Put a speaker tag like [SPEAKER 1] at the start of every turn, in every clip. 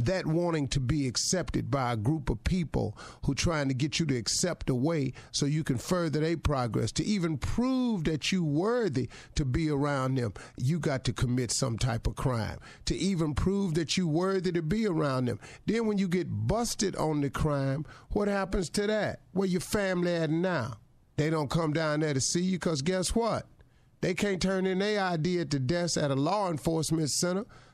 [SPEAKER 1] that wanting to be accepted by a group of people who trying to get you to accept a way so you can further their progress, to even prove that you worthy to be around them, you got to commit some type of crime. To even prove that you worthy to be around them. Then when you get busted on the crime, what happens to that? Where your family at now? They don't come down there to see you because guess what? They can't turn in their ID at the desk at a law enforcement center.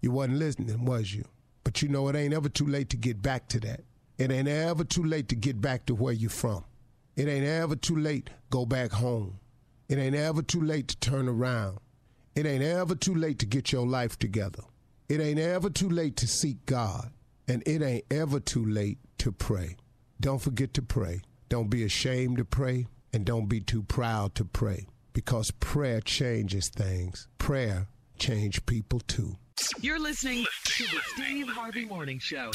[SPEAKER 1] You wasn't listening, was you? But you know, it ain't ever too late to get back to that. It ain't ever too late to get back to where you from. It ain't ever too late go back home. It ain't ever too late to turn around. It ain't ever too late to get your life together. It ain't ever too late to seek God. And it ain't ever too late to pray. Don't forget to pray. Don't be ashamed to pray. And don't be too proud to pray. Because prayer changes things. Prayer change people too.
[SPEAKER 2] You're listening to the Steve Harvey Morning Show.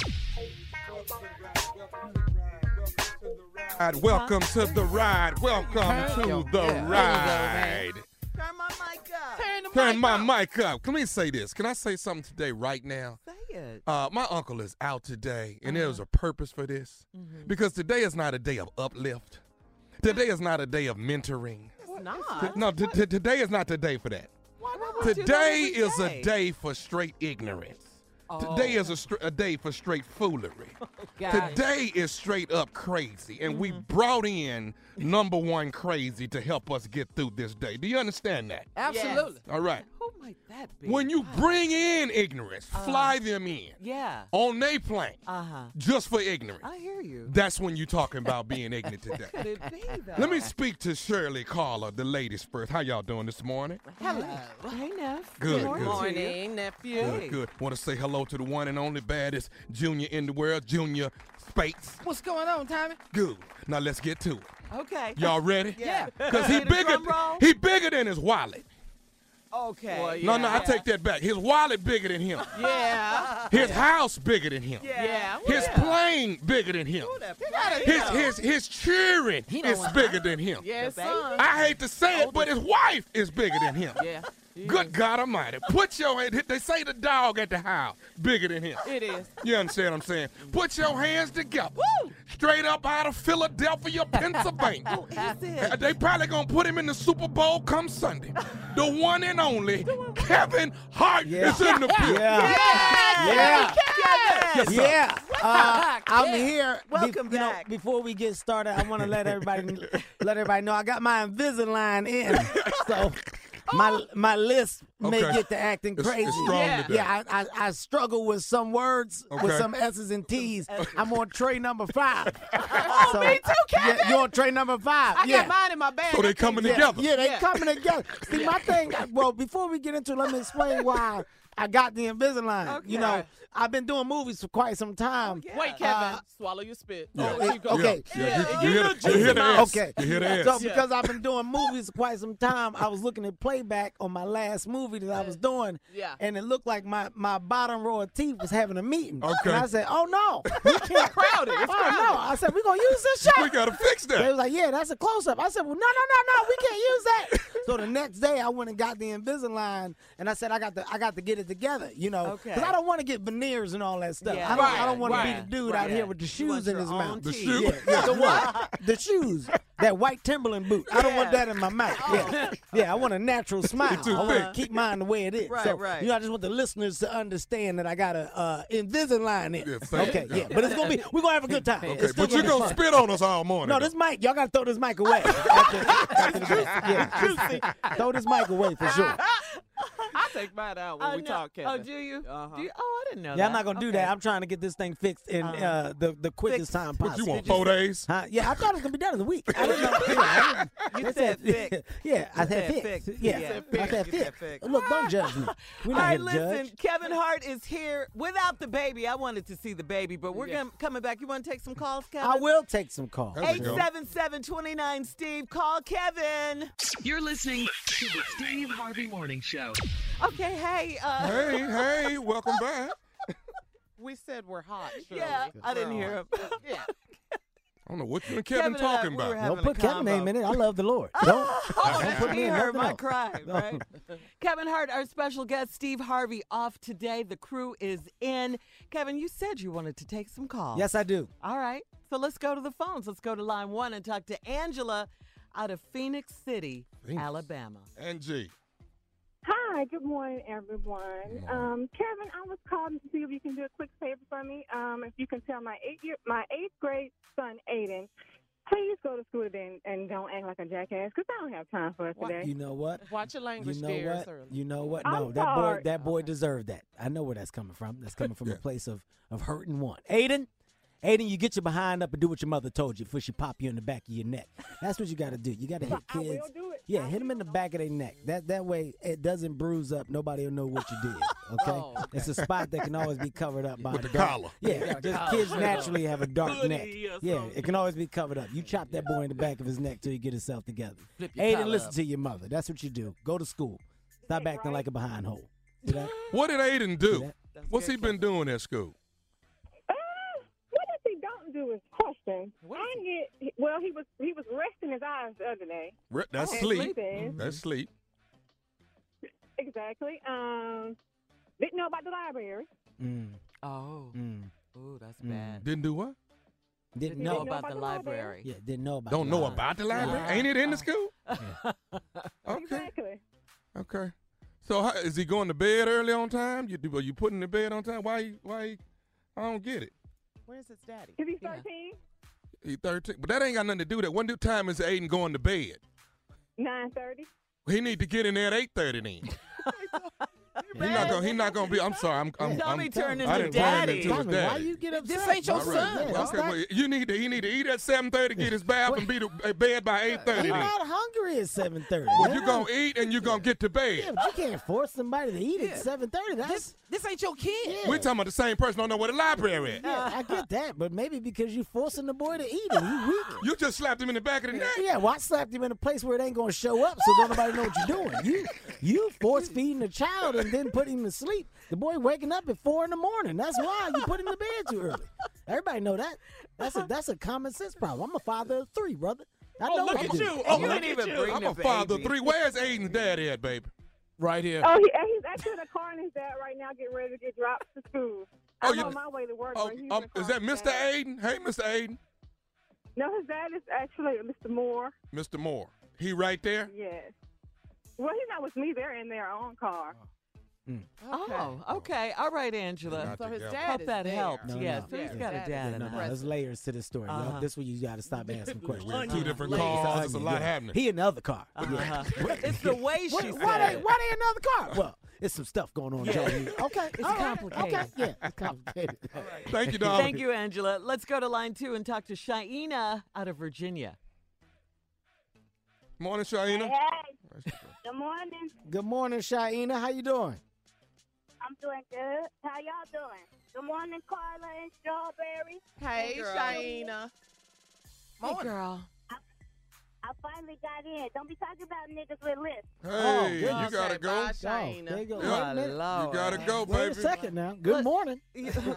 [SPEAKER 3] ride. Welcome to the ride. Welcome to the ride.
[SPEAKER 4] Turn my mic up. Turn the
[SPEAKER 3] Turn my mic up. Let me say this. Can I say something today, right now?
[SPEAKER 4] Say it. Uh-huh.
[SPEAKER 3] Uh, my uncle is out today, and there was a purpose for this
[SPEAKER 4] Mm-hmm.
[SPEAKER 3] because today is not a day of uplift. Today is not a day of mentoring.
[SPEAKER 4] It's not.
[SPEAKER 3] No, t- t- today is not the day for that.
[SPEAKER 4] would you
[SPEAKER 3] Today
[SPEAKER 4] do that
[SPEAKER 3] is
[SPEAKER 4] every
[SPEAKER 3] a day for straight ignorance. Today is a, str- a day for straight foolery.
[SPEAKER 5] Oh,
[SPEAKER 4] Got it.
[SPEAKER 3] Today is straight up crazy, and
[SPEAKER 5] Mm-hmm.
[SPEAKER 3] we brought in number one crazy to help us get through this day. Do you understand that?
[SPEAKER 6] Absolutely.
[SPEAKER 3] All right.
[SPEAKER 4] Who
[SPEAKER 5] Who might that be? Uh-huh.
[SPEAKER 3] When you bring in ignorance, fly them in
[SPEAKER 5] Yeah.
[SPEAKER 3] on they plane
[SPEAKER 5] Uh huh.
[SPEAKER 3] just for ignorance.
[SPEAKER 5] I hear you.
[SPEAKER 3] That's when you're talking about being ignorant today.
[SPEAKER 5] Could it be though?
[SPEAKER 3] Let me speak to Shirley Carla, the ladies first. How y'all doing this morning?
[SPEAKER 5] Hello. Hey, Neff.
[SPEAKER 3] Good,
[SPEAKER 5] morning,
[SPEAKER 3] good.
[SPEAKER 5] morning nephew.
[SPEAKER 3] Good, good. Want to say hello to the one and only baddest junior in the world, Junior Spates.
[SPEAKER 7] What's going on, Tommy?
[SPEAKER 3] Good. Now let's get to it.
[SPEAKER 5] Okay.
[SPEAKER 3] Y'all ready?
[SPEAKER 5] Yeah.
[SPEAKER 3] Cause he
[SPEAKER 5] Need a drum
[SPEAKER 3] bigger.
[SPEAKER 5] roll?
[SPEAKER 3] He bigger than his wallet.
[SPEAKER 5] Okay.
[SPEAKER 3] No, no, I take that back. His wallet bigger than him.
[SPEAKER 5] Yeah.
[SPEAKER 3] His house bigger than him.
[SPEAKER 5] Yeah.
[SPEAKER 3] His plane bigger than him. His his his cheering
[SPEAKER 5] know
[SPEAKER 3] is
[SPEAKER 5] what?
[SPEAKER 3] bigger than him.
[SPEAKER 5] Yes, The baby. son.
[SPEAKER 3] I hate to say it, but his wife is bigger than him. Yeah. Good God Almighty! Put your hand. They say the dog at the house bigger than him.
[SPEAKER 5] It is.
[SPEAKER 3] You understand what I'm saying? Put your hands together. Straight up out of Philadelphia, Pennsylvania. Uh, They probably gonna put him in the Super Bowl come Sunday. The one and only Kevin Hart is in the building.
[SPEAKER 8] Yeah. Yeah. Yeah.
[SPEAKER 3] Yes, sir.
[SPEAKER 8] Yeah, uh, I'm here. Be-
[SPEAKER 7] Welcome
[SPEAKER 8] you know, before we get started, I want to let everybody let everybody know I got my Invisalign in, so my my list may
[SPEAKER 7] Okay.
[SPEAKER 8] get to acting
[SPEAKER 7] It's-
[SPEAKER 8] crazy.
[SPEAKER 7] it's strong
[SPEAKER 8] yeah,
[SPEAKER 7] today.
[SPEAKER 8] I, I I struggle with some words, with
[SPEAKER 7] Okay.
[SPEAKER 8] some S's and T's. I'm on tray number five.
[SPEAKER 9] Oh,
[SPEAKER 8] So,
[SPEAKER 9] me too, Kevin.
[SPEAKER 8] Yeah, you're on tray number five.
[SPEAKER 9] I
[SPEAKER 8] yeah.
[SPEAKER 9] got mine in my bag.
[SPEAKER 8] So they
[SPEAKER 3] coming
[SPEAKER 8] Yeah,
[SPEAKER 3] together.
[SPEAKER 8] Yeah, they
[SPEAKER 3] Yeah.
[SPEAKER 8] coming together. See, my thing. Well, before we get into, it, let me explain why I got the Invisalign. You know, I've been doing movies for quite some time.
[SPEAKER 7] Oh, Wait, Kevin,
[SPEAKER 8] Uh,
[SPEAKER 7] swallow your spit.
[SPEAKER 8] Yeah.
[SPEAKER 7] Oh, there you go.
[SPEAKER 8] Okay.
[SPEAKER 7] Yeah.
[SPEAKER 8] Okay. So because I've been doing movies quite some time, I was looking at playback on my last movie that I was doing.
[SPEAKER 7] Yeah.
[SPEAKER 8] And it looked like my, my bottom row of teeth was having a meeting.
[SPEAKER 7] Okay.
[SPEAKER 8] And I said, oh no, we can't. crowded.
[SPEAKER 7] It's
[SPEAKER 8] oh
[SPEAKER 7] crowded.
[SPEAKER 8] no. I said, we're going to use this shot.
[SPEAKER 3] We gotta fix that.
[SPEAKER 8] They was like, yeah, that's a close up. I said, well, no, no, no, no, we can't use that. so the next day I went and got the Invisalign and I said, I got to, I got to get it together, you know.
[SPEAKER 7] Okay.
[SPEAKER 8] Because I don't want to get veneers and all that stuff.
[SPEAKER 7] Yeah.
[SPEAKER 8] I don't,
[SPEAKER 7] Right,
[SPEAKER 8] I don't want to
[SPEAKER 7] right,
[SPEAKER 8] be the dude out
[SPEAKER 7] right.
[SPEAKER 8] here with the shoes in his mouth.
[SPEAKER 7] The teeth. shoe- The
[SPEAKER 8] you
[SPEAKER 7] what?
[SPEAKER 8] know, The shoes. That white Timberland boot. I don't want that in my mouth.
[SPEAKER 3] Oh.
[SPEAKER 8] Yeah. yeah, I want a natural smile.
[SPEAKER 7] too
[SPEAKER 8] I want
[SPEAKER 7] thick.
[SPEAKER 8] to keep mine the way it is.
[SPEAKER 7] Right,
[SPEAKER 8] so,
[SPEAKER 7] right.
[SPEAKER 8] You know, I just want the listeners to understand that I got a uh, Invisalign in. okay, yeah. But it's gonna be. We're gonna have a good time.
[SPEAKER 3] Okay,
[SPEAKER 8] It's still
[SPEAKER 3] but you're
[SPEAKER 8] be
[SPEAKER 3] gonna
[SPEAKER 8] fun.
[SPEAKER 3] spit on us all morning.
[SPEAKER 8] No, this mic, y'all gotta throw this mic away. after, after the break. yeah. Throw this mic away for sure.
[SPEAKER 5] I take mine out when
[SPEAKER 7] Oh,
[SPEAKER 5] we
[SPEAKER 7] no.
[SPEAKER 5] talk,
[SPEAKER 7] Oh,
[SPEAKER 5] Kevin.
[SPEAKER 7] do you?
[SPEAKER 5] Uh-huh.
[SPEAKER 7] Do you-
[SPEAKER 5] Oh, I didn't know
[SPEAKER 8] Yeah,
[SPEAKER 5] that.
[SPEAKER 8] I'm not gonna do that. I'm trying to get this thing fixed in uh, the the quickest time possible.
[SPEAKER 3] What you want? Four days?
[SPEAKER 8] Huh? Yeah, I thought it was gonna be done in a week. I didn't know. Yeah, I didn't- I said, yeah, I
[SPEAKER 7] You
[SPEAKER 8] said
[SPEAKER 7] said fixed. You said
[SPEAKER 8] fixed. Yeah, I
[SPEAKER 7] fixed.
[SPEAKER 8] said
[SPEAKER 7] You said
[SPEAKER 8] fixed.
[SPEAKER 7] fixed.
[SPEAKER 8] Look, don't judge me. We're not
[SPEAKER 5] All right,
[SPEAKER 8] here to
[SPEAKER 5] listen.
[SPEAKER 8] judge.
[SPEAKER 5] Kevin Hart is here without the baby. I wanted to see the baby, but we're gonna, coming back. You want to take some calls, Kevin?
[SPEAKER 8] I will take some calls.
[SPEAKER 5] 877-29 Steve. Call Kevin.
[SPEAKER 2] You're listening to the Steve Harvey Morning Show.
[SPEAKER 5] Okay, hey. Uh,
[SPEAKER 3] Hey, hey, welcome back.
[SPEAKER 7] We said we're hot. Shirley.
[SPEAKER 5] Yeah, I didn't
[SPEAKER 7] We're
[SPEAKER 5] hear
[SPEAKER 7] on.
[SPEAKER 5] him.
[SPEAKER 7] Yeah.
[SPEAKER 3] I don't know what you and Kevin,
[SPEAKER 5] Kevin and I,
[SPEAKER 3] talking
[SPEAKER 5] we were
[SPEAKER 3] about.
[SPEAKER 5] having
[SPEAKER 8] Don't put Kevin name in it. I love the Lord. Don't, don't put me
[SPEAKER 5] He
[SPEAKER 8] in
[SPEAKER 5] heard
[SPEAKER 8] nothing
[SPEAKER 5] my
[SPEAKER 8] else.
[SPEAKER 5] cry,
[SPEAKER 8] No.
[SPEAKER 5] right? Kevin Hart, our special guest, Steve Harvey, off today. The crew is in. Kevin, you said you wanted to take some calls.
[SPEAKER 8] Yes, I do.
[SPEAKER 5] All right. So let's go to the phones. Let's go to line one and talk to Angela out of Phoenix City, Alabama.
[SPEAKER 3] Angie.
[SPEAKER 10] Hi, good morning, everyone. Um, Kevin, I was calling to see if you can do a quick favor for me. Um, if you can tell my eight year, my eighth grade son Aiden, please go to school today and, and don't act like a jackass because I don't have time for it today.
[SPEAKER 8] You know what?
[SPEAKER 7] Watch your language,
[SPEAKER 8] You know
[SPEAKER 7] dear.
[SPEAKER 8] what?
[SPEAKER 7] Shirley.
[SPEAKER 8] You know what?
[SPEAKER 10] I'm
[SPEAKER 8] No, that boy,
[SPEAKER 10] sorry.
[SPEAKER 8] that boy deserved that. I know where that's coming from. That's coming from a place of of hurt and want. Aiden, Aiden, you get your behind up and do what your mother told you before she pop you in the back of your neck. That's what you got to do. You got to hit
[SPEAKER 10] I will
[SPEAKER 8] kids.
[SPEAKER 10] do it.
[SPEAKER 8] Yeah, hit them in the back of their neck. That that way it doesn't bruise up. Nobody will know what you did. Okay,
[SPEAKER 7] Oh, okay.
[SPEAKER 8] it's a spot that can always be covered up by
[SPEAKER 7] With
[SPEAKER 8] a
[SPEAKER 7] the
[SPEAKER 8] dark-
[SPEAKER 7] collar.
[SPEAKER 8] Yeah,
[SPEAKER 7] Yeah,
[SPEAKER 8] just
[SPEAKER 7] collar.
[SPEAKER 8] kids naturally have a dark
[SPEAKER 7] Hoodie
[SPEAKER 8] neck.
[SPEAKER 7] or
[SPEAKER 8] Yeah,
[SPEAKER 7] something.
[SPEAKER 8] it can always be covered up. You chop that boy in the back of his neck till you get himself together.
[SPEAKER 7] Flip your
[SPEAKER 8] Aiden,
[SPEAKER 7] collar
[SPEAKER 8] listen
[SPEAKER 7] up.
[SPEAKER 8] to your mother. That's what you do. Go to school. Stop acting like a behind hole. Did I-
[SPEAKER 3] What did Aiden do? What's he been doing at school?
[SPEAKER 10] What does he don't do is question. I didn't get. Well, he was he was resting his eyes the other day.
[SPEAKER 3] Re- That's
[SPEAKER 10] And
[SPEAKER 3] sleep.
[SPEAKER 10] sleeping.
[SPEAKER 3] That's sleep.
[SPEAKER 10] Exactly. Um, didn't know about the library.
[SPEAKER 5] Oh. Ooh, that's bad.
[SPEAKER 3] Didn't do what?
[SPEAKER 8] Didn't
[SPEAKER 5] know
[SPEAKER 8] know
[SPEAKER 5] about, the library. Uh-huh.
[SPEAKER 8] Yeah, didn't know about.
[SPEAKER 3] Don't
[SPEAKER 8] the
[SPEAKER 3] know
[SPEAKER 8] library.
[SPEAKER 3] about the library? Ain't it in the school?
[SPEAKER 10] Exactly.
[SPEAKER 3] Okay. So how, is he going to bed early on time? You do? Are you putting to bed on time? Why? he- Why? he- I don't get it.
[SPEAKER 7] Where's his daddy?
[SPEAKER 10] Is he 13?
[SPEAKER 3] He thirteen, but that ain't got nothing to do with that. When do time is Aiden going to bed?
[SPEAKER 10] Nine thirty.
[SPEAKER 3] He need to get in there at eight thirty then. He not gonna. He not gonna be. I'm sorry. I'm. I'm
[SPEAKER 5] Tommy
[SPEAKER 3] I'm,
[SPEAKER 5] turned
[SPEAKER 3] I
[SPEAKER 5] into
[SPEAKER 3] didn't plan
[SPEAKER 5] daddy.
[SPEAKER 3] Into his
[SPEAKER 5] Tommy, why
[SPEAKER 3] daddy.
[SPEAKER 5] you get This upset? ain't your
[SPEAKER 3] All
[SPEAKER 5] son.
[SPEAKER 3] well,
[SPEAKER 5] Yeah,
[SPEAKER 3] okay.
[SPEAKER 5] don't
[SPEAKER 3] Well, you need to. He need to eat at 7:30. Get his bath and be to uh, bed by 8:30.
[SPEAKER 8] He's
[SPEAKER 3] then.
[SPEAKER 8] not hungry at seven thirty.
[SPEAKER 3] Well, you gonna eat and you gonna get to bed.
[SPEAKER 8] Yeah, but you can't force somebody to eat at Uh, seven thirty. That's
[SPEAKER 5] this ain't your kid.
[SPEAKER 3] We're talking about the same person. Don't know where the library at.
[SPEAKER 8] Yeah, I get that, but maybe because you forcing the boy to eat and he weak.
[SPEAKER 3] You just slapped him in the back of the neck.
[SPEAKER 8] Yeah, well, I slapped him in a place where it ain't gonna show up, so don't nobody know what you're doing. You you force feeding a child and then putting him to sleep. The boy waking up at four in the morning. That's why you put him to bed too early. Everybody know that. That's a that's a common sense problem. I'm a father of three, brother. I
[SPEAKER 3] Oh,
[SPEAKER 5] Oh,
[SPEAKER 8] know what to do.
[SPEAKER 3] I'm a father of three. Where's Aiden's daddy at, baby?
[SPEAKER 11] Right here.
[SPEAKER 10] Oh, he, he's actually in the car in his dad right now, getting ready to get dropped to school.
[SPEAKER 3] Oh,
[SPEAKER 10] I'm
[SPEAKER 3] you-
[SPEAKER 10] on my way to work.
[SPEAKER 3] Oh,
[SPEAKER 10] but he's in
[SPEAKER 3] um,
[SPEAKER 10] the
[SPEAKER 3] is
[SPEAKER 10] car
[SPEAKER 3] that
[SPEAKER 10] with his
[SPEAKER 3] Mr.
[SPEAKER 10] dad.
[SPEAKER 3] Aiden? Hey, Mr. Aiden.
[SPEAKER 10] No, his dad is actually Mr. Moore.
[SPEAKER 3] Mr. Moore. He right there.
[SPEAKER 10] Yes. Well, he's not with me. They're in their own car.
[SPEAKER 5] Oh, okay. All right, Angela.
[SPEAKER 10] So his together. dad
[SPEAKER 5] Hope
[SPEAKER 10] is
[SPEAKER 5] that
[SPEAKER 10] there.
[SPEAKER 5] helped.
[SPEAKER 8] No, no,
[SPEAKER 5] yes,
[SPEAKER 8] no.
[SPEAKER 5] he's got a dad
[SPEAKER 8] Yeah,
[SPEAKER 5] in
[SPEAKER 8] no,
[SPEAKER 5] the
[SPEAKER 8] no,
[SPEAKER 5] house.
[SPEAKER 8] There's layers to the story. y'all.
[SPEAKER 5] Uh-huh.
[SPEAKER 8] This is where you got to stop asking questions.
[SPEAKER 3] We're in two different
[SPEAKER 8] Layers.
[SPEAKER 3] cars.
[SPEAKER 8] Onion,
[SPEAKER 3] There's a lot
[SPEAKER 8] yeah.
[SPEAKER 3] happening.
[SPEAKER 8] He another car.
[SPEAKER 5] it's the way she
[SPEAKER 8] Why-
[SPEAKER 5] said
[SPEAKER 8] why they,
[SPEAKER 5] it.
[SPEAKER 8] why they another car? Well, it's some stuff going on, Johnny. Okay,
[SPEAKER 5] It's
[SPEAKER 8] all right,
[SPEAKER 5] complicated.
[SPEAKER 8] Okay, yeah, it's complicated.
[SPEAKER 3] Thank you, Dom.
[SPEAKER 5] Thank you, Angela. Let's go to line two and talk to Shaina out of Virginia.
[SPEAKER 3] Morning, Shaina.
[SPEAKER 12] Good morning.
[SPEAKER 8] Good morning, Shaina. How you doing?
[SPEAKER 12] I'm doing good. How y'all doing? Good morning, Carla and Strawberry.
[SPEAKER 7] Hey, Shaina. Morning.
[SPEAKER 5] girl.
[SPEAKER 12] I finally got in. Don't be talking about niggas with lists.
[SPEAKER 3] Hey,
[SPEAKER 8] Oh,
[SPEAKER 3] you
[SPEAKER 8] goodness.
[SPEAKER 3] gotta go.
[SPEAKER 8] Bye, Shaina. There you go. Wait a minute.
[SPEAKER 3] You gotta go,
[SPEAKER 8] Wait
[SPEAKER 3] baby.
[SPEAKER 8] a second now. Good morning.
[SPEAKER 5] She's
[SPEAKER 8] We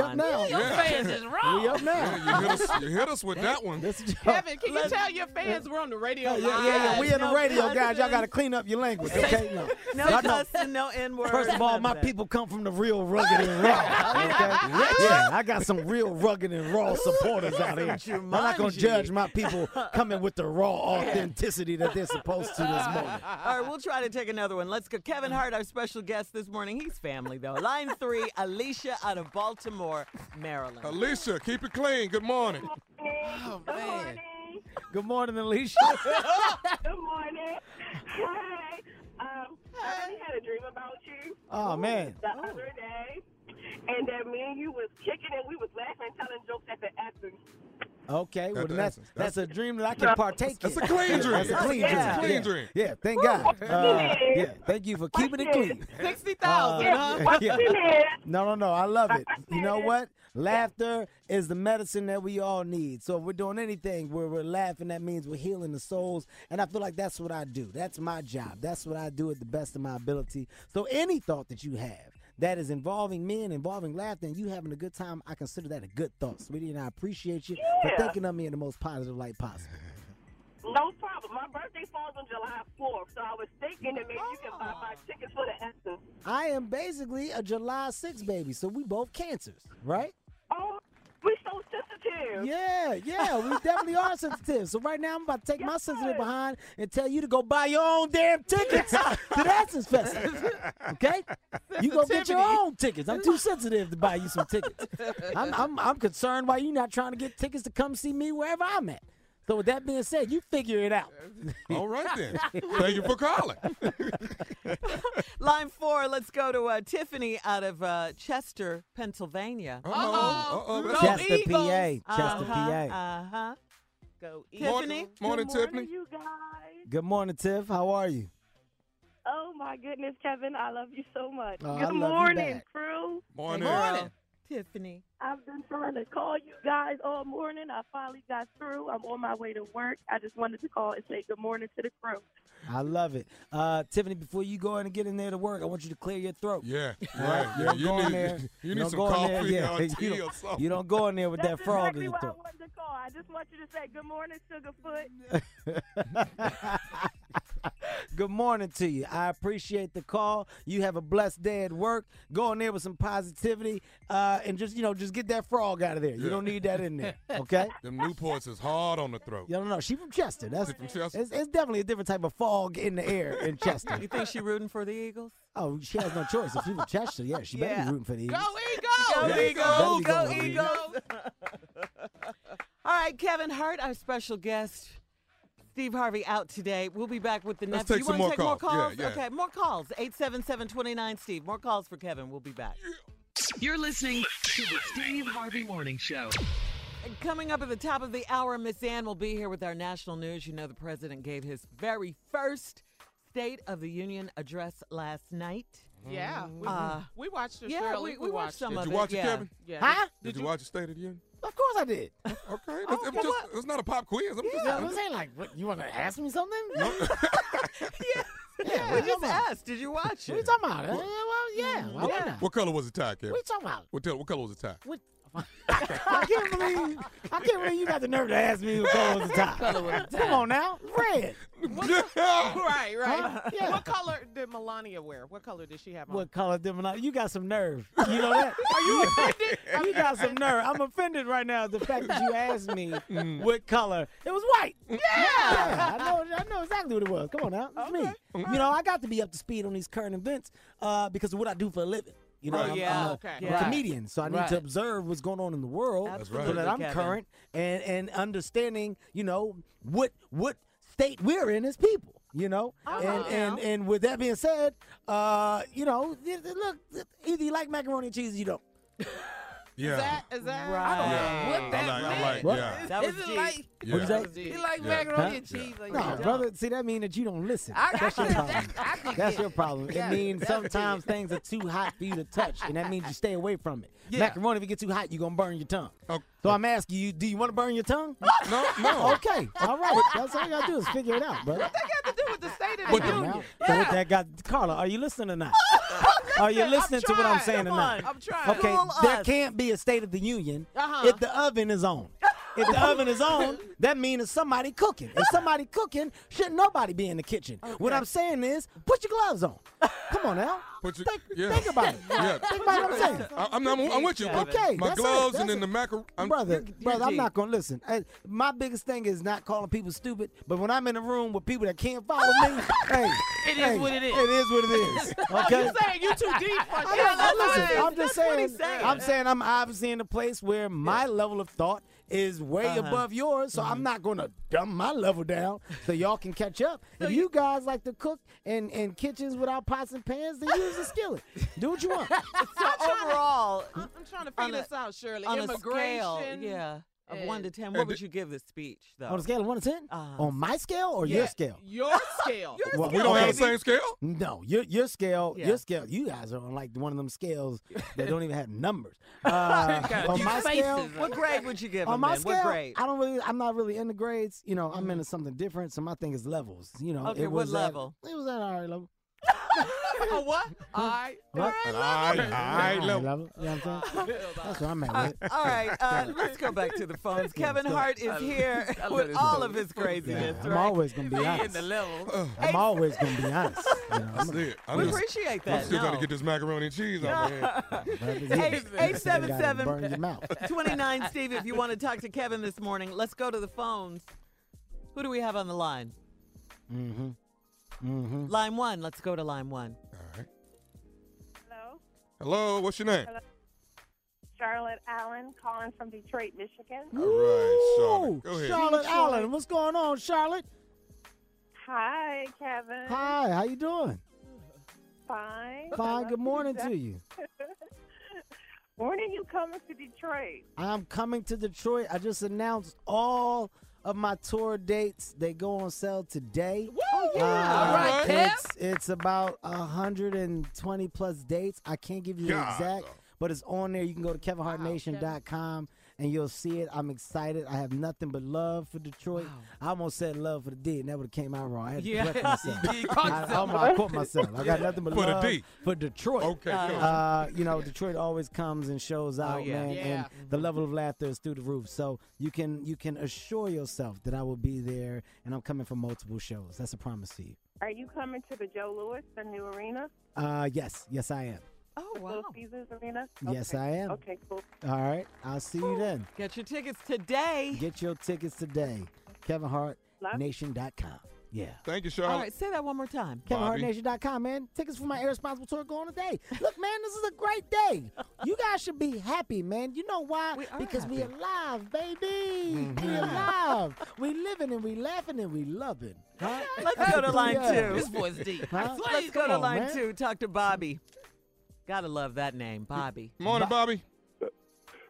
[SPEAKER 8] up now. We up now.
[SPEAKER 3] Yeah, you, hit us, you hit us with that one.
[SPEAKER 7] Kevin, can you tell your fans we're on the radio?
[SPEAKER 8] Oh, Yeah, yeah, yeah.
[SPEAKER 7] live?
[SPEAKER 8] We in the
[SPEAKER 7] No
[SPEAKER 8] radio, guys. Y'all
[SPEAKER 7] cussing.
[SPEAKER 8] got to clean up your language, okay? No,
[SPEAKER 5] No
[SPEAKER 8] Y'all know-
[SPEAKER 5] cussing, no N word.
[SPEAKER 8] First of all, my people come from the real rugged and raw. Okay? yeah, I got some real rugged and raw supporters out here. I'm not gonna
[SPEAKER 5] Jumanji.
[SPEAKER 8] judge my people coming with the raw authenticity that they're supposed to this morning.
[SPEAKER 5] All right, we'll try to take another one. Let's go. Kevin Hart, our special guest this morning. He's family, though. Line three, Alicia out of Baltimore, Maryland.
[SPEAKER 3] Alicia, keep it clean. Good morning.
[SPEAKER 5] Oh, man.
[SPEAKER 8] Good morning, Alicia.
[SPEAKER 10] Good morning. Hi. Um, I really had a dream about you.
[SPEAKER 8] Oh, man.
[SPEAKER 10] The other day, and that me and you was kicking and we was laughing, telling jokes at the Athens.
[SPEAKER 8] Okay, well
[SPEAKER 3] the
[SPEAKER 8] that's
[SPEAKER 3] essence.
[SPEAKER 8] that's a dream that I can partake in.
[SPEAKER 3] That's a clean dream.
[SPEAKER 8] That's a clean dream.
[SPEAKER 3] That's a clean
[SPEAKER 8] yeah.
[SPEAKER 3] dream.
[SPEAKER 8] Yeah, thank God. Uh,
[SPEAKER 10] Yeah.
[SPEAKER 8] yeah, thank you for keeping it clean.
[SPEAKER 5] Sixty
[SPEAKER 8] Uh, yeah. No, no, no. I love it. You know what? Laughter is the medicine that we all need. So if we're doing anything where we're laughing, that means we're healing the souls. And I feel like that's what I do. That's my job. That's what I do at the best of my ability. So any thought that you have that is involving men, involving laughter, and you having a good time, I consider that a good thought, sweetie. And I appreciate you
[SPEAKER 10] Yeah.
[SPEAKER 8] for thinking of me in the most positive light possible.
[SPEAKER 10] No problem. My birthday falls on July 4th, so I was thinking that maybe you can buy my tickets for the Athens.
[SPEAKER 8] I am basically a July 6th baby, so we both cancers, right?
[SPEAKER 10] Oh, we so sensitive.
[SPEAKER 8] Yeah, yeah, we definitely are sensitive. So right now, I'm about to take my sensitive behind and tell you to go buy your own damn tickets to the Essence Festival. Okay, you go get your
[SPEAKER 4] Sensitivity.
[SPEAKER 8] own tickets. I'm too sensitive to buy you some tickets. I'm, I'm, I'm concerned why you not trying to get tickets to come see me wherever I'm at. So with that being said, you figure it out.
[SPEAKER 3] All right then. Thank you for calling.
[SPEAKER 5] Line four, let's go to uh, Tiffany out of uh, Chester, Pennsylvania.
[SPEAKER 3] Uh-oh, uh-oh, that's-
[SPEAKER 8] Chester, PA, Chester, PA.
[SPEAKER 3] Uh-huh.
[SPEAKER 5] Uh huh.
[SPEAKER 7] Go
[SPEAKER 5] Tiffany.
[SPEAKER 8] Morning,
[SPEAKER 10] Good morning,
[SPEAKER 8] Tiffany.
[SPEAKER 10] you guys.
[SPEAKER 8] Good morning, Tiff. How are you?
[SPEAKER 10] Oh my goodness, Kevin, I love you so much.
[SPEAKER 8] Oh, I
[SPEAKER 10] Good
[SPEAKER 8] love you
[SPEAKER 10] morning,
[SPEAKER 8] back.
[SPEAKER 10] crew.
[SPEAKER 3] Morning.
[SPEAKER 5] Tiffany.
[SPEAKER 10] I've been trying to call you guys all morning. I finally got through. I'm on my way to work. I just wanted to call and say good morning to the crew.
[SPEAKER 8] I love it. Uh, Tiffany, before you go in and get in there to work, I want you to clear your throat.
[SPEAKER 3] Yeah.
[SPEAKER 8] Right?
[SPEAKER 3] Yeah,
[SPEAKER 8] You don't
[SPEAKER 3] you
[SPEAKER 8] go in
[SPEAKER 3] need-
[SPEAKER 8] there.
[SPEAKER 3] you need
[SPEAKER 8] don't
[SPEAKER 3] some
[SPEAKER 8] go in
[SPEAKER 3] coffee
[SPEAKER 8] there.
[SPEAKER 3] or
[SPEAKER 8] Yeah,
[SPEAKER 3] tea
[SPEAKER 8] you,
[SPEAKER 3] or
[SPEAKER 8] don't,
[SPEAKER 3] something.
[SPEAKER 8] you don't go in there with
[SPEAKER 10] That's
[SPEAKER 8] that frog in
[SPEAKER 10] exactly
[SPEAKER 8] your
[SPEAKER 10] why I
[SPEAKER 8] throat.
[SPEAKER 10] wanted to call. I just want you to say good morning, Sugarfoot.
[SPEAKER 8] Good morning to you. I appreciate the call. You have a blessed day at work. Go in there with some positivity, uh, and just you know, just get that frog out of there. You
[SPEAKER 3] Yeah.
[SPEAKER 8] don't need that in there, okay?
[SPEAKER 3] Them Newports is hard on the throat.
[SPEAKER 8] You don't know. She from Chester. That's
[SPEAKER 3] She from Chester?
[SPEAKER 8] It's, it's definitely a different type of fog in the air in Chester.
[SPEAKER 5] You think she rooting for the Eagles?
[SPEAKER 8] Oh, she has no choice. If she's from Chester, yeah, she better
[SPEAKER 5] Yeah.
[SPEAKER 8] be rooting for the Eagles.
[SPEAKER 5] Go
[SPEAKER 8] Yeah.
[SPEAKER 5] Eagles!
[SPEAKER 8] Better be
[SPEAKER 5] Go
[SPEAKER 8] going with the
[SPEAKER 5] Eagles! All right, Kevin Hart, our special guest. Steve Harvey out today. We'll be back with the
[SPEAKER 3] Let's
[SPEAKER 5] next.
[SPEAKER 3] take
[SPEAKER 5] you
[SPEAKER 3] some
[SPEAKER 5] want to take
[SPEAKER 3] more
[SPEAKER 5] more
[SPEAKER 3] calls.
[SPEAKER 5] calls?
[SPEAKER 3] Yeah, yeah.
[SPEAKER 5] Okay, more calls. 877-29 Steve. More calls for Kevin. We'll be back.
[SPEAKER 2] You're listening to the Steve Harvey Morning Show.
[SPEAKER 5] Coming up at the top of the hour, Miss Ann will be here with our national news. You know, the president gave his very first State of the Union address last night.
[SPEAKER 7] Yeah, we,
[SPEAKER 13] Mm-hmm.
[SPEAKER 5] Uh,
[SPEAKER 7] we watched it.
[SPEAKER 5] yeah,
[SPEAKER 7] Shirley.
[SPEAKER 5] we- we watched some
[SPEAKER 3] Did
[SPEAKER 5] of
[SPEAKER 3] you
[SPEAKER 5] it,
[SPEAKER 3] watch it,
[SPEAKER 5] yeah. Oh,
[SPEAKER 3] Kevin?
[SPEAKER 7] Yeah.
[SPEAKER 5] Huh?
[SPEAKER 3] Did, you, watch the State of the Union?
[SPEAKER 8] Of course I did.
[SPEAKER 3] Okay, it's, it's just, it's not a pop quiz. I'm just,
[SPEAKER 8] Yeah,
[SPEAKER 3] I'm
[SPEAKER 8] I'm saying like, what, you want to ask me something?
[SPEAKER 5] yeah, we just asked. Did you watch it?
[SPEAKER 8] What you talking about? Uh, well, yeah.
[SPEAKER 3] Mm-hmm.
[SPEAKER 8] Why would I?
[SPEAKER 3] What color was the tie, Kevin?
[SPEAKER 8] What you talking about?
[SPEAKER 3] What, tell, what color was the tie?
[SPEAKER 8] What? I can't believe I can't believe you got the nerve to ask me what color was the top. Come on now, red.
[SPEAKER 7] right, right.
[SPEAKER 8] Huh? Yeah.
[SPEAKER 7] What color did Melania wear? What color did she have on?
[SPEAKER 8] What color them and I? You got some nerve. You know that? Are you offended? you got some nerve. I'm offended right now. at The fact that you asked me
[SPEAKER 5] Mm.
[SPEAKER 8] what color it was white. Yeah. I know. I know exactly what it was. Come on now, it's me. You know, I got to be up to speed on these current events uh, because of what I do for a living. You know,
[SPEAKER 5] Right.
[SPEAKER 8] I'm,
[SPEAKER 5] Yeah,
[SPEAKER 8] I'm a,
[SPEAKER 5] okay.
[SPEAKER 8] I'm a
[SPEAKER 5] Right.
[SPEAKER 8] comedian, so I need
[SPEAKER 5] Right.
[SPEAKER 8] to observe what's going on in the world
[SPEAKER 5] That's
[SPEAKER 8] so
[SPEAKER 5] right.
[SPEAKER 8] that I'm
[SPEAKER 5] Kevin.
[SPEAKER 8] current and and understanding. You know what what state we're in as people. You know,
[SPEAKER 5] Uh-huh.
[SPEAKER 8] and, and and with that being said, uh, you know, th- th- look, th- either you like macaroni and cheese, or you don't.
[SPEAKER 3] Yeah.
[SPEAKER 7] That is that.
[SPEAKER 8] I don't know
[SPEAKER 3] Yeah.
[SPEAKER 8] what
[SPEAKER 3] I
[SPEAKER 8] that
[SPEAKER 3] like, I
[SPEAKER 8] meant.
[SPEAKER 3] like,
[SPEAKER 8] What?
[SPEAKER 3] yeah.
[SPEAKER 5] That was
[SPEAKER 11] Is it
[SPEAKER 5] deep.
[SPEAKER 11] like
[SPEAKER 3] Yeah.
[SPEAKER 8] What'd you say?
[SPEAKER 3] That was
[SPEAKER 11] it like
[SPEAKER 3] Yeah.
[SPEAKER 11] macaroni
[SPEAKER 3] Huh?
[SPEAKER 11] and cheese? Like
[SPEAKER 8] No,
[SPEAKER 11] that.
[SPEAKER 8] brother. See, that means that you don't listen.
[SPEAKER 11] I- I
[SPEAKER 8] that's your
[SPEAKER 11] could-
[SPEAKER 8] problem.
[SPEAKER 11] that- I could
[SPEAKER 8] that's
[SPEAKER 11] get
[SPEAKER 8] your
[SPEAKER 11] it.
[SPEAKER 8] problem.
[SPEAKER 11] Yeah,
[SPEAKER 8] it means
[SPEAKER 11] that's it.
[SPEAKER 8] sometimes things are too hot for you to touch, and that means you stay away from it.
[SPEAKER 11] Yeah.
[SPEAKER 8] Macaroni, if it gets too hot, you're gonna burn your tongue. So I'm asking you, do you want to burn your tongue?
[SPEAKER 3] No, no.
[SPEAKER 8] okay, all right. That's all you gotta do is figure it out, brother.
[SPEAKER 7] But
[SPEAKER 8] Come on now. So what that got, Carla, are you listening or not? are you listening to what I'm
[SPEAKER 7] trying.
[SPEAKER 8] saying
[SPEAKER 7] Come
[SPEAKER 8] or not?
[SPEAKER 7] on, I'm trying.
[SPEAKER 8] Okay,
[SPEAKER 7] Fool
[SPEAKER 8] there
[SPEAKER 7] us.
[SPEAKER 8] can't be a State of the Union
[SPEAKER 7] Uh-huh.
[SPEAKER 8] if the oven is on. If the oven is on, that means it's somebody cooking. If somebody cooking, shouldn't nobody be in the kitchen. What I'm saying is, put your gloves on. Come on now.
[SPEAKER 3] Put your,
[SPEAKER 8] think,
[SPEAKER 3] yeah.
[SPEAKER 8] think about it.
[SPEAKER 3] Yeah.
[SPEAKER 8] Think about what I'm saying.
[SPEAKER 3] I, I'm, I'm, I'm with you. but
[SPEAKER 8] Okay,
[SPEAKER 3] my
[SPEAKER 8] that's it,
[SPEAKER 3] gloves and
[SPEAKER 8] that's
[SPEAKER 3] then the
[SPEAKER 8] it.
[SPEAKER 3] macaroni.
[SPEAKER 8] brother, brother, I'm not gonna listen. Hey, my biggest thing is not calling people stupid, but when I'm in a room with people that can't follow me, hey,
[SPEAKER 7] It is
[SPEAKER 8] hey,
[SPEAKER 7] what it is.
[SPEAKER 8] It is what it is.
[SPEAKER 7] Oh,
[SPEAKER 8] Okay.
[SPEAKER 7] you saying you too deep for
[SPEAKER 8] I
[SPEAKER 7] Shirley.
[SPEAKER 8] don't- listen, I'm
[SPEAKER 7] That's
[SPEAKER 8] just
[SPEAKER 7] what he's
[SPEAKER 8] saying, I'm saying I'm obviously in a place where my level of thought is way
[SPEAKER 11] Uh-huh.
[SPEAKER 8] above yours, so I'm not gonna dumb my level down so y'all can catch up. if you guys like to cook in, in kitchens without pots and pans, then use a skillet. Do what you want.
[SPEAKER 5] So overall,
[SPEAKER 7] I'm I'm trying to
[SPEAKER 5] on
[SPEAKER 7] figure
[SPEAKER 5] a-
[SPEAKER 7] this out, Shirley.
[SPEAKER 5] on a
[SPEAKER 7] Immigration.
[SPEAKER 5] scale, yeah, of one to
[SPEAKER 7] and-
[SPEAKER 5] ten, what would you give this speech though?
[SPEAKER 8] On a scale of one to 10
[SPEAKER 5] Uh-huh.
[SPEAKER 8] on my scale or
[SPEAKER 7] Yeah,
[SPEAKER 8] your scale?
[SPEAKER 7] Your scale.
[SPEAKER 8] Well,
[SPEAKER 3] We don't have the
[SPEAKER 8] baby.
[SPEAKER 3] same scale?
[SPEAKER 8] No, your your scale,
[SPEAKER 7] Yeah.
[SPEAKER 8] your scale. You guys are on like one of them scales that don't even have numbers. Uh, on my scale,
[SPEAKER 5] what grade would you give
[SPEAKER 8] on
[SPEAKER 5] him?
[SPEAKER 8] my
[SPEAKER 5] then?
[SPEAKER 8] scale,
[SPEAKER 5] what grade?
[SPEAKER 8] I don't really. I'm not really into grades. You know, I'm into something different. So my thing is levels. You know,
[SPEAKER 5] Mm-hmm. Okay,
[SPEAKER 8] it
[SPEAKER 5] what
[SPEAKER 8] was at-
[SPEAKER 5] level?
[SPEAKER 8] it was at all right level.
[SPEAKER 7] A what? I.
[SPEAKER 8] What?
[SPEAKER 3] All right, all right,
[SPEAKER 8] All
[SPEAKER 3] level.
[SPEAKER 8] You know what I'm saying? That's what I'm at. with.
[SPEAKER 5] All right, uh, let's go back to the phones.
[SPEAKER 8] get
[SPEAKER 5] Kevin
[SPEAKER 8] started.
[SPEAKER 5] Hart is here
[SPEAKER 8] I love
[SPEAKER 5] with
[SPEAKER 8] this
[SPEAKER 5] all
[SPEAKER 8] story.
[SPEAKER 5] of his
[SPEAKER 8] Yeah,
[SPEAKER 5] craziness.
[SPEAKER 8] I'm
[SPEAKER 5] right?
[SPEAKER 8] always gonna be honest. I'm always gonna be honest. You know, I'm
[SPEAKER 3] That's it. I'm
[SPEAKER 5] We
[SPEAKER 3] just-
[SPEAKER 5] appreciate
[SPEAKER 3] I'm
[SPEAKER 5] that.
[SPEAKER 3] still trying
[SPEAKER 5] No.
[SPEAKER 3] to get this macaroni and cheese out of here.
[SPEAKER 5] Eight- eight seven
[SPEAKER 8] Gotta burn your
[SPEAKER 5] seven
[SPEAKER 8] mouth.
[SPEAKER 5] twenty nine. Steve, if you want to talk to Kevin this morning, let's go to the phones. Who do we have on the line?
[SPEAKER 8] Mm-hmm. Mm-hmm.
[SPEAKER 5] Line one. Let's go to line one.
[SPEAKER 12] Hello,
[SPEAKER 3] Hello, what's your name?
[SPEAKER 12] Hello. Charlotte Allen calling from Detroit, Michigan.
[SPEAKER 3] All right,
[SPEAKER 8] Ooh,
[SPEAKER 3] Charlotte. Go ahead.
[SPEAKER 8] Charlotte Allen, what's going on, Charlotte?
[SPEAKER 12] Hi, Kevin.
[SPEAKER 8] Hi, how you doing?
[SPEAKER 12] Fine. I
[SPEAKER 8] Fine.
[SPEAKER 12] love
[SPEAKER 8] Good
[SPEAKER 12] you
[SPEAKER 8] morning
[SPEAKER 12] death.
[SPEAKER 8] to you.
[SPEAKER 12] When are you coming to Detroit?
[SPEAKER 8] I'm coming to Detroit. I just announced all of my tour dates. They go on sale today.
[SPEAKER 7] yeah.
[SPEAKER 8] Uh,
[SPEAKER 7] All right, Kev.
[SPEAKER 8] it's, it's about 120 plus dates. I can't give you the
[SPEAKER 3] God,
[SPEAKER 8] exact, but it's on there. You can go to kevinhartnation.com and you'll see it. I'm excited. I have nothing but love for Detroit. I almost said love for the D, and that would have came out wrong. I had to
[SPEAKER 5] Yeah.
[SPEAKER 8] correct myself.
[SPEAKER 5] You caught
[SPEAKER 8] I, I,
[SPEAKER 5] yourself.
[SPEAKER 8] almost- I caught myself. I got nothing but
[SPEAKER 3] For the
[SPEAKER 8] love
[SPEAKER 3] D.
[SPEAKER 8] for Detroit.
[SPEAKER 3] Okay, good.
[SPEAKER 8] Uh, you know, Detroit always comes and shows out,
[SPEAKER 5] yeah.
[SPEAKER 8] Oh, man.
[SPEAKER 7] Yeah.
[SPEAKER 8] And the level of laughter is through the roof. So you can you can assure yourself that I will be there, and I'm coming for multiple shows. That's a promise to you.
[SPEAKER 12] Are you coming to the Joe Louis, the new arena?
[SPEAKER 8] Uh, yes, yes, I am.
[SPEAKER 5] Oh
[SPEAKER 12] the
[SPEAKER 5] wow!
[SPEAKER 12] Little Caesars Arena?
[SPEAKER 8] Yes, I am.
[SPEAKER 12] Okay, cool.
[SPEAKER 8] All right, I'll see you then.
[SPEAKER 5] Get your tickets today.
[SPEAKER 8] Get your tickets today. KevinHartNation.com. Yeah.
[SPEAKER 3] Thank you, Charlotte.
[SPEAKER 5] All right, say that one more time.
[SPEAKER 8] KevinHartNation.com, man. Tickets for my irresponsible tour going today. Look, man, this is a great day. You guys should be happy, man. You know why? because we alive, baby.
[SPEAKER 11] Mm-hmm.
[SPEAKER 8] We alive. We living and we laughing and we loving. Huh?
[SPEAKER 5] Let's go to line
[SPEAKER 8] Yeah.
[SPEAKER 5] two.
[SPEAKER 8] Huh?
[SPEAKER 5] Let's go
[SPEAKER 8] Come
[SPEAKER 5] to
[SPEAKER 8] on,
[SPEAKER 5] line
[SPEAKER 8] man.
[SPEAKER 5] two. Talk to Bobby. Gotta love that name, Bobby.
[SPEAKER 3] Morning, Bobby.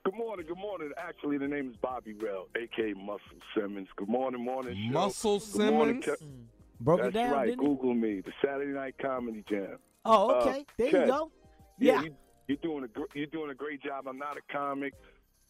[SPEAKER 11] Good morning, good morning. Actually, the name is Bobby Rell, a.k.a. Muscle Simmons. Good morning, morning show.
[SPEAKER 3] Muscle
[SPEAKER 11] Good morning,
[SPEAKER 3] Simmons?
[SPEAKER 11] Ke-
[SPEAKER 8] Mm. Broke it
[SPEAKER 11] That's
[SPEAKER 8] down,
[SPEAKER 11] right.
[SPEAKER 8] didn't it?
[SPEAKER 11] Google me, the Saturday Night Comedy Jam.
[SPEAKER 8] Oh,
[SPEAKER 11] Uh,
[SPEAKER 8] okay. there you
[SPEAKER 11] Kev,
[SPEAKER 8] go.
[SPEAKER 11] Yeah,
[SPEAKER 8] Yeah.
[SPEAKER 11] You, you're doing a gr- you're doing a great job. I'm not a comic.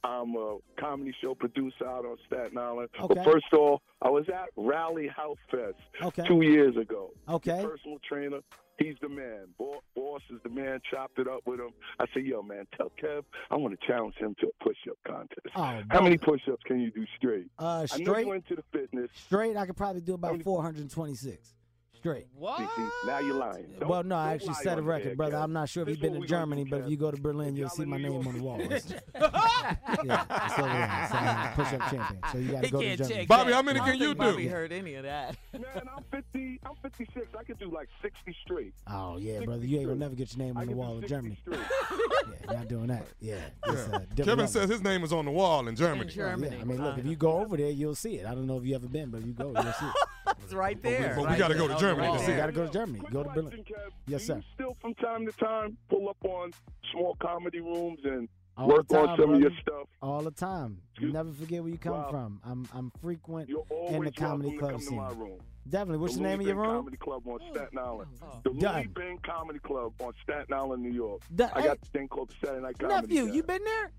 [SPEAKER 11] I'm a comedy show producer out on Staten Island.
[SPEAKER 8] Okay.
[SPEAKER 11] But first of all, I was at Rally House Fest
[SPEAKER 8] Okay.
[SPEAKER 11] two years ago.
[SPEAKER 8] Okay. Oh,
[SPEAKER 11] Your personal trainer. He's the man. Bo- boss is the man. Chopped it up with him. I said, "Yo, man, tell Kev I want to challenge him to a push-up contest.
[SPEAKER 8] Oh,
[SPEAKER 11] How many push-ups can you do straight?
[SPEAKER 8] Uh,
[SPEAKER 11] I know
[SPEAKER 8] straight-
[SPEAKER 11] you went to the fitness.
[SPEAKER 8] Straight, I could probably do about 426. Straight.
[SPEAKER 11] What? now you're lying. Don't-
[SPEAKER 8] well, no, I
[SPEAKER 11] don't
[SPEAKER 8] actually
[SPEAKER 11] lie
[SPEAKER 8] set a
[SPEAKER 11] on
[SPEAKER 8] record,
[SPEAKER 11] there,
[SPEAKER 8] brother.
[SPEAKER 11] Kev.
[SPEAKER 8] I'm not sure if
[SPEAKER 11] This
[SPEAKER 8] you've been
[SPEAKER 11] what
[SPEAKER 8] to
[SPEAKER 11] we gonna
[SPEAKER 8] Germany, but if you go to Berlin, you'll see my name on the wall. yeah, so
[SPEAKER 3] Ah!
[SPEAKER 8] yeah, so I'm push up champion. So you got to
[SPEAKER 5] He
[SPEAKER 8] go to
[SPEAKER 5] can't
[SPEAKER 8] Germany.
[SPEAKER 5] check that. I don't think Bobby heard any of that.
[SPEAKER 11] Man, I'm 50. I'm 56. I could do like 60 straight.
[SPEAKER 8] Oh yeah, brother, you ain't gonna never get your name on the wall in Germany. yeah, not doing that. Yeah, it's, uh, different
[SPEAKER 3] Kevin
[SPEAKER 8] level.
[SPEAKER 3] says his name is on the wall in Germany.
[SPEAKER 8] Yeah, I mean, look, if you go over there, you'll see it. I don't know if you ever been, but if you go, you'll see it.
[SPEAKER 5] It's right
[SPEAKER 3] But we-
[SPEAKER 5] there.
[SPEAKER 3] but we
[SPEAKER 5] right
[SPEAKER 3] gotta go
[SPEAKER 5] there.
[SPEAKER 3] to Germany
[SPEAKER 5] Right
[SPEAKER 3] to see
[SPEAKER 5] there.
[SPEAKER 8] You got to go to Germany. Go to Berlin. Yes, sir.
[SPEAKER 11] Still, from time to time, pull up on small comedy rooms and
[SPEAKER 8] All
[SPEAKER 11] work
[SPEAKER 8] the time,
[SPEAKER 11] on some of your
[SPEAKER 8] brother.
[SPEAKER 11] stuff.
[SPEAKER 8] All the time. You never forget where you come
[SPEAKER 11] Wow.
[SPEAKER 8] from. I'm I'm frequent in
[SPEAKER 11] Always
[SPEAKER 8] the comedy
[SPEAKER 11] welcome
[SPEAKER 8] club
[SPEAKER 11] to come to my
[SPEAKER 8] scene.
[SPEAKER 11] room.
[SPEAKER 8] Definitely. What's
[SPEAKER 11] the
[SPEAKER 8] the name
[SPEAKER 11] Louis
[SPEAKER 8] of your
[SPEAKER 11] Bing
[SPEAKER 8] room?
[SPEAKER 11] Comedy Club on Staten Island. The Louis
[SPEAKER 8] Done.
[SPEAKER 11] Bing Comedy Club on Staten Island, New York.
[SPEAKER 8] Done.
[SPEAKER 11] I got this thing called the Saturday Night Comedy.
[SPEAKER 8] Nephew,
[SPEAKER 11] Jam.
[SPEAKER 8] you been there?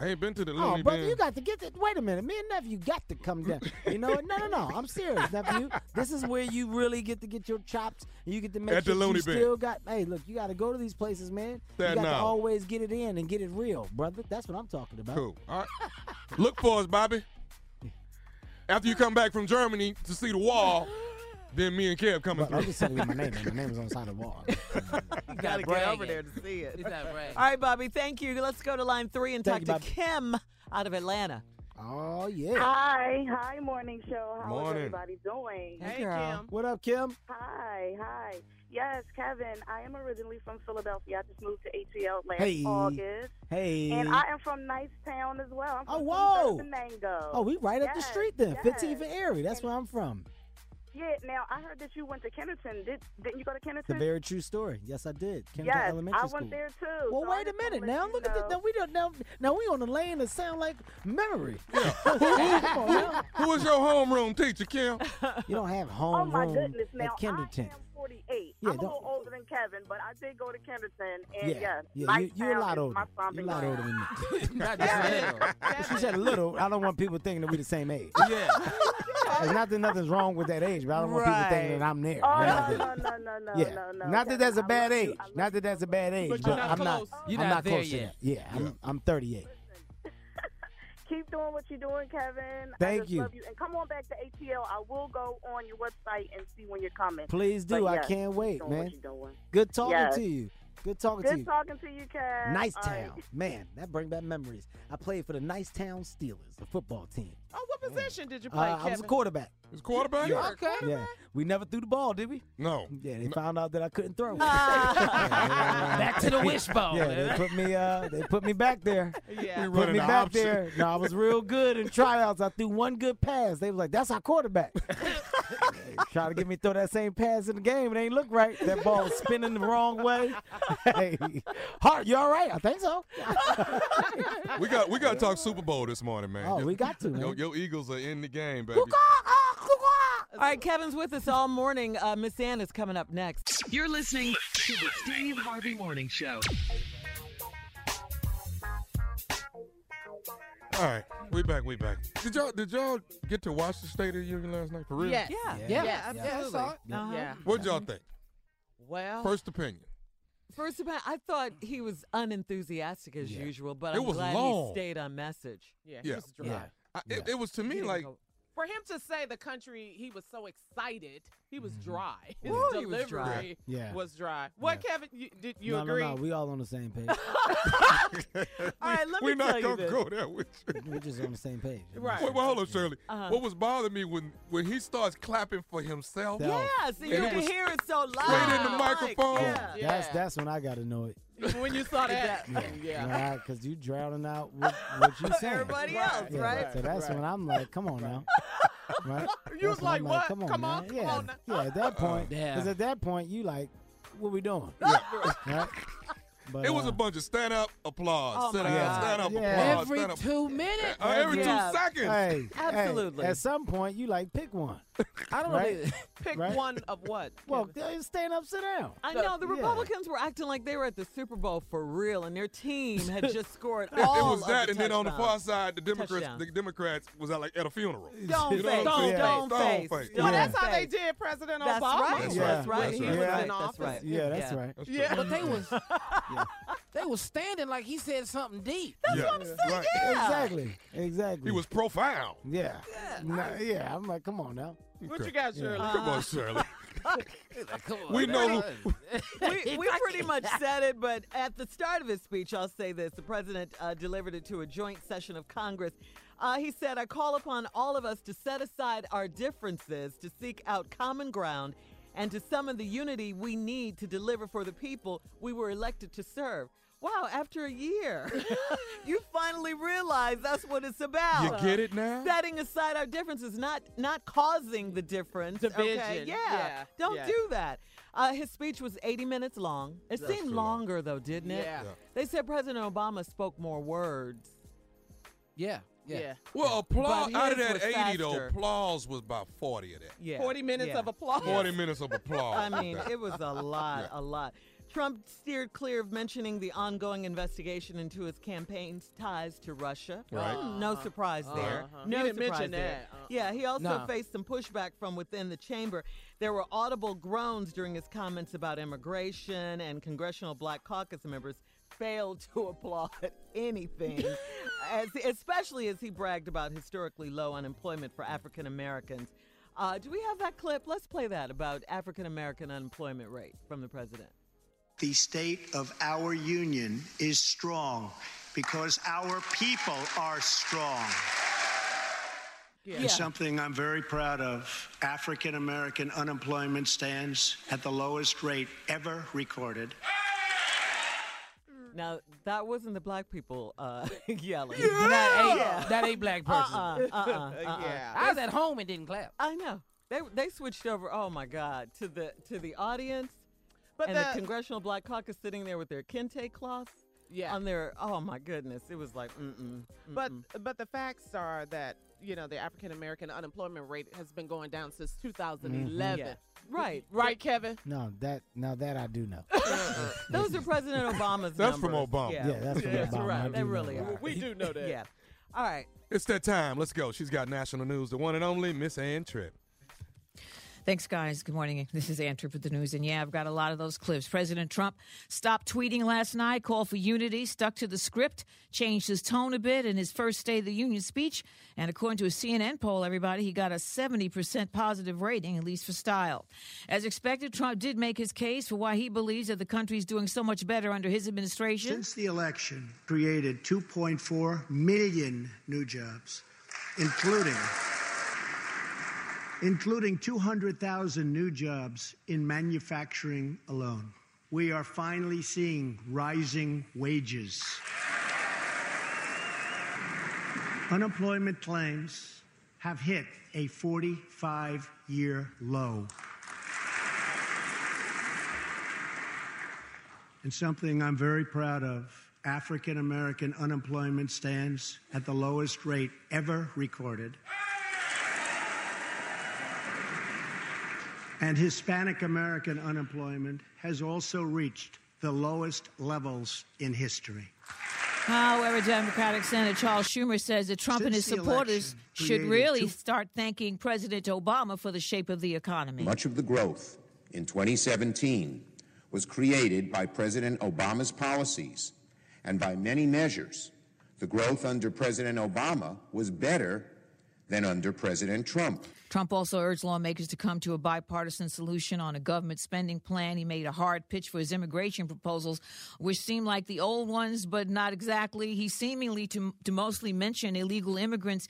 [SPEAKER 3] I ain't been to the
[SPEAKER 8] Oh,
[SPEAKER 3] Looney
[SPEAKER 8] brother,
[SPEAKER 3] Bin.
[SPEAKER 8] you got to get that. Wait a minute, me and nephew got to come down. You know what? No, no, no. I'm serious, nephew. This is where you really get to get your chops. And you get to make
[SPEAKER 3] At the
[SPEAKER 8] sure that
[SPEAKER 3] Looney
[SPEAKER 8] you
[SPEAKER 3] Bin.
[SPEAKER 8] still got. Hey, look, you got to go to these places, man.
[SPEAKER 3] That
[SPEAKER 8] you got to
[SPEAKER 3] now.
[SPEAKER 8] always get it in and get it real, brother. That's what I'm talking about.
[SPEAKER 3] Cool. All right. Look for us, Bobby. After you come back from Germany to see the wall, then me and Kev coming
[SPEAKER 8] But
[SPEAKER 3] through.
[SPEAKER 8] I'm just telling you my name. Man. My name is on the side of the wall.
[SPEAKER 5] You gotta get over there to see it. All right, Bobby, thank you. Let's go to line three and
[SPEAKER 8] Thank
[SPEAKER 5] talk to Kim out of Atlanta.
[SPEAKER 8] Oh yeah.
[SPEAKER 12] Hi, hi, morning show. How is
[SPEAKER 8] Morning.
[SPEAKER 12] everybody doing?
[SPEAKER 8] What up, Kim?
[SPEAKER 12] Hi, hi. Yes, Kevin. I am originally from Philadelphia. I just moved to ATL last
[SPEAKER 8] Hey.
[SPEAKER 12] August.
[SPEAKER 8] Hey.
[SPEAKER 12] And I am from Nice Town as well. I'm from
[SPEAKER 8] Oh,
[SPEAKER 12] 23rd and Mango.
[SPEAKER 8] Oh, we right up the
[SPEAKER 12] Yes,
[SPEAKER 8] street then.
[SPEAKER 12] yes.
[SPEAKER 8] 15th and Erie. That's where I'm from.
[SPEAKER 12] Yeah. Now I heard that you went to Kennington. Did didn't you go to
[SPEAKER 8] It's a
[SPEAKER 12] Kennington?
[SPEAKER 8] very true story. Yes, I did. Kim
[SPEAKER 12] yes,
[SPEAKER 8] Elementary
[SPEAKER 12] I went
[SPEAKER 8] School.
[SPEAKER 12] there too.
[SPEAKER 8] Well,
[SPEAKER 12] so I
[SPEAKER 8] wait a
[SPEAKER 12] just wanna
[SPEAKER 8] minute
[SPEAKER 12] let
[SPEAKER 8] now.
[SPEAKER 12] you
[SPEAKER 8] Look at this.
[SPEAKER 12] know.
[SPEAKER 8] Now we don't now, now we on a lane that sound like memory. Come on now.
[SPEAKER 3] Who was your homeroom teacher, Kim?
[SPEAKER 8] You don't have
[SPEAKER 12] Oh
[SPEAKER 8] homeroom
[SPEAKER 12] my goodness! Now
[SPEAKER 8] at Kendallton.
[SPEAKER 12] I am 48.
[SPEAKER 8] Yeah,
[SPEAKER 12] I'm a
[SPEAKER 8] don't-
[SPEAKER 12] little older than Kevin, but I did go to Kendallton, and
[SPEAKER 8] yeah,
[SPEAKER 12] yes,
[SPEAKER 8] yeah,
[SPEAKER 12] Nice
[SPEAKER 8] you, you're a
[SPEAKER 12] Town
[SPEAKER 8] lot
[SPEAKER 12] is
[SPEAKER 8] older.
[SPEAKER 12] my
[SPEAKER 8] You're
[SPEAKER 12] stomping
[SPEAKER 8] a lot
[SPEAKER 12] ground.
[SPEAKER 8] older than me. she said little. I don't want people thinking that we the same age.
[SPEAKER 12] Yeah.
[SPEAKER 8] There's nothing, nothing's wrong with that age, but I don't want people thinking that I'm there. I'm not
[SPEAKER 12] Oh,
[SPEAKER 8] there.
[SPEAKER 12] no, no, no, no, no,
[SPEAKER 8] yeah.
[SPEAKER 12] no, no.
[SPEAKER 8] Not that that's a
[SPEAKER 12] Kevin, I
[SPEAKER 8] bad
[SPEAKER 12] love you.
[SPEAKER 8] age. Not that that's a bad age,
[SPEAKER 12] But
[SPEAKER 8] but,
[SPEAKER 12] you're not
[SPEAKER 8] I'm not.
[SPEAKER 12] close.
[SPEAKER 8] I'm
[SPEAKER 12] You're
[SPEAKER 8] not,
[SPEAKER 12] not there
[SPEAKER 8] close to
[SPEAKER 12] yet.
[SPEAKER 8] that. Yeah, I'm, I'm 38.
[SPEAKER 12] Keep doing what you're doing, Kevin. I
[SPEAKER 8] Thank
[SPEAKER 12] just
[SPEAKER 8] you.
[SPEAKER 12] Love you. And come on back to ATL. I will go on your website and see when you're coming.
[SPEAKER 8] Please do.
[SPEAKER 12] But
[SPEAKER 8] I
[SPEAKER 12] yes,
[SPEAKER 8] can't
[SPEAKER 12] keep
[SPEAKER 8] wait,
[SPEAKER 12] doing
[SPEAKER 8] man.
[SPEAKER 12] What you're doing.
[SPEAKER 8] Good talking
[SPEAKER 12] Yes.
[SPEAKER 8] to you. Good talking to
[SPEAKER 12] Good
[SPEAKER 8] you.
[SPEAKER 12] talking to you, Kev.
[SPEAKER 8] Nice
[SPEAKER 12] All
[SPEAKER 8] Town,
[SPEAKER 12] right.
[SPEAKER 8] man. That bring back memories. I played for the Nice Town Steelers, the football team.
[SPEAKER 7] Oh, what position did you
[SPEAKER 8] Uh,
[SPEAKER 7] play, Kevin?
[SPEAKER 8] I was a quarterback.
[SPEAKER 3] Was quarterback?
[SPEAKER 7] You were a
[SPEAKER 8] Yeah.
[SPEAKER 7] quarterback?
[SPEAKER 8] We never threw the ball, did we?
[SPEAKER 3] No.
[SPEAKER 8] Yeah, they found out that I couldn't throw.
[SPEAKER 6] Back to the wishbone.
[SPEAKER 8] Yeah, they put me. Uh, they put me back there.
[SPEAKER 7] Yeah.
[SPEAKER 8] They put me back there. No, I was real good in tryouts. I threw one good pass. They was like, "That's our quarterback." Try to get me to throw that same pass in the game. It ain't look right. That ball was spinning the wrong way. hey, Hart, you all right? I think so.
[SPEAKER 3] We got we got to talk Super Bowl this morning, man.
[SPEAKER 8] Oh, we got to,
[SPEAKER 3] Your,
[SPEAKER 8] man.
[SPEAKER 3] your Eagles are in the game, baby.
[SPEAKER 5] ah, All right, Kevin's with us all morning. Uh, Miss Ann is coming up next.
[SPEAKER 2] You're listening to the Steve Harvey Morning Show.
[SPEAKER 3] All right, we back, we back. Did y'all did y'all get to watch the State of the Union last night for real?
[SPEAKER 7] Yes. Yeah. Yeah. Yeah,
[SPEAKER 5] Yeah, I
[SPEAKER 7] absolutely.
[SPEAKER 5] saw it. Uh-huh.
[SPEAKER 7] Yeah.
[SPEAKER 3] What y'all think?
[SPEAKER 5] Well,
[SPEAKER 3] First opinion.
[SPEAKER 5] First of all, I thought he was unenthusiastic as usual, but
[SPEAKER 3] Mm. It
[SPEAKER 5] I'm
[SPEAKER 3] was
[SPEAKER 5] glad
[SPEAKER 3] long.
[SPEAKER 5] he stayed on message.
[SPEAKER 7] Yeah,
[SPEAKER 3] Yeah. I- it, it was to me like
[SPEAKER 7] For him to say the country, he was so excited, he was dry. His
[SPEAKER 5] Woo,
[SPEAKER 7] delivery
[SPEAKER 5] he was dry.
[SPEAKER 8] Mm-hmm. Yeah.
[SPEAKER 7] was dry. What, Kevin? You, did you
[SPEAKER 8] no,
[SPEAKER 7] agree?
[SPEAKER 8] no, no. We all on the same page.
[SPEAKER 7] All right,
[SPEAKER 5] let
[SPEAKER 3] We're
[SPEAKER 5] me
[SPEAKER 3] not
[SPEAKER 5] tell you
[SPEAKER 3] gonna
[SPEAKER 5] this.
[SPEAKER 3] go there with you.
[SPEAKER 8] We're just on the same page.
[SPEAKER 5] Right.
[SPEAKER 3] Wait, well, hold on, Shirley.
[SPEAKER 5] Uh-huh.
[SPEAKER 3] What was bothering me when when he starts clapping for himself?
[SPEAKER 8] Yeah,
[SPEAKER 5] see, you can hear it so loud.
[SPEAKER 3] Straight in the microphone.
[SPEAKER 8] Yeah, Oh, That's that's when I got to know it.
[SPEAKER 5] when you saw that.
[SPEAKER 8] Because you drowning out what, what you saying.
[SPEAKER 5] Everybody else,
[SPEAKER 8] Yeah,
[SPEAKER 5] right?
[SPEAKER 8] So that's
[SPEAKER 5] Right.
[SPEAKER 8] when I'm like, come on now. Right?
[SPEAKER 5] You
[SPEAKER 8] That's
[SPEAKER 5] was
[SPEAKER 8] when
[SPEAKER 5] like,
[SPEAKER 8] I'm
[SPEAKER 5] what?
[SPEAKER 8] Come on,
[SPEAKER 5] Come
[SPEAKER 8] man.
[SPEAKER 5] on, come
[SPEAKER 8] yeah.
[SPEAKER 5] on now.
[SPEAKER 8] Yeah, at
[SPEAKER 3] Oh,
[SPEAKER 8] that point.
[SPEAKER 3] Yeah.
[SPEAKER 8] Because at that point, you like, what we doing?
[SPEAKER 5] Oh,
[SPEAKER 8] Right? But,
[SPEAKER 3] it was
[SPEAKER 8] uh,
[SPEAKER 3] a bunch of stand up applause,
[SPEAKER 8] Oh
[SPEAKER 3] stand
[SPEAKER 8] my
[SPEAKER 3] up,
[SPEAKER 8] God.
[SPEAKER 3] stand up
[SPEAKER 8] Yeah.
[SPEAKER 3] applause, stand
[SPEAKER 6] Every
[SPEAKER 3] up.
[SPEAKER 6] two minutes.
[SPEAKER 3] Uh, every
[SPEAKER 8] Yeah.
[SPEAKER 3] two seconds.
[SPEAKER 8] Hey, hey,
[SPEAKER 5] Absolutely.
[SPEAKER 8] at some point, you like pick one.
[SPEAKER 5] I don't know.
[SPEAKER 8] right?
[SPEAKER 5] Pick
[SPEAKER 8] Right?
[SPEAKER 5] one of what?
[SPEAKER 8] Well, uh, stand up, sit down.
[SPEAKER 5] I
[SPEAKER 8] Look,
[SPEAKER 5] know the
[SPEAKER 8] yeah.
[SPEAKER 5] Republicans were acting like they were at the Super Bowl for real, and their team had just scored
[SPEAKER 3] it
[SPEAKER 5] all
[SPEAKER 3] was
[SPEAKER 5] of
[SPEAKER 3] that,
[SPEAKER 5] the
[SPEAKER 3] and then on the
[SPEAKER 5] touchdowns.
[SPEAKER 3] far side, the Democrats,
[SPEAKER 5] Touchdown.
[SPEAKER 3] the Democrats was at like at a funeral.
[SPEAKER 5] Stone
[SPEAKER 3] You know what I'm
[SPEAKER 5] face,
[SPEAKER 3] saying?
[SPEAKER 5] stone
[SPEAKER 3] Stone
[SPEAKER 5] face,
[SPEAKER 3] face.
[SPEAKER 5] stone
[SPEAKER 7] Well, that's how they
[SPEAKER 5] Thanks.
[SPEAKER 7] did President
[SPEAKER 5] That's
[SPEAKER 7] Obama.
[SPEAKER 5] right. That's
[SPEAKER 3] Yeah.
[SPEAKER 5] That's right.
[SPEAKER 3] That's
[SPEAKER 5] He
[SPEAKER 3] right.
[SPEAKER 5] was
[SPEAKER 3] Yeah.
[SPEAKER 5] in
[SPEAKER 3] That's
[SPEAKER 5] office.
[SPEAKER 3] right.
[SPEAKER 8] Yeah, that's right.
[SPEAKER 5] Yeah.
[SPEAKER 6] But they was they was standing like he said something deep.
[SPEAKER 3] Yeah. Right.
[SPEAKER 8] Exactly. Exactly.
[SPEAKER 3] He was profound.
[SPEAKER 8] Yeah. Nah, yeah. I'm like, come on now.
[SPEAKER 7] What you got, Shirley?
[SPEAKER 3] Come
[SPEAKER 5] Uh,
[SPEAKER 3] on, Shirley.
[SPEAKER 6] on,
[SPEAKER 3] we know.
[SPEAKER 5] we, we pretty much said it, but at the start of his speech, I'll say this. The president uh, delivered it to a joint session of Congress. Uh, he said, I call upon all of us to set aside our differences, to seek out common ground, and to summon the unity we need to deliver for the people we were elected to serve. Wow, after a year, you finally realize that's what it's about.
[SPEAKER 3] You get it now?
[SPEAKER 5] Setting aside our differences, not not causing the difference. Okay?
[SPEAKER 7] Division,
[SPEAKER 5] Yeah.
[SPEAKER 7] yeah,
[SPEAKER 5] Don't
[SPEAKER 7] yeah.
[SPEAKER 5] do do that. Uh, his speech was 80 minutes long. It
[SPEAKER 7] That's
[SPEAKER 5] seemed
[SPEAKER 7] too long.
[SPEAKER 5] longer, though, didn't it?
[SPEAKER 7] Yeah. Yeah.
[SPEAKER 5] They said President Obama spoke more words.
[SPEAKER 6] Yeah.
[SPEAKER 7] Yeah.
[SPEAKER 3] Well, applause
[SPEAKER 5] But
[SPEAKER 3] out of
[SPEAKER 5] his
[SPEAKER 3] that
[SPEAKER 5] was
[SPEAKER 3] 80 though.
[SPEAKER 5] faster.
[SPEAKER 3] Applause was about 40 of that.
[SPEAKER 5] Yeah.
[SPEAKER 7] 40 minutes
[SPEAKER 5] yeah.
[SPEAKER 7] of applause.
[SPEAKER 3] 40 minutes of applause.
[SPEAKER 5] I mean, it was a lot, a lot. Trump steered clear of mentioning the ongoing investigation into his campaign's ties to Russia.
[SPEAKER 3] Right.
[SPEAKER 5] Mm, No
[SPEAKER 7] Uh-huh.
[SPEAKER 5] surprise there.
[SPEAKER 7] Uh-huh.
[SPEAKER 5] No
[SPEAKER 7] He didn't
[SPEAKER 5] surprise
[SPEAKER 7] mention
[SPEAKER 5] there.
[SPEAKER 7] that. Uh-uh.
[SPEAKER 5] Yeah, he also
[SPEAKER 7] Nah.
[SPEAKER 5] faced some pushback from within the chamber. There were audible groans during his comments about immigration and congressional black caucus members failed to applaud anything, as, especially as he bragged about historically low unemployment for African Americans. Uh, do we have that clip? Let's play that about African American unemployment rate from the president.
[SPEAKER 14] The state of our union is strong because our people are strong.
[SPEAKER 5] Yeah.
[SPEAKER 14] It's something I'm very proud of. African American unemployment stands at the lowest rate ever recorded.
[SPEAKER 5] Now that wasn't the black people uh, yelling.
[SPEAKER 6] That ain't that ain't black person.
[SPEAKER 5] eh, Uh-uh, uh-uh, uh-uh.
[SPEAKER 6] yeah. I was at home and didn't clap.
[SPEAKER 5] I know. They they switched over. Oh my God, to the to the audience,
[SPEAKER 7] But
[SPEAKER 5] and the,
[SPEAKER 7] the-
[SPEAKER 5] Congressional Black Caucus sitting there with their kente cloths.
[SPEAKER 7] Yeah.
[SPEAKER 5] On their oh my goodness, it was like mm mm.
[SPEAKER 7] But but the facts are that you know the African American unemployment rate has been going down since 2011.
[SPEAKER 5] Yeah. Right.
[SPEAKER 7] right, Kevin.
[SPEAKER 8] No, that now that I do know.
[SPEAKER 5] Those are President Obama's.
[SPEAKER 3] That's from
[SPEAKER 5] numbers.
[SPEAKER 3] Obama.
[SPEAKER 5] Yeah,
[SPEAKER 8] Yeah, that's from Obama. I
[SPEAKER 5] right.
[SPEAKER 8] do
[SPEAKER 5] They
[SPEAKER 8] know
[SPEAKER 5] really
[SPEAKER 8] that.
[SPEAKER 5] are.
[SPEAKER 7] We do know that.
[SPEAKER 5] yeah. All right.
[SPEAKER 3] It's that time. Let's go. She's got national news. The one and only Miss Ann Tripp.
[SPEAKER 15] Thanks, guys. Good morning. This is Ann Tripp with the news. And yeah, I've got a lot of those clips. President Trump stopped tweeting last night, called for unity, stuck to the script, changed his tone a bit in his first State of the Union speech. And according to a CNN poll, everybody, he got a 70% positive rating, at least for style. As expected, Trump did make his case for why he believes that the country's doing so much better under his administration.
[SPEAKER 14] Since the election, created 2.4 million new jobs, including including 200,000 new jobs in manufacturing alone. We are finally seeing rising wages. Unemployment claims have hit a 45 year low. and something I'm very proud of. African American unemployment stands at the lowest rate ever recorded. And Hispanic American unemployment has also reached the lowest levels in history.
[SPEAKER 15] However, Democratic Senator Charles Schumer says that Trump and his
[SPEAKER 14] Since the
[SPEAKER 15] supporters
[SPEAKER 14] election,
[SPEAKER 15] should
[SPEAKER 14] created
[SPEAKER 15] really
[SPEAKER 14] two-
[SPEAKER 15] start thanking President Obama for the shape of the economy.
[SPEAKER 16] Much of the growth in 2017 was created by President Obama's policies, and by many measures, the growth under President Obama was better than under President Trump.
[SPEAKER 15] Trump also urged lawmakers to come to a bipartisan solution on a government spending plan. He made a hard pitch for his immigration proposals, which seem like the old ones, but not exactly. He seemingly to, to mostly mention illegal immigrants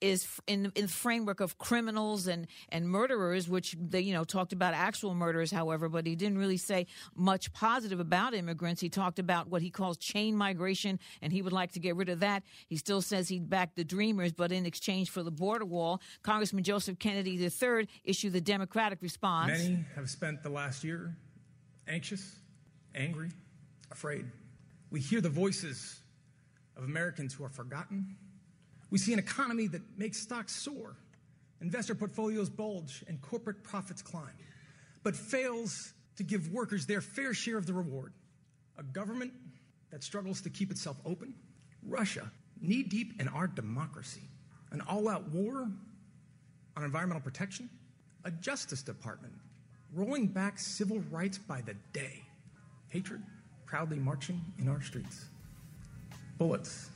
[SPEAKER 15] is f- in, in the framework of criminals and, and murderers, which they, you know, talked about actual murderers, however, but he didn't really say much positive about immigrants. He talked about what he calls chain migration, and he would like to get rid of that. He still says he'd back the Dreamers, but in exchange for the border wall, Congressman Joseph Kennedy III issued the Democratic response.
[SPEAKER 17] Many have spent the last year anxious, angry, afraid. We hear the voices of Americans who are forgotten. We see an economy that makes stocks soar, investor portfolios bulge, and corporate profits climb, but fails to give workers their fair share of the reward. A government that struggles to keep itself open, Russia, knee deep in our democracy, an all out war on environmental protection, a Justice Department rolling back civil rights by the day, hatred proudly marching in our streets, bullets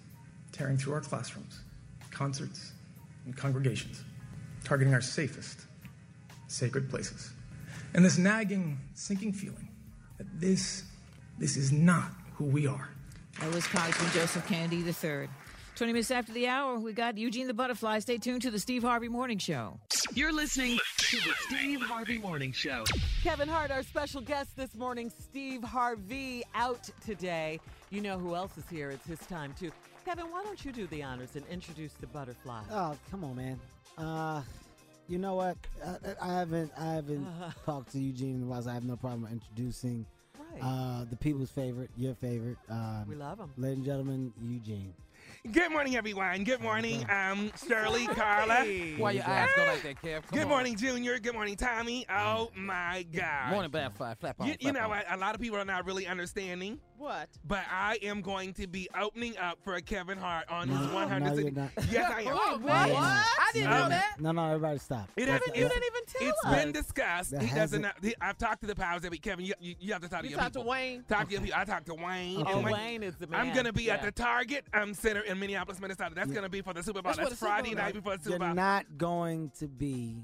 [SPEAKER 17] tearing through our classrooms, concerts, and congregations, targeting our safest, sacred places. And this nagging, sinking feeling that this, this is not who we are.
[SPEAKER 15] That was Congressman Joseph Kennedy III. 20 minutes after the hour, we got Eugene the Butterfly. Stay tuned to the Steve Harvey Morning Show.
[SPEAKER 2] You're listening to the Steve Harvey Morning Show.
[SPEAKER 5] Kevin Hart, our special guest this morning, Steve Harvey, out today. You know who else is here? It's his time too. Kevin, why don't you do the honors and introduce the butterfly?
[SPEAKER 8] Oh, come on, man. Uh, you know what? I, I haven't I haven't talked to Eugene in a while, so I have no problem introducing
[SPEAKER 5] Right.
[SPEAKER 8] uh, the people's favorite, your favorite. Um,
[SPEAKER 5] We love him.
[SPEAKER 8] ladies and gentlemen. Eugene.
[SPEAKER 4] Good morning, everyone. Good morning, um, Shirley, Carla.
[SPEAKER 8] Why your eyes go like
[SPEAKER 4] that,
[SPEAKER 6] Kev?
[SPEAKER 4] Good
[SPEAKER 6] on.
[SPEAKER 4] morning, Junior. Good morning, Tommy. Oh my God.
[SPEAKER 6] Morning, butterfly. Flap on.
[SPEAKER 4] You, you
[SPEAKER 6] flap
[SPEAKER 4] know,
[SPEAKER 6] on.
[SPEAKER 4] what? a lot of people are not really understanding.
[SPEAKER 13] What?
[SPEAKER 4] But I am going to be opening up for Kevin Hart on his 100th.
[SPEAKER 8] no, you're not.
[SPEAKER 4] Yes, I am.
[SPEAKER 5] Oh,
[SPEAKER 4] Um,
[SPEAKER 8] No, you're not. No, no, No, no, everybody stop.
[SPEAKER 4] It
[SPEAKER 8] That's-
[SPEAKER 4] has,
[SPEAKER 8] that's-
[SPEAKER 4] even It's
[SPEAKER 8] us.
[SPEAKER 4] been discussed.
[SPEAKER 8] That
[SPEAKER 4] he
[SPEAKER 8] hasn't-
[SPEAKER 4] doesn't. Know, he- I've talked to the powers that be. Kevin, you, you, you have to talk to
[SPEAKER 13] You
[SPEAKER 4] your
[SPEAKER 13] talked to
[SPEAKER 4] people.
[SPEAKER 13] Wayne?
[SPEAKER 4] Talk to your people. I talked to Wayne.
[SPEAKER 13] Okay.
[SPEAKER 4] Oh, my-
[SPEAKER 13] Wayne is the
[SPEAKER 4] I'm
[SPEAKER 13] man.
[SPEAKER 4] gonna be at
[SPEAKER 13] Yeah.
[SPEAKER 4] the Target um, Center in Minneapolis, Minnesota. That's gonna be for the Super Bowl.
[SPEAKER 13] That's
[SPEAKER 4] That's,
[SPEAKER 13] what the Super
[SPEAKER 4] Friday
[SPEAKER 13] Bowl
[SPEAKER 4] night
[SPEAKER 13] is.
[SPEAKER 4] before the Super
[SPEAKER 8] You're
[SPEAKER 4] Bowl.
[SPEAKER 8] not going to be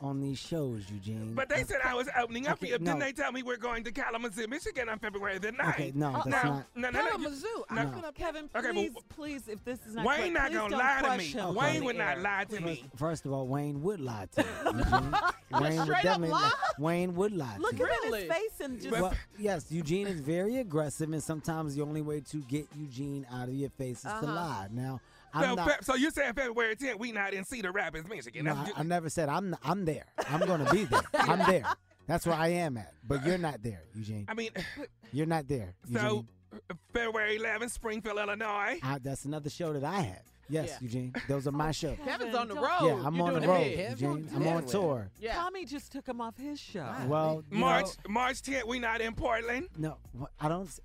[SPEAKER 8] on these shows, Eugene.
[SPEAKER 4] But they said I was opening up
[SPEAKER 8] Okay,
[SPEAKER 4] for you. Didn't
[SPEAKER 8] no.
[SPEAKER 4] they tell me we're going to Kalamazoo, Michigan on February the 9th?
[SPEAKER 8] Okay, no, that's
[SPEAKER 4] now,
[SPEAKER 8] not-
[SPEAKER 4] no, no, no, you- no.
[SPEAKER 5] Kevin,
[SPEAKER 4] Okay,
[SPEAKER 5] please,
[SPEAKER 4] well,
[SPEAKER 5] please, if this is not
[SPEAKER 4] Wayne
[SPEAKER 5] correct,
[SPEAKER 4] not
[SPEAKER 5] please
[SPEAKER 4] gonna
[SPEAKER 5] don't
[SPEAKER 4] lie to
[SPEAKER 5] crush
[SPEAKER 4] me.
[SPEAKER 5] him on
[SPEAKER 4] Wayne
[SPEAKER 5] the
[SPEAKER 4] would not
[SPEAKER 5] air.
[SPEAKER 4] lie to me.
[SPEAKER 8] First of all, Wayne would lie to you. Eugene. Wayne would
[SPEAKER 5] Straight up
[SPEAKER 8] definitely
[SPEAKER 5] lie?
[SPEAKER 8] Wayne would lie
[SPEAKER 5] Look
[SPEAKER 8] to
[SPEAKER 5] at
[SPEAKER 8] you.
[SPEAKER 5] him in his face and just.
[SPEAKER 8] Well, yes, Eugene is very aggressive, and sometimes the only way to get Eugene out of your face is to
[SPEAKER 4] Uh-huh.
[SPEAKER 8] lie. Now, I'm
[SPEAKER 4] So,
[SPEAKER 8] not.
[SPEAKER 4] Fe- so you said February 10th, we not in Cedar Rapids, Michigan.
[SPEAKER 8] no,
[SPEAKER 4] That's
[SPEAKER 8] I,
[SPEAKER 4] ju-
[SPEAKER 8] I never said I'm. I'm there. I'm gonna be there. I'm there. That's where I am at. But you're not there, Eugene.
[SPEAKER 4] I mean,
[SPEAKER 8] You're not there.
[SPEAKER 4] so
[SPEAKER 8] Eugene.
[SPEAKER 4] February 11th, Springfield, Illinois.
[SPEAKER 8] I, that's another show that I have. Yes,
[SPEAKER 4] Yeah.
[SPEAKER 8] Eugene. Those are my shows.
[SPEAKER 5] Kevin's on the
[SPEAKER 4] road.
[SPEAKER 8] Yeah, I'm
[SPEAKER 5] You're
[SPEAKER 8] on the
[SPEAKER 5] doing it
[SPEAKER 8] road,
[SPEAKER 5] big.
[SPEAKER 8] Eugene. I'm on tour.
[SPEAKER 5] Yeah. Tommy just took him off his show.
[SPEAKER 8] Well, you
[SPEAKER 4] March March 10th, we not in Portland.
[SPEAKER 8] No, wh- I don't. s-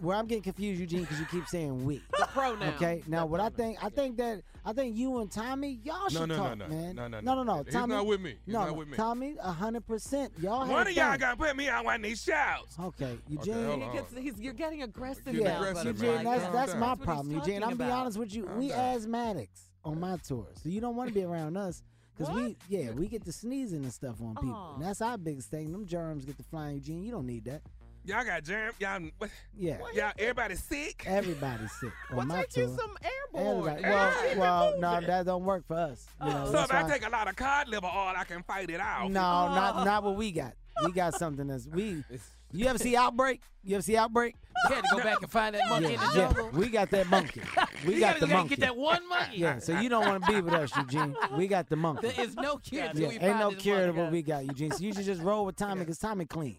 [SPEAKER 8] Where I'm getting confused, Eugene, because you keep saying we.
[SPEAKER 4] The pronoun.
[SPEAKER 8] Okay. Now, what I think, I think that I think you and Tommy, y'all should
[SPEAKER 4] No, no, no,
[SPEAKER 8] talk,
[SPEAKER 4] no.
[SPEAKER 8] man.
[SPEAKER 4] No,
[SPEAKER 8] no,
[SPEAKER 4] no, no.
[SPEAKER 8] no, no.
[SPEAKER 4] He's
[SPEAKER 8] Tommy,
[SPEAKER 4] not with me. He's
[SPEAKER 8] no,
[SPEAKER 4] not with me.
[SPEAKER 8] Tommy, hundred percent. Y'all. had
[SPEAKER 4] One
[SPEAKER 8] a
[SPEAKER 4] of y'all
[SPEAKER 8] thing.
[SPEAKER 4] got to put me on one of these shows.
[SPEAKER 8] Okay, Eugene.
[SPEAKER 4] hold
[SPEAKER 5] He
[SPEAKER 4] on,
[SPEAKER 5] gets, he's, you're getting aggressive
[SPEAKER 8] Yeah,
[SPEAKER 5] now. butterfly.
[SPEAKER 8] Eugene, that's,
[SPEAKER 5] Calm
[SPEAKER 8] that's
[SPEAKER 5] down.
[SPEAKER 8] my
[SPEAKER 5] That's what he's
[SPEAKER 8] problem, Eugene.
[SPEAKER 5] talking
[SPEAKER 8] I'm gonna be
[SPEAKER 5] about.
[SPEAKER 8] honest with you. we asthmatics on my tour, so you don't want to be around us because we, yeah, we get to sneezing and stuff on people.
[SPEAKER 6] Oh.
[SPEAKER 4] Aw.
[SPEAKER 8] And that's our biggest thing. Them germs get to flying, Eugene. You don't need that.
[SPEAKER 4] Y'all got germ. Y'all, what?
[SPEAKER 8] Yeah.
[SPEAKER 4] Y'all, everybody sick.
[SPEAKER 8] Everybody's sick on my
[SPEAKER 4] take you
[SPEAKER 8] tour.
[SPEAKER 4] some
[SPEAKER 8] Everybody-
[SPEAKER 4] airborne. Yeah.
[SPEAKER 8] Well, well, no, that don't work for us.
[SPEAKER 6] Oh,
[SPEAKER 8] You know,
[SPEAKER 4] so
[SPEAKER 8] that's
[SPEAKER 4] if I
[SPEAKER 8] why-
[SPEAKER 4] take a lot of cod liver oil, I can fight it out.
[SPEAKER 8] no,
[SPEAKER 6] Oh.
[SPEAKER 8] not not what we got. We got something that's we. You ever see outbreak? You ever see outbreak?
[SPEAKER 6] You had to go back and find that monkey in the jungle.
[SPEAKER 8] We got that monkey. We
[SPEAKER 6] You
[SPEAKER 8] got
[SPEAKER 6] gotta- you gotta
[SPEAKER 8] the monkey.
[SPEAKER 6] get that one monkey.
[SPEAKER 8] Yeah, so you don't want to be with us, Eugene. We got the monkey.
[SPEAKER 6] There is no cure
[SPEAKER 8] yeah,
[SPEAKER 6] until we
[SPEAKER 8] ain't
[SPEAKER 6] find
[SPEAKER 8] no
[SPEAKER 6] this
[SPEAKER 8] cure to
[SPEAKER 6] monkey.
[SPEAKER 8] what we got, Eugene. So you should just roll with Tommy because Tommy clean.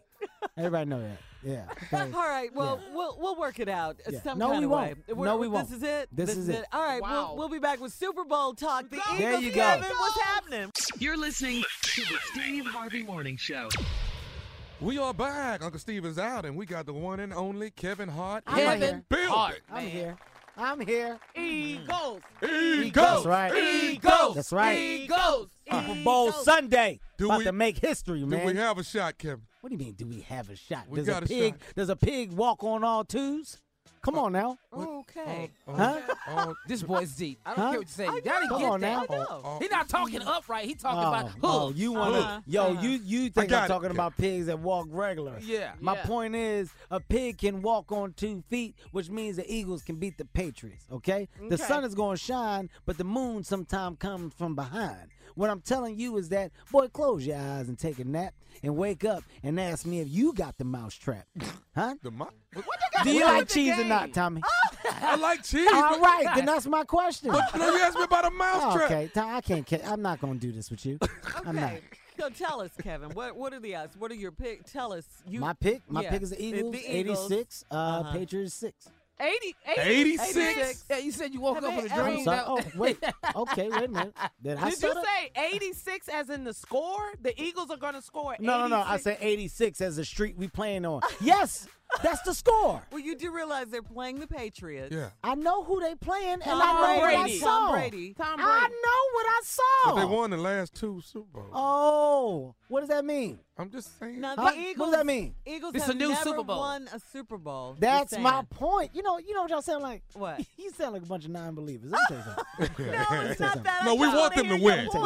[SPEAKER 8] Everybody know that. Yeah.
[SPEAKER 5] All right. Well, we'll we'll work it out
[SPEAKER 8] Yeah.
[SPEAKER 5] some
[SPEAKER 8] No,
[SPEAKER 5] kind
[SPEAKER 8] we
[SPEAKER 5] of
[SPEAKER 8] won't.
[SPEAKER 5] way.
[SPEAKER 8] No, we won't.
[SPEAKER 5] This is it.
[SPEAKER 8] This is it.
[SPEAKER 5] All right.
[SPEAKER 8] Wow.
[SPEAKER 5] We'll, we'll be back with Super Bowl talk. The Eagles.
[SPEAKER 8] There you go.
[SPEAKER 5] Kevin, what's happening?
[SPEAKER 2] You're listening to the Steve Harvey Morning Show.
[SPEAKER 3] We are back. Uncle Steve is out, and we got the one and only Kevin Hart.
[SPEAKER 8] I'm Kevin here.
[SPEAKER 3] Build
[SPEAKER 8] Hart,
[SPEAKER 3] it.
[SPEAKER 8] I'm here. I'm here.
[SPEAKER 5] Eagles.
[SPEAKER 8] That's right.
[SPEAKER 3] Eagles.
[SPEAKER 8] That's right.
[SPEAKER 5] Eagles.
[SPEAKER 8] Super Bowl Sunday.
[SPEAKER 3] Do
[SPEAKER 8] About
[SPEAKER 3] we-
[SPEAKER 8] to make history,
[SPEAKER 3] Do
[SPEAKER 8] man.
[SPEAKER 3] we have a shot, Kevin?
[SPEAKER 8] What do you mean? Do we have a shot?
[SPEAKER 3] We
[SPEAKER 8] does
[SPEAKER 3] got
[SPEAKER 8] a
[SPEAKER 3] a
[SPEAKER 8] pig?
[SPEAKER 3] shot.
[SPEAKER 8] Does a pig walk on all twos? Come on now. Oh,
[SPEAKER 5] Okay.
[SPEAKER 8] Huh?
[SPEAKER 18] this boy's deep. I don't
[SPEAKER 8] Huh?
[SPEAKER 18] care what you say.
[SPEAKER 8] I
[SPEAKER 18] You gotta
[SPEAKER 8] know.
[SPEAKER 18] get
[SPEAKER 8] Come on
[SPEAKER 18] that.
[SPEAKER 8] now. Oh, I know.
[SPEAKER 18] He not talking upright. He talking about hooks.
[SPEAKER 8] oh, you want
[SPEAKER 18] Uh-huh.
[SPEAKER 8] to? Yo,
[SPEAKER 18] Uh-huh.
[SPEAKER 8] you you think I'm talking about pigs that walk regular?
[SPEAKER 18] Yeah.
[SPEAKER 8] My
[SPEAKER 18] Yeah.
[SPEAKER 8] point is, a pig can walk on two feet, which means the Eagles can beat the Patriots. Okay. The
[SPEAKER 18] Okay.
[SPEAKER 8] sun is going to shine, but the moon sometime comes from behind. What I'm telling you is that, boy, close your eyes and take a nap, and wake up and ask me if you got the mousetrap, huh?
[SPEAKER 3] The mouse.
[SPEAKER 8] Do you like cheese or not, Tommy?
[SPEAKER 18] Oh,
[SPEAKER 3] I like cheese.
[SPEAKER 8] All
[SPEAKER 3] but-
[SPEAKER 8] right, then that's my question.
[SPEAKER 3] But no, you asked me about a mousetrap.
[SPEAKER 8] Okay, Tom, I can't. ca- I'm not going to do this with you. I'm not.
[SPEAKER 5] Okay. So tell us, Kevin, what what are the odds? What are your pick? Tell us. You,
[SPEAKER 8] my pick, my
[SPEAKER 5] yeah,
[SPEAKER 8] pick is the Eagles, 86. Uh,
[SPEAKER 5] Uh-huh.
[SPEAKER 8] Patriots six.
[SPEAKER 18] 80,
[SPEAKER 8] 86?
[SPEAKER 18] Yeah, you said you woke
[SPEAKER 7] Have
[SPEAKER 18] up
[SPEAKER 7] they
[SPEAKER 18] with a
[SPEAKER 7] ever-
[SPEAKER 18] dream.
[SPEAKER 8] I'm sorry. Oh wait. Okay, wait a minute. Did I
[SPEAKER 7] Did
[SPEAKER 8] say
[SPEAKER 7] you
[SPEAKER 8] that?
[SPEAKER 7] say 86 as in the score? The Eagles are going to score.
[SPEAKER 8] No, no, no. I
[SPEAKER 7] 86?
[SPEAKER 8] said 86 as the street we playing on. Yes, that's the score.
[SPEAKER 5] Well, you do realize they're playing the Patriots.
[SPEAKER 8] Yeah. I know who they playing, and I
[SPEAKER 5] Tom
[SPEAKER 8] know what I
[SPEAKER 5] Brady.
[SPEAKER 8] saw.
[SPEAKER 5] Tom Brady. Tom Brady.
[SPEAKER 8] I know what I
[SPEAKER 3] But
[SPEAKER 5] Oh.
[SPEAKER 8] saw.
[SPEAKER 3] they won the last two Super Bowls.
[SPEAKER 8] Oh, what does that mean?
[SPEAKER 3] I'm just saying.
[SPEAKER 5] Now, the
[SPEAKER 8] Huh?
[SPEAKER 5] Eagles,
[SPEAKER 8] What does that mean?
[SPEAKER 5] Eagles
[SPEAKER 8] It's a
[SPEAKER 5] have
[SPEAKER 8] new
[SPEAKER 5] never
[SPEAKER 8] Super Bowl.
[SPEAKER 5] won a Super Bowl.
[SPEAKER 8] That's
[SPEAKER 5] Just
[SPEAKER 8] my
[SPEAKER 5] saying.
[SPEAKER 8] point. You know, you know what y'all sound like.
[SPEAKER 5] What?
[SPEAKER 8] You sound like a bunch of non-believers. Let me tell you something.
[SPEAKER 3] it's
[SPEAKER 8] not that.
[SPEAKER 3] No, we want them to win. We- we-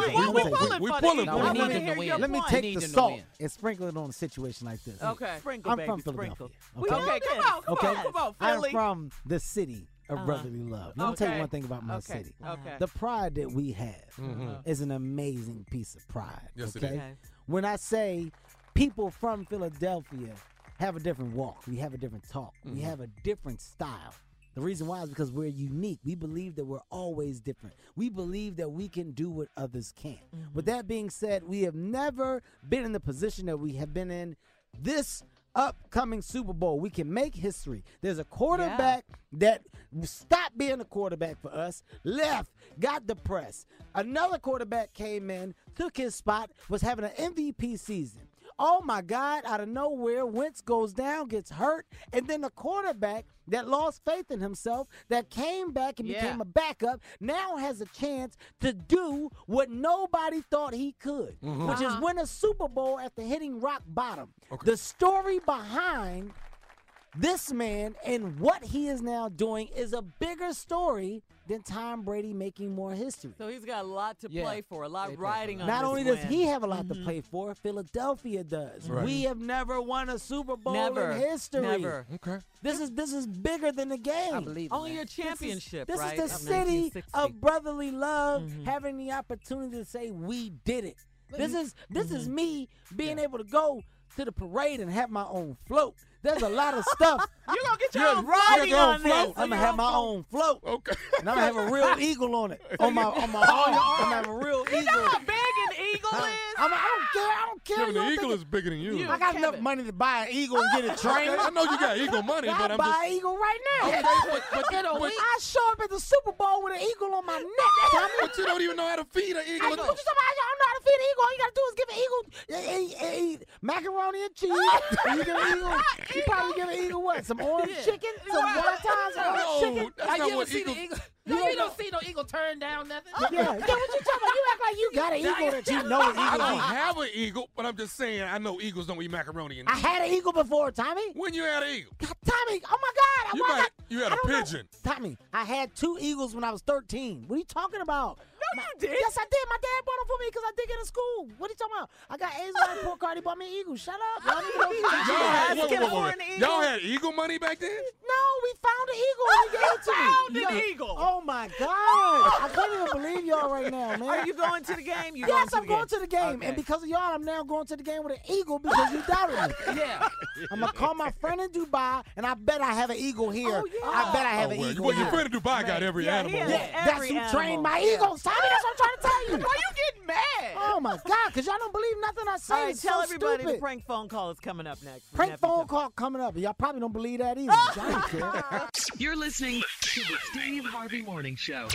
[SPEAKER 3] We pulling for them.
[SPEAKER 8] Let me take the salt and sprinkle it on a situation like this.
[SPEAKER 7] Okay. Sprinkle,
[SPEAKER 8] I'm
[SPEAKER 7] baby,
[SPEAKER 8] from
[SPEAKER 7] sprinkle.
[SPEAKER 8] Philadelphia.
[SPEAKER 7] We know Okay, come this. on, come
[SPEAKER 8] okay?
[SPEAKER 7] on, come on, Philly.
[SPEAKER 8] I'm from the city of
[SPEAKER 7] Uh-huh.
[SPEAKER 8] brotherly love. Let me tell
[SPEAKER 7] Okay.
[SPEAKER 8] you one thing about my
[SPEAKER 7] Okay,
[SPEAKER 8] city. Uh-huh.
[SPEAKER 7] okay.
[SPEAKER 8] The pride that we have
[SPEAKER 7] Mhm.
[SPEAKER 8] is an amazing piece of pride.
[SPEAKER 7] Yes, it
[SPEAKER 8] okay?
[SPEAKER 7] is. Okay.
[SPEAKER 8] When I say people from Philadelphia have a different walk, we have a different talk, we
[SPEAKER 7] Mhm.
[SPEAKER 8] have a different style. The reason why is because we're unique. We believe that we're always different. We believe that we can do what others can't. With that being said, we have never been in the position that we have been in this upcoming Super Bowl. We can make history. There's a quarterback that stopped being a quarterback for us, left, got depressed. Another quarterback came in, took his spot, was having an MVP season. Oh my God, out of nowhere, Wentz goes down, gets hurt, and then the quarterback that lost faith in himself, that came back and
[SPEAKER 7] Yeah.
[SPEAKER 8] became a backup, now has a chance to do what nobody thought he could,
[SPEAKER 5] Mm-hmm.
[SPEAKER 7] Mhm.
[SPEAKER 8] which
[SPEAKER 7] Uh-huh.
[SPEAKER 8] is win a Super Bowl after hitting rock bottom. The story behind this man and what he is now doing is a bigger story than Tom Brady making more history.
[SPEAKER 5] So he's got a lot to
[SPEAKER 8] Yeah.
[SPEAKER 5] play for, a lot riding on.
[SPEAKER 8] Not
[SPEAKER 5] this
[SPEAKER 8] only does
[SPEAKER 5] win. Mm-hmm.
[SPEAKER 8] he have a lot to play for, Philadelphia does.
[SPEAKER 5] Right.
[SPEAKER 8] We have never won a Super Bowl
[SPEAKER 5] Never.
[SPEAKER 8] in history.
[SPEAKER 5] Never.
[SPEAKER 3] Okay.
[SPEAKER 8] This is this is bigger than the game. I believe
[SPEAKER 5] Only your championship,
[SPEAKER 8] This is,
[SPEAKER 5] right?
[SPEAKER 8] this
[SPEAKER 5] Of
[SPEAKER 8] is the city of brotherly love, having the opportunity to say we did it. This is this is me being able to go to the parade and have my own float. There's a lot of stuff.
[SPEAKER 7] You're going to get your
[SPEAKER 8] You're
[SPEAKER 7] own riding
[SPEAKER 8] your own
[SPEAKER 7] on this.
[SPEAKER 8] float. I'm gonna have my own float. Okay. And I'm gonna have a real eagle on it. On my on my arm. I'm gonna have a real eagle.
[SPEAKER 7] You know how big an eagle is?
[SPEAKER 8] I'm, I don't care. I don't care.
[SPEAKER 3] Kevin,
[SPEAKER 8] You
[SPEAKER 3] the
[SPEAKER 8] don't
[SPEAKER 3] eagle
[SPEAKER 8] think
[SPEAKER 3] is bigger than you.
[SPEAKER 8] I got enough money to buy an eagle and get a trainer.
[SPEAKER 3] I know you got eagle money, but
[SPEAKER 8] I
[SPEAKER 3] I'm
[SPEAKER 8] buy
[SPEAKER 3] just-
[SPEAKER 8] an eagle right now.
[SPEAKER 3] Okay, but- but-
[SPEAKER 8] But
[SPEAKER 3] but-
[SPEAKER 8] I show up at the Super Bowl with an eagle on my neck. Tommy.
[SPEAKER 3] But you don't even know how to feed an
[SPEAKER 8] I,
[SPEAKER 3] eagle.
[SPEAKER 8] what you talking about? I don't know how to feed an eagle. All you gotta do is give an eagle eh, eh, eh, eh, macaroni and cheese. you give an eagle. You probably give an eagle what? Some orange chicken, some
[SPEAKER 18] Wow.
[SPEAKER 8] wontons, some orange
[SPEAKER 18] No,
[SPEAKER 8] chicken.
[SPEAKER 18] that's Have not you ever what seen an eagle- eagle- No, you don't
[SPEAKER 8] see no eagle turn down nothing. Yeah, yeah. What you talking about? You act like you got an eagle that you know an eagle.
[SPEAKER 3] I don't
[SPEAKER 8] eat.
[SPEAKER 3] have an eagle, but I'm just saying I know eagles don't eat macaroni. And
[SPEAKER 8] I had an eagle before, Tommy.
[SPEAKER 3] When you had an eagle,
[SPEAKER 8] Tommy, oh my God! I
[SPEAKER 3] you
[SPEAKER 8] why
[SPEAKER 3] might,
[SPEAKER 8] not-
[SPEAKER 3] you had a pigeon.
[SPEAKER 8] Tommy, I had two eagles when I was 13. What are you talking about? No, you did. Yes, I did. My dad bought them for me because I did get in school. What are you talking about? I got A's on my report card. He bought me an eagle. Shut up. Y'all need to go get
[SPEAKER 3] Y'all had, wait, wait, wait, wait. Y'all
[SPEAKER 8] No,
[SPEAKER 3] had eagle money back then.
[SPEAKER 8] we found an eagle and he gave it to me.
[SPEAKER 3] Found an
[SPEAKER 8] Yo, Oh my God. I can't even believe y'all right now, man.
[SPEAKER 5] Are you going to the game? You
[SPEAKER 8] yes, I'm
[SPEAKER 5] going
[SPEAKER 8] going
[SPEAKER 5] to
[SPEAKER 8] to the game. And because of y'all, I'm now going to the game with an eagle because you doubted me.
[SPEAKER 18] Yeah.
[SPEAKER 8] I'm gonna call my friend in Dubai, and I bet I have an eagle here. I bet I have
[SPEAKER 3] oh,
[SPEAKER 8] an
[SPEAKER 3] well,
[SPEAKER 8] eagle.
[SPEAKER 3] Well, your
[SPEAKER 8] here.
[SPEAKER 3] friend in Dubai got every
[SPEAKER 8] Yeah, he
[SPEAKER 3] animal.
[SPEAKER 8] has That's who trained my eagles. Tommy, that's what I'm trying to tell you. Why
[SPEAKER 7] you getting mad?
[SPEAKER 8] Oh my God, because y'all don't believe nothing I say.
[SPEAKER 5] All right,
[SPEAKER 8] It's
[SPEAKER 5] tell
[SPEAKER 8] so
[SPEAKER 5] everybody
[SPEAKER 8] stupid.
[SPEAKER 5] the prank phone call is coming up next.
[SPEAKER 8] Prank phone call coming up. Y'all probably don't believe that either. Y'all don't care.
[SPEAKER 2] You're listening to the Steve Harvey Morning Show.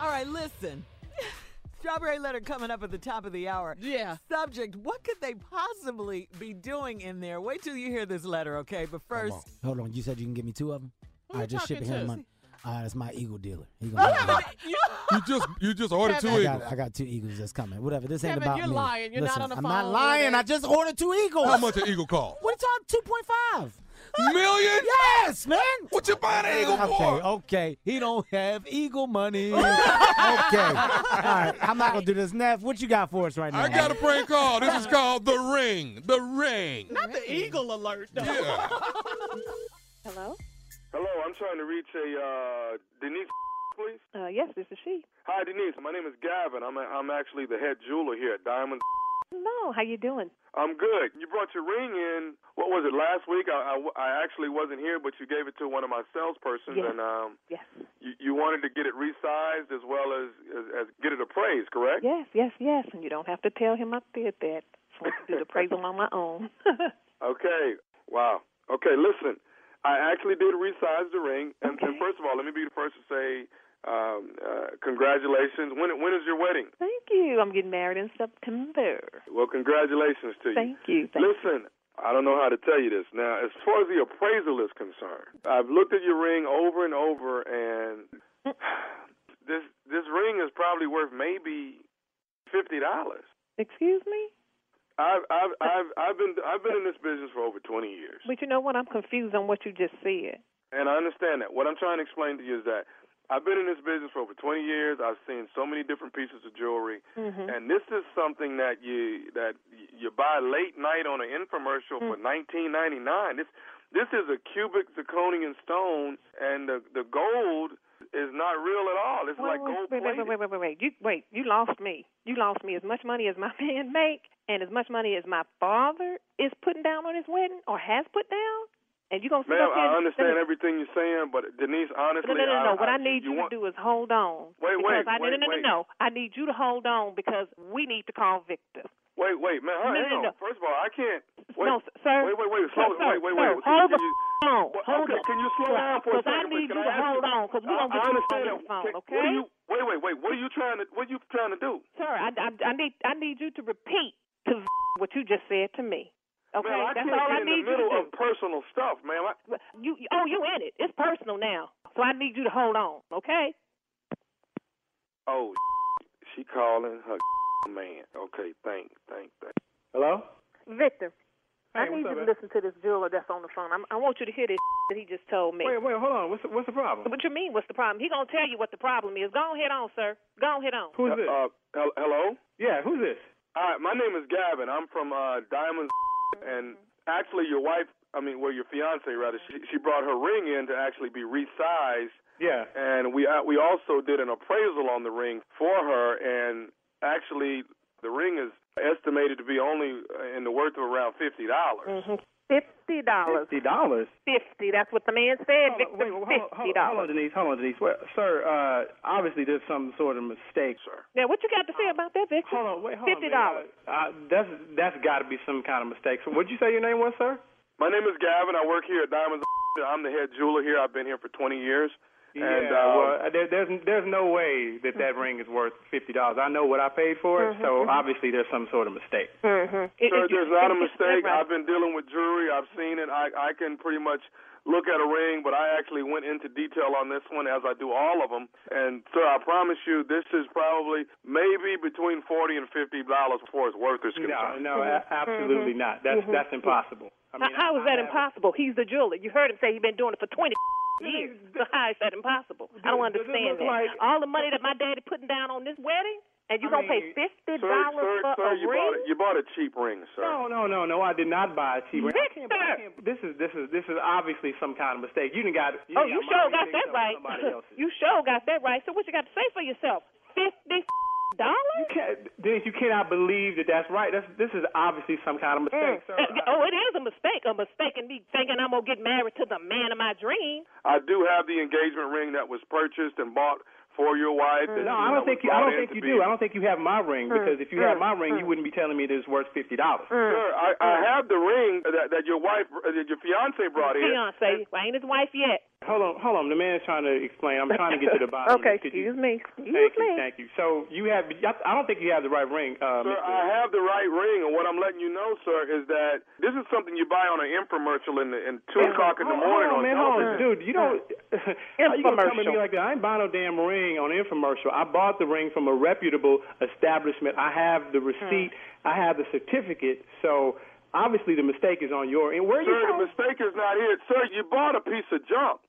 [SPEAKER 5] All right, listen. Strawberry letter coming up at the top of the hour. Yeah. Subject: What could they possibly be doing in there? Wait till you hear this letter, okay? But first,
[SPEAKER 8] Hold on, you said you can give me two of them. All right, just ship it
[SPEAKER 5] talking
[SPEAKER 8] here.
[SPEAKER 5] to?
[SPEAKER 8] Money. All right, that's my eagle dealer. He gonna
[SPEAKER 7] Oh,
[SPEAKER 8] have it.
[SPEAKER 3] you just you just ordered two
[SPEAKER 8] I got,
[SPEAKER 3] eagles.
[SPEAKER 8] I got two eagles that's coming. Whatever. This ain't
[SPEAKER 7] Kevin,
[SPEAKER 8] about
[SPEAKER 7] you're
[SPEAKER 8] me.
[SPEAKER 7] lying. You're not
[SPEAKER 8] Listen,
[SPEAKER 7] on the
[SPEAKER 8] I'm
[SPEAKER 7] phone
[SPEAKER 8] not
[SPEAKER 7] with
[SPEAKER 8] lying.
[SPEAKER 7] it.
[SPEAKER 8] I just ordered two eagles.
[SPEAKER 3] How much an eagle cost?
[SPEAKER 8] What are you talking? Two point five.
[SPEAKER 3] million?
[SPEAKER 8] Yes, man.
[SPEAKER 3] What you buying an eagle
[SPEAKER 8] okay,
[SPEAKER 3] for?
[SPEAKER 8] Okay, he don't have eagle money. okay, all right. I'm not gonna do this, Neff. What you got for us right now?
[SPEAKER 3] I got a prank call. oh, This is called The Ring. The Ring.
[SPEAKER 7] Not the eagle alert, though.
[SPEAKER 19] Hello?
[SPEAKER 20] Hello, I'm trying to reach a uh, Denise, please.
[SPEAKER 19] Uh, yes, this is she.
[SPEAKER 20] Hi, Denise. My name is Gavin. I'm a, I'm actually the head jeweler here at Diamond.
[SPEAKER 19] No, how you doing?
[SPEAKER 20] I'm good. You brought your ring in. What was it last week? I, I, I actually wasn't here, but you gave it to one of my salespersons,
[SPEAKER 19] Yes.
[SPEAKER 20] and um,
[SPEAKER 19] Yes.
[SPEAKER 20] you, you wanted to get it resized as well as, as as get it appraised, correct?
[SPEAKER 19] Yes, yes, yes. And you don't have to tell him I did that. So I can do the appraisal on my own.
[SPEAKER 20] Okay. Wow. Okay, listen. I actually did resize the ring. And, and first of all, let me be the first to say um, uh, congratulations. When when is your wedding?
[SPEAKER 19] Thank you. I'm getting married in September.
[SPEAKER 20] Well, congratulations to you.
[SPEAKER 19] Thank you. Thank
[SPEAKER 20] Listen, I don't know how to tell you this. Now, as far as the appraisal is concerned, I've looked at your ring over and over, and this this ring is probably worth maybe fifty dollars.
[SPEAKER 19] Excuse me?
[SPEAKER 20] I've I've I've I've been I've been in this business for over twenty years,
[SPEAKER 19] But you know what? I'm confused on what you just said.
[SPEAKER 20] and I understand that. What I'm trying to explain to you is that I've been in this business for over twenty years. I've seen so many different pieces of jewelry,
[SPEAKER 19] Mm-hmm.
[SPEAKER 20] and this is something that you that you buy late night on an infomercial for
[SPEAKER 19] Mm-hmm.
[SPEAKER 20] 19.99. This this is a cubic zirconian stone, and the the gold is not real at all. It's like gold
[SPEAKER 19] wait, wait,
[SPEAKER 20] plated.
[SPEAKER 19] wait, wait, wait, wait, wait. You wait, you lost me. You lost me as much money as my man make and as much money as my father is putting down on his wedding or has put down. And you gonna sit
[SPEAKER 20] Ma'am,
[SPEAKER 19] up
[SPEAKER 20] I
[SPEAKER 19] here and-
[SPEAKER 20] understand everything you're saying, but Denise, honestly,
[SPEAKER 19] No, no, no, no.
[SPEAKER 20] I,
[SPEAKER 19] What I need you,
[SPEAKER 20] you want,
[SPEAKER 19] to do is hold on.
[SPEAKER 20] Wait, wait,
[SPEAKER 19] because I,
[SPEAKER 20] wait,
[SPEAKER 19] no, no, no,
[SPEAKER 20] wait.
[SPEAKER 19] no, no. I need you to hold on because we need to call Victor.
[SPEAKER 20] Wait, wait, man,
[SPEAKER 19] No,
[SPEAKER 20] hang
[SPEAKER 19] no,
[SPEAKER 20] on.
[SPEAKER 19] no.
[SPEAKER 20] First of all, I can't. Wait,
[SPEAKER 19] no, s- sir.
[SPEAKER 20] Wait, wait, wait.
[SPEAKER 19] Sir,
[SPEAKER 20] Slow,
[SPEAKER 19] sir,
[SPEAKER 20] wait, wait,
[SPEAKER 19] sir,
[SPEAKER 20] wait. Can-
[SPEAKER 19] Hold
[SPEAKER 20] can you-
[SPEAKER 19] the phone.
[SPEAKER 20] Well,
[SPEAKER 19] Hold
[SPEAKER 20] okay,
[SPEAKER 19] the
[SPEAKER 20] can you slow down for a
[SPEAKER 19] Because I
[SPEAKER 20] second, please?
[SPEAKER 19] need
[SPEAKER 20] Can I
[SPEAKER 19] you to
[SPEAKER 20] ask
[SPEAKER 19] hold
[SPEAKER 20] you-
[SPEAKER 19] on because
[SPEAKER 20] I-
[SPEAKER 19] we're going
[SPEAKER 20] I
[SPEAKER 19] to get you
[SPEAKER 20] understand
[SPEAKER 19] on the
[SPEAKER 20] that.
[SPEAKER 19] phone,
[SPEAKER 20] Can- What
[SPEAKER 19] okay?
[SPEAKER 20] are you, wait, wait, wait. What are you trying to? What are you trying to do?
[SPEAKER 19] Sir, I, I, I need I need you to repeat to what you just said to me. Okay?
[SPEAKER 20] Ma'am, I
[SPEAKER 19] That's
[SPEAKER 20] can't
[SPEAKER 19] all
[SPEAKER 20] get in
[SPEAKER 19] I need
[SPEAKER 20] the middle
[SPEAKER 19] you to
[SPEAKER 20] of personal stuff, ma'am. I,
[SPEAKER 19] do. You, you- oh, you in it. It's personal now. So I need you to hold on, okay?
[SPEAKER 20] oh, she calling her man. Okay, thank, thank, thank.
[SPEAKER 21] Hello?
[SPEAKER 19] Victor,
[SPEAKER 21] Hey,
[SPEAKER 19] I need
[SPEAKER 21] what's up,
[SPEAKER 19] you to
[SPEAKER 21] man?
[SPEAKER 19] listen to this jeweler that's on the phone. I'm, I want you to hear this that he just told me.
[SPEAKER 21] Wait, wait, hold on. What's the, what's the problem?
[SPEAKER 19] What you mean? What's the problem? He gonna tell you what the problem is. Go ahead on, sir. Go ahead on.
[SPEAKER 21] Who's this?
[SPEAKER 20] Uh, hel- hello.
[SPEAKER 21] Yeah, who's this?
[SPEAKER 20] All right, my name is Gavin. I'm from uh, Diamonds, and actually, your wife, I mean, well, your fiance rather, she, she brought her ring in to actually be resized,
[SPEAKER 21] Yeah.
[SPEAKER 20] and we uh, we also did an appraisal on the ring for her, and actually, the ring is estimated to be only uh, in the worth of around fifty dollars.
[SPEAKER 19] Mhm. Fifty dollars.
[SPEAKER 21] Fifty dollars.
[SPEAKER 19] Fifty. That's what the man
[SPEAKER 21] Hold
[SPEAKER 19] said.
[SPEAKER 21] on,
[SPEAKER 19] Victor,
[SPEAKER 21] wait, wait, hold on, hold
[SPEAKER 19] fifty
[SPEAKER 21] on, hold on,
[SPEAKER 19] dollars.
[SPEAKER 21] Denise. Hold on, Denise. Well, sir, uh, obviously there's some sort of mistake, sir.
[SPEAKER 19] Now, what you got to say about that, Victor?
[SPEAKER 21] Uh, Hold on, wait, hold on.
[SPEAKER 19] Fifty dollars.
[SPEAKER 21] Uh, that's that's got to be some kind of mistake. So, what'd you say your name was, sir?
[SPEAKER 20] My name is Gavin. I work here at Diamonds. I'm the head jeweler here. I've been here for 20 years. And,
[SPEAKER 21] yeah,
[SPEAKER 20] uh,
[SPEAKER 21] well, there, there's there's no way that
[SPEAKER 19] Mm-hmm.
[SPEAKER 21] that ring is worth fifty dollars. I know what I paid for it,
[SPEAKER 19] Mhm,
[SPEAKER 21] so
[SPEAKER 20] mhm.
[SPEAKER 21] obviously there's some sort of mistake.
[SPEAKER 19] Mm-hmm.
[SPEAKER 20] Sir, there's not a mistake. I've been dealing with jewelry. I've seen it. I I can pretty much look at a ring, but I actually went into detail on this one as I do all of them. And sir, I promise you, this is probably maybe between forty and fifty dollars before it's worth is
[SPEAKER 21] No,
[SPEAKER 20] concerned.
[SPEAKER 21] no, a- absolutely not. That's
[SPEAKER 19] Mhm.
[SPEAKER 21] that's impossible. I mean,
[SPEAKER 19] how is that impossible? He's the jeweler. You heard him say he's been doing it for twenty years. So how is that impossible? I don't
[SPEAKER 21] Does- does it
[SPEAKER 19] understand
[SPEAKER 21] look
[SPEAKER 19] that.
[SPEAKER 21] like-
[SPEAKER 19] All the money that my daddy putting down on this wedding, and you
[SPEAKER 21] I
[SPEAKER 19] gonna
[SPEAKER 21] mean,
[SPEAKER 19] pay fifty
[SPEAKER 20] Sir, sir,
[SPEAKER 19] dollars for
[SPEAKER 20] sir,
[SPEAKER 19] a
[SPEAKER 20] you bought
[SPEAKER 19] ring?
[SPEAKER 20] a, you bought a cheap ring, sir.
[SPEAKER 21] No, no, no, no. I did not buy a cheap ring. I can't- I
[SPEAKER 19] Victor!
[SPEAKER 21] can't- This is this is this is obviously some kind of mistake. You done got. You
[SPEAKER 19] Oh,
[SPEAKER 21] done
[SPEAKER 19] you
[SPEAKER 21] got
[SPEAKER 19] sure
[SPEAKER 21] mine
[SPEAKER 19] got
[SPEAKER 21] mixed
[SPEAKER 19] that
[SPEAKER 21] up with
[SPEAKER 19] right.
[SPEAKER 21] somebody else's.
[SPEAKER 19] You sure got that right. So what you got to say for yourself? Fifty dollars?
[SPEAKER 21] You can't, Dennis. You cannot believe that that's right. That's this is obviously some kind of mistake, sir. I-
[SPEAKER 19] Oh, it is a mistake. A mistake in me thinking I'm gonna get married to the man of my dream.
[SPEAKER 20] I do have the engagement ring that was purchased and bought for your wife. that,
[SPEAKER 21] no,
[SPEAKER 20] you
[SPEAKER 21] I
[SPEAKER 20] know,
[SPEAKER 21] don't think
[SPEAKER 20] was
[SPEAKER 21] you. I
[SPEAKER 20] brought
[SPEAKER 21] don't
[SPEAKER 20] in
[SPEAKER 21] think
[SPEAKER 20] to
[SPEAKER 21] you
[SPEAKER 20] be-
[SPEAKER 21] do. I don't think you have my ring because if you had
[SPEAKER 20] Mm,
[SPEAKER 21] my ring, you wouldn't be telling me that it's worth fifty dollars. Mm.
[SPEAKER 20] Sir, I, I have the ring that, that your wife, uh, that your fiance brought in.
[SPEAKER 19] Fiance, I ain't his wife yet.
[SPEAKER 21] Hold on, hold on. The man's trying to explain. I'm trying to get to the bottom.
[SPEAKER 19] okay,
[SPEAKER 21] of this. Could you-
[SPEAKER 19] excuse me. Excuse
[SPEAKER 21] Thank
[SPEAKER 19] me.
[SPEAKER 21] you, thank you. So you have. I don't think you have the right ring. Uh,
[SPEAKER 20] Sir,
[SPEAKER 21] Mr.
[SPEAKER 20] I have the right ring, and what I'm letting you know, sir, is that this is something you buy on an infomercial in, the, in two o'clock in the
[SPEAKER 21] Hold-
[SPEAKER 20] morning
[SPEAKER 21] hold on, man, hold on,
[SPEAKER 20] television.
[SPEAKER 21] dude. You don't. How you gonna come at me
[SPEAKER 20] Infomercial.
[SPEAKER 21] like that? I ain't buying no damn ring on infomercial. I bought the ring from a
[SPEAKER 20] Hmm.
[SPEAKER 21] reputable establishment. I have the receipt. I have the certificate. So Obviously, the mistake is on your end. Where are you
[SPEAKER 20] Sir, the
[SPEAKER 21] from?
[SPEAKER 20] mistake is not here. Sir, you bought a piece of junk.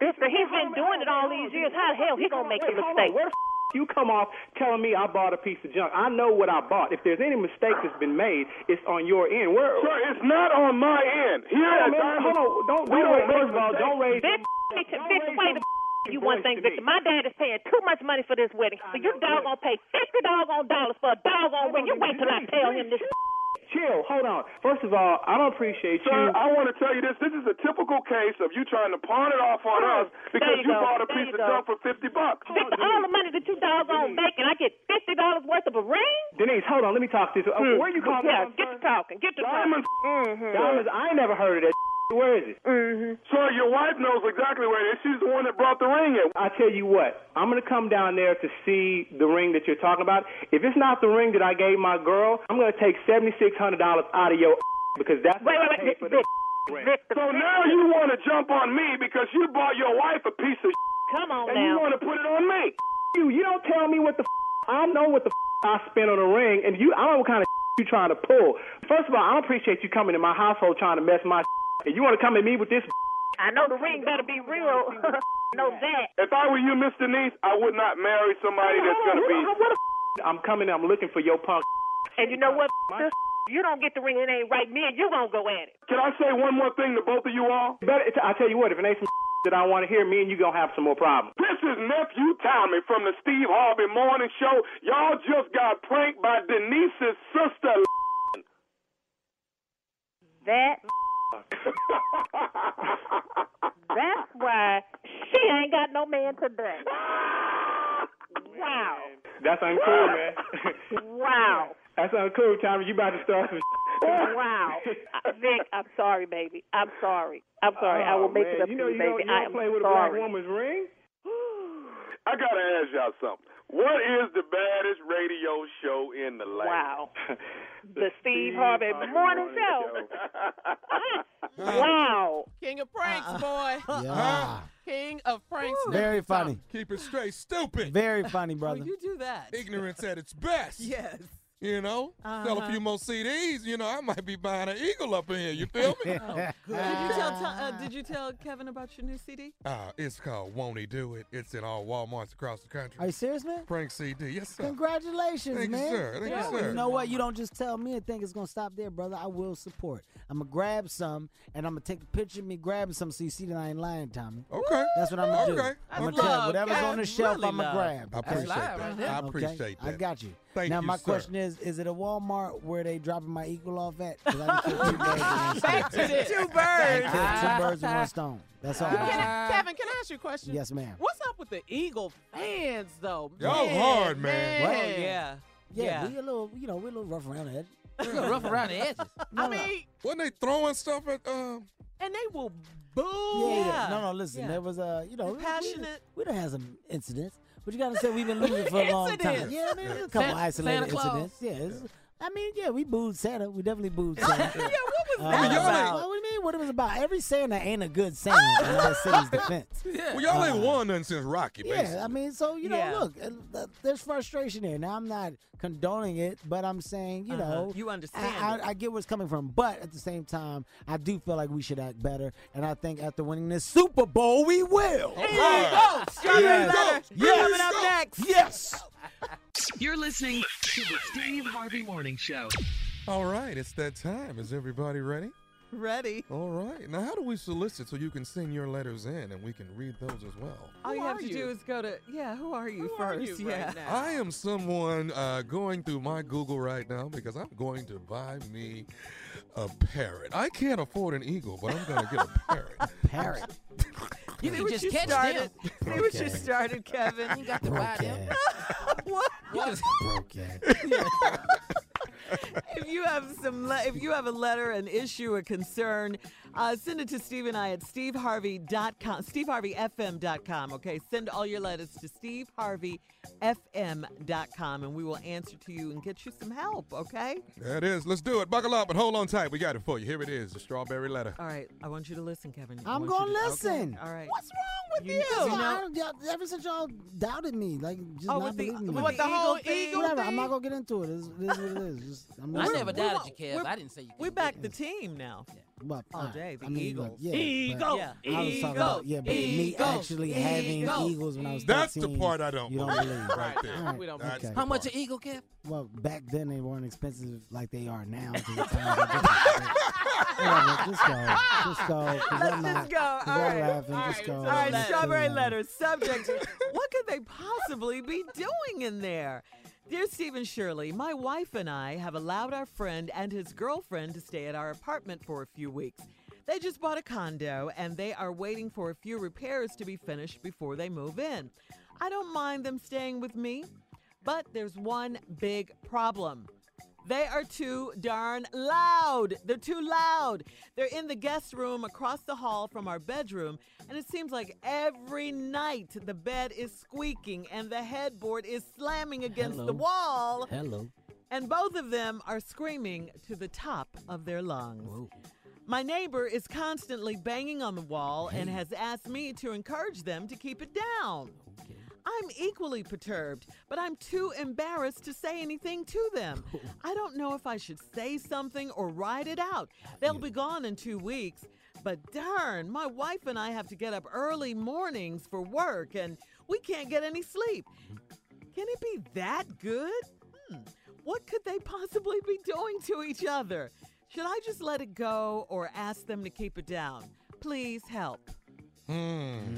[SPEAKER 21] Mister, he's been doing it all these years. How the hell he gonna make a mistake? Where the f- you come off telling me I bought a piece of junk? I know what I bought. If there's any mistake that's been made, it's on your end. Where?
[SPEAKER 20] Sir, it's not on my end. Here
[SPEAKER 21] Hold on,
[SPEAKER 20] at
[SPEAKER 21] man.
[SPEAKER 20] Diamond-
[SPEAKER 21] hold on. Don't.
[SPEAKER 20] We
[SPEAKER 21] don't
[SPEAKER 20] don't
[SPEAKER 21] raise- first of all,
[SPEAKER 20] make
[SPEAKER 21] don't raise.
[SPEAKER 20] mistakes.
[SPEAKER 21] Victor,
[SPEAKER 19] Victor, wait a
[SPEAKER 21] f-
[SPEAKER 19] you one thing, Victor. My dad is paying too much money for this wedding, so your dog gonna pay fifty doggone dollars for a doggone ring. You wait till I tell him this.
[SPEAKER 21] Chill. Hold on. First of all, I don't appreciate
[SPEAKER 20] Sir,
[SPEAKER 21] you.
[SPEAKER 20] I want to tell you this. This is a typical case of you trying to pawn it off on us because
[SPEAKER 19] There you
[SPEAKER 20] you
[SPEAKER 19] go.
[SPEAKER 20] bought a
[SPEAKER 19] There
[SPEAKER 20] piece
[SPEAKER 19] you
[SPEAKER 20] of
[SPEAKER 19] go.
[SPEAKER 20] junk for 50 bucks.
[SPEAKER 19] Victor, all the money that you doggone making, I get fifty dollars worth of a ring.
[SPEAKER 21] Denise, hold on. Let me talk to you. Uh,
[SPEAKER 19] Hmm.
[SPEAKER 21] Where you calling
[SPEAKER 19] Yeah,
[SPEAKER 21] from?
[SPEAKER 19] get to talking. Get to
[SPEAKER 20] Diamond.
[SPEAKER 19] talking. Mhm.
[SPEAKER 21] Diamonds. I ain't never heard of that. Where is it?
[SPEAKER 19] Mm-hmm.
[SPEAKER 20] Sir, your wife knows exactly where it is. She's the one that brought the ring in.
[SPEAKER 21] I tell you what, I'm gonna come down there to see the ring that you're talking about. If it's not the ring that I gave my girl, I'm gonna take seventy six hundred dollars out of your because that's
[SPEAKER 19] Wait,
[SPEAKER 21] what
[SPEAKER 19] wait,
[SPEAKER 21] I
[SPEAKER 19] wait,
[SPEAKER 21] paid for
[SPEAKER 19] Vic,
[SPEAKER 21] the ring.
[SPEAKER 20] So now you want to jump on me because you bought your wife a piece of
[SPEAKER 19] Come on
[SPEAKER 20] and
[SPEAKER 19] now.
[SPEAKER 20] you want to put it on me.
[SPEAKER 21] you you don't tell me what the f- I know what the f- I spent on a ring, and you I don't know what kind of you trying to pull. First of all, I don't appreciate you coming to my household trying to mess my and you want to come at me with this.
[SPEAKER 19] I know the ring better be real. know that.
[SPEAKER 20] If I were you, Miss Denise, I would not marry somebody that's going to be.
[SPEAKER 21] I'm coming. I'm looking for your punk.
[SPEAKER 19] And you know what? This, you don't get the ring, it ain't right. Me and you gonna go at it.
[SPEAKER 20] Can I say one more thing to both of you all?
[SPEAKER 21] But it- I tell you what, if it ain't some that I want to hear, me and you gonna have some more problems.
[SPEAKER 20] This is nephew Tommy from the Steve Harvey Morning Show. Y'all just got pranked by Denise's sister.
[SPEAKER 19] That. That's why she ain't got no man today. Wow.
[SPEAKER 21] That's uncool, man.
[SPEAKER 19] Wow.
[SPEAKER 21] That's uncool, Tommy. You about to start some.
[SPEAKER 19] Wow. Uh, Vic, I'm sorry, baby. I'm sorry. I'm sorry. I will
[SPEAKER 21] Oh,
[SPEAKER 19] make
[SPEAKER 21] man.
[SPEAKER 19] it up
[SPEAKER 21] You
[SPEAKER 19] to
[SPEAKER 21] know
[SPEAKER 19] you,
[SPEAKER 21] you don't-
[SPEAKER 19] baby.
[SPEAKER 21] you don't
[SPEAKER 19] I am
[SPEAKER 21] play with a black
[SPEAKER 19] sorry.
[SPEAKER 21] woman's ring.
[SPEAKER 20] I got to ask y'all something. What is the baddest radio show in the land?
[SPEAKER 19] Wow. The Steve Harvey Morning Show. Wow.
[SPEAKER 7] King of pranks, boy.
[SPEAKER 8] Yeah.
[SPEAKER 7] King of pranks.
[SPEAKER 8] Very funny.
[SPEAKER 3] Keep it straight, stupid.
[SPEAKER 8] Very funny, brother.
[SPEAKER 7] You do that.
[SPEAKER 3] Ignorance at its best.
[SPEAKER 7] Yes.
[SPEAKER 3] You know, sell a
[SPEAKER 7] Uh-huh.
[SPEAKER 3] few more CDs. You know, I might be buying an eagle up in here. You feel me?
[SPEAKER 8] Oh,
[SPEAKER 5] did you tell Tom- uh, Did you tell Kevin about your new CD?
[SPEAKER 3] Uh, it's called Won't He Do It. It's in all Walmarts across the country.
[SPEAKER 8] Are you serious, man?
[SPEAKER 3] Prank CD. Yes, sir.
[SPEAKER 8] Congratulations,
[SPEAKER 3] Thank you,
[SPEAKER 8] man.
[SPEAKER 3] sir. Thank you,
[SPEAKER 8] you,
[SPEAKER 3] sir.
[SPEAKER 8] know what? You don't just tell me and think it's going to stop there, brother. I will support. I'm going to grab some and I'm going to take a picture of me grabbing some so you see that I ain't lying, Tommy.
[SPEAKER 3] Okay.
[SPEAKER 8] That's what I'm going to do.
[SPEAKER 3] Okay.
[SPEAKER 8] I'm going to
[SPEAKER 3] That's
[SPEAKER 8] grab
[SPEAKER 3] love,
[SPEAKER 8] whatever's
[SPEAKER 3] guys.
[SPEAKER 8] on the shelf,
[SPEAKER 3] Really
[SPEAKER 8] I'm going to
[SPEAKER 3] love.
[SPEAKER 8] grove.
[SPEAKER 3] I appreciate That's love that. right I there. appreciate
[SPEAKER 8] I
[SPEAKER 3] that.
[SPEAKER 8] got you.
[SPEAKER 3] Thank
[SPEAKER 8] now,
[SPEAKER 3] you,
[SPEAKER 8] my
[SPEAKER 3] sir.
[SPEAKER 8] question is Is it a Walmart where they dropping my eagle off at? 'Cause I can kill two birds with one stone.
[SPEAKER 7] Back to this. Two
[SPEAKER 8] I can
[SPEAKER 7] birds.
[SPEAKER 8] kill two birds with one stone. That's all.
[SPEAKER 7] Can I- Kevin, can I ask you a question?
[SPEAKER 8] Uh, Yes, ma'am.
[SPEAKER 7] What's up with the Eagle fans, though?
[SPEAKER 8] Y'all hard, man.
[SPEAKER 7] man.
[SPEAKER 13] Oh,
[SPEAKER 8] Well, yeah. Yeah,
[SPEAKER 7] Yeah.
[SPEAKER 8] we a little, you know, we a little rough around the edges.
[SPEAKER 7] rough around the edges. I
[SPEAKER 8] No, no.
[SPEAKER 7] mean,
[SPEAKER 3] Wasn't they throwing stuff at? Um,
[SPEAKER 7] and they will boo.
[SPEAKER 8] Yeah, yeah. No, no, listen, there was a, you know,
[SPEAKER 7] They're passionate.
[SPEAKER 8] We, we done had some incidents, but you gotta say we've been losing for a long time.
[SPEAKER 7] Incidents.
[SPEAKER 8] Yeah, I mean,
[SPEAKER 7] Yeah.
[SPEAKER 8] a couple
[SPEAKER 7] Santa-
[SPEAKER 8] isolated
[SPEAKER 7] Santa Claus.
[SPEAKER 8] incidents. Yeah, it's- I mean, yeah, we booed Santa. We definitely booed Santa. yeah, what was
[SPEAKER 3] that about?
[SPEAKER 8] What do you mean? What it was about? Every Santa ain't a good Santa in that city's defense. Uh,
[SPEAKER 3] Well, y'all ain't won nothing since Rocky, basically.
[SPEAKER 8] Yeah, I mean, so you know,
[SPEAKER 3] Yeah.
[SPEAKER 8] look, uh, th- there's frustration there. Now I'm not condoning it, but I'm saying, you
[SPEAKER 5] Uh-huh.
[SPEAKER 8] know,
[SPEAKER 5] You
[SPEAKER 8] I-
[SPEAKER 5] understand
[SPEAKER 8] I,
[SPEAKER 5] it.
[SPEAKER 8] I, get where it's coming from, but at the same time, I do feel like we should act better, and I think after winning this Super Bowl, we will.
[SPEAKER 2] Here
[SPEAKER 8] we go. Yes. Yes.
[SPEAKER 2] Coming up
[SPEAKER 7] next.
[SPEAKER 2] Yes. You're listening to the Steve Harvey Morning Show.
[SPEAKER 3] All right, it's that time. Is everybody ready?
[SPEAKER 7] Ready.
[SPEAKER 3] All right. Now, how do we solicit so you can send your letters in and we can read those as well?
[SPEAKER 5] All you
[SPEAKER 7] Who
[SPEAKER 5] have
[SPEAKER 7] are
[SPEAKER 5] to
[SPEAKER 7] you?
[SPEAKER 5] do is go to yeah. Who are you
[SPEAKER 7] are
[SPEAKER 5] first?
[SPEAKER 7] you right
[SPEAKER 5] yeah.
[SPEAKER 7] now?
[SPEAKER 3] I am someone uh, going through my Google right now because I'm going to buy me a parrot. I can't afford an eagle, but I'm going to get a parrot.
[SPEAKER 8] parrot.
[SPEAKER 5] You
[SPEAKER 18] can just catch
[SPEAKER 3] them.
[SPEAKER 5] started. See what you
[SPEAKER 3] Okay.
[SPEAKER 5] started, Kevin. you got to buy them.
[SPEAKER 8] Oh,
[SPEAKER 5] what? if you have some, le- if you have a letter, an issue, a concern, Uh, send it to Steve and I at steveharvey.com, steveharveyfm.com, okay? Send all your letters to steveharveyfm.com, and we will answer to you and get you some help, okay?
[SPEAKER 22] There it is. Let's do it. Buckle up and hold on tight. We got it for you. Here it is the strawberry letter.
[SPEAKER 5] All right, I want you to listen, Kevin. I
[SPEAKER 8] I'm
[SPEAKER 5] want
[SPEAKER 8] gonna
[SPEAKER 5] you to- okay,
[SPEAKER 8] listen.
[SPEAKER 5] All right.
[SPEAKER 8] What's wrong with
[SPEAKER 5] You-
[SPEAKER 8] you?
[SPEAKER 5] you know-
[SPEAKER 8] I don't- y'all- ever since y'all doubted me, like just
[SPEAKER 5] Oh,
[SPEAKER 8] not
[SPEAKER 5] with the-
[SPEAKER 8] believing me.
[SPEAKER 5] with the whole Eagle thing? eagle
[SPEAKER 8] Whatever.
[SPEAKER 5] thing?
[SPEAKER 8] I'm not gonna get into it. It is, it is what it is. Just, I'm
[SPEAKER 5] I
[SPEAKER 8] listening.
[SPEAKER 5] never doubted you,
[SPEAKER 18] Kev. I didn't say you
[SPEAKER 5] We back the team now.
[SPEAKER 8] But,
[SPEAKER 5] All
[SPEAKER 8] uh,
[SPEAKER 5] day, the
[SPEAKER 8] I mean,
[SPEAKER 5] Eagles.
[SPEAKER 8] But, yeah,
[SPEAKER 5] Eagle,
[SPEAKER 8] But I was talking about yeah, but me
[SPEAKER 5] eagle,
[SPEAKER 8] actually having
[SPEAKER 5] eagle.
[SPEAKER 8] Eagles when I was
[SPEAKER 22] That's the
[SPEAKER 8] 13,
[SPEAKER 22] part I don't
[SPEAKER 8] You don't
[SPEAKER 22] believe.
[SPEAKER 8] believe
[SPEAKER 22] Right there.
[SPEAKER 8] All right.
[SPEAKER 22] We don't believe.
[SPEAKER 8] Okay.
[SPEAKER 18] How much an eagle, Kev?
[SPEAKER 8] Well, back then they weren't expensive like they are now. 'cause the times are different. Whatever, just go, just go. 'cause
[SPEAKER 5] Let's
[SPEAKER 8] I'm
[SPEAKER 5] just
[SPEAKER 8] not-
[SPEAKER 5] go. All
[SPEAKER 8] 'cause I'm
[SPEAKER 5] right.
[SPEAKER 8] laughing,
[SPEAKER 5] All
[SPEAKER 8] just
[SPEAKER 5] right.
[SPEAKER 8] go.
[SPEAKER 5] All right.
[SPEAKER 8] Just
[SPEAKER 5] Strawberry
[SPEAKER 8] go.
[SPEAKER 5] letter. Subject. what could they possibly be doing in there? Dear Stephen Shirley, my wife and I have allowed our friend and his girlfriend to stay at our apartment for a few weeks. They just bought a condo and they are waiting for a few repairs to be finished before they move in. I don't mind them staying with me, but there's one big problem. They are too darn loud. They're too loud. They're in the guest room across the hall from our bedroom, and it seems like every night the bed is squeaking and the headboard is slamming against
[SPEAKER 8] Hello.
[SPEAKER 5] the wall.
[SPEAKER 8] Hello.
[SPEAKER 5] And both of them are screaming to the top of their lungs. My neighbor is constantly banging on the wall and has asked me to encourage them to keep it down. I'm equally perturbed, but I'm too embarrassed to say anything to them. I don't know if I should say something or ride it out. They'll be gone in two weeks. But darn, my wife and I have to get up early mornings for work and we can't get any sleep. Can it be that good? Hmm. What could they possibly be doing to each other? Should I just let it go or ask them to keep it down? Please help.
[SPEAKER 22] Hmm.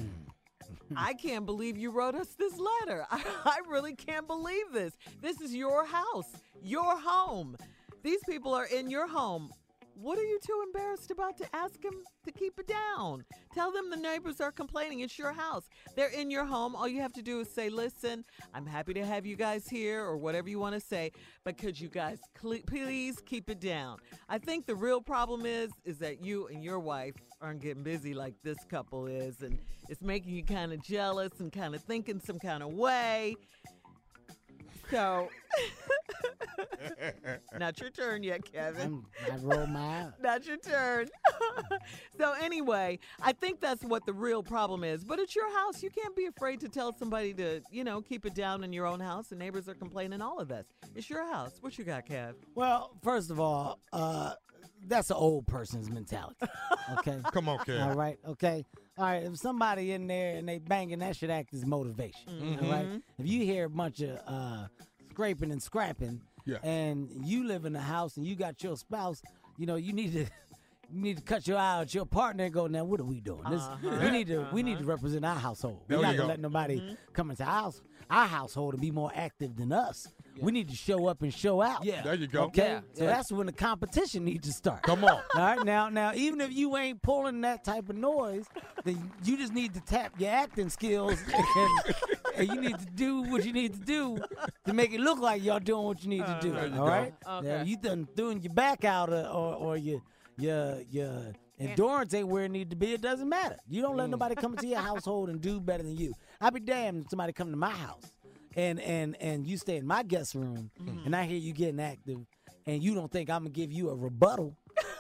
[SPEAKER 5] I can't believe you wrote us this letter. I, I really can't believe this. This is your house, your home. These people are in your home. What are you too embarrassed about to ask them to keep it down? Tell them the neighbors are complaining. It's your house. They're in your home. All you have to do is say, listen, I'm happy to have you guys here, or whatever you want to say, but could you guys cle please keep it down? I think the real problem is, is that you and your wife aren't getting busy like this couple is, and it's making you kind of jealous and kind of thinking some kind of way. So, not your turn yet, Kevin.
[SPEAKER 8] I roll my eyes.
[SPEAKER 5] Not your turn. so anyway, I think that's what the real problem is. But it's your house. You can't be afraid to tell somebody to, you know, keep it down in your own house. The neighbors are complaining. All of this. It's your house. What you got, Kev?
[SPEAKER 8] Well, first of all, uh, that's an old person's mentality. Okay.
[SPEAKER 22] Come on, Kev.
[SPEAKER 8] All right. Okay. All right. If somebody in there and they banging, that should act as motivation. All right.
[SPEAKER 22] Mhm.
[SPEAKER 8] If you hear a bunch of uh, scraping and scrapping,
[SPEAKER 22] Yeah.
[SPEAKER 8] and you live in a house and you got your spouse, you know, you need to. You need to cut your eye out your partner and go. Now, what are we doing? This,
[SPEAKER 22] Uh-huh. Mm-hmm.
[SPEAKER 8] We need to we need to represent our household.
[SPEAKER 22] There
[SPEAKER 8] We're not
[SPEAKER 22] you
[SPEAKER 8] gonna
[SPEAKER 22] go.
[SPEAKER 8] let nobody come into our, house- our household and be more active than us. We need to show up and show out.
[SPEAKER 22] Yeah. There you go.
[SPEAKER 8] Okay,
[SPEAKER 22] Yeah,
[SPEAKER 8] so
[SPEAKER 22] yeah.
[SPEAKER 8] that's when the competition needs to start.
[SPEAKER 22] Come on.
[SPEAKER 8] All right, now, now, even if you ain't pulling that type of noise, then you just need to tap your acting skills, and, and you need to do what you need to do to make it look like y'all doing what you need to do.
[SPEAKER 22] Uh, There you
[SPEAKER 8] all
[SPEAKER 22] go.
[SPEAKER 8] right, now
[SPEAKER 18] Okay.
[SPEAKER 8] you done doing your back out, or or, or your your your endurance ain't where it need to be. It doesn't matter. You don't let nobody come into your household and do better than you. I'd be damned if somebody come to my house and and and you stay in my guest room and I hear you getting active and you don't think I'm gonna give you a rebuttal.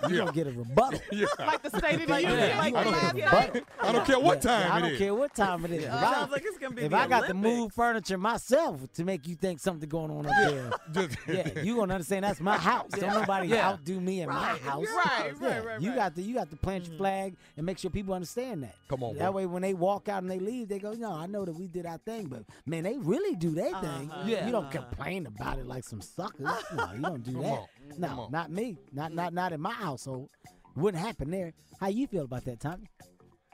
[SPEAKER 8] You
[SPEAKER 22] Yeah.
[SPEAKER 8] don't get a rebuttal.
[SPEAKER 22] Yeah.
[SPEAKER 8] Like the
[SPEAKER 5] State of the Union, like
[SPEAKER 8] I don't,
[SPEAKER 5] last
[SPEAKER 8] get a
[SPEAKER 5] night.
[SPEAKER 8] rebuttal.
[SPEAKER 22] I don't care what time
[SPEAKER 8] I
[SPEAKER 22] it
[SPEAKER 8] don't
[SPEAKER 22] is.
[SPEAKER 8] care what time it is.
[SPEAKER 5] Yeah.
[SPEAKER 8] If I-
[SPEAKER 5] Sounds like it's gonna be
[SPEAKER 8] if
[SPEAKER 5] the
[SPEAKER 8] I got to move furniture myself to make you think something going on up there, yeah, you gonna understand that's my house. Don't nobody
[SPEAKER 18] Yeah.
[SPEAKER 8] outdo me in my
[SPEAKER 18] Right.
[SPEAKER 8] house.
[SPEAKER 18] Your house.
[SPEAKER 8] Yeah.
[SPEAKER 18] Right, right,
[SPEAKER 8] You got to you got to plant your flag and make sure people understand that.
[SPEAKER 22] Come on,
[SPEAKER 8] That
[SPEAKER 22] bro.
[SPEAKER 8] way, when they walk out and they leave, they go, "No, I know that we did our thing, but man, they really do their thing.
[SPEAKER 18] Uh-huh. Yeah.
[SPEAKER 8] You don't complain about it like some suckers. no, you don't do
[SPEAKER 22] Come
[SPEAKER 8] that.
[SPEAKER 22] on.
[SPEAKER 8] No,
[SPEAKER 22] Come on.
[SPEAKER 8] not me. Not not not in my household. Wouldn't happen there. How you feel about that, Tommy?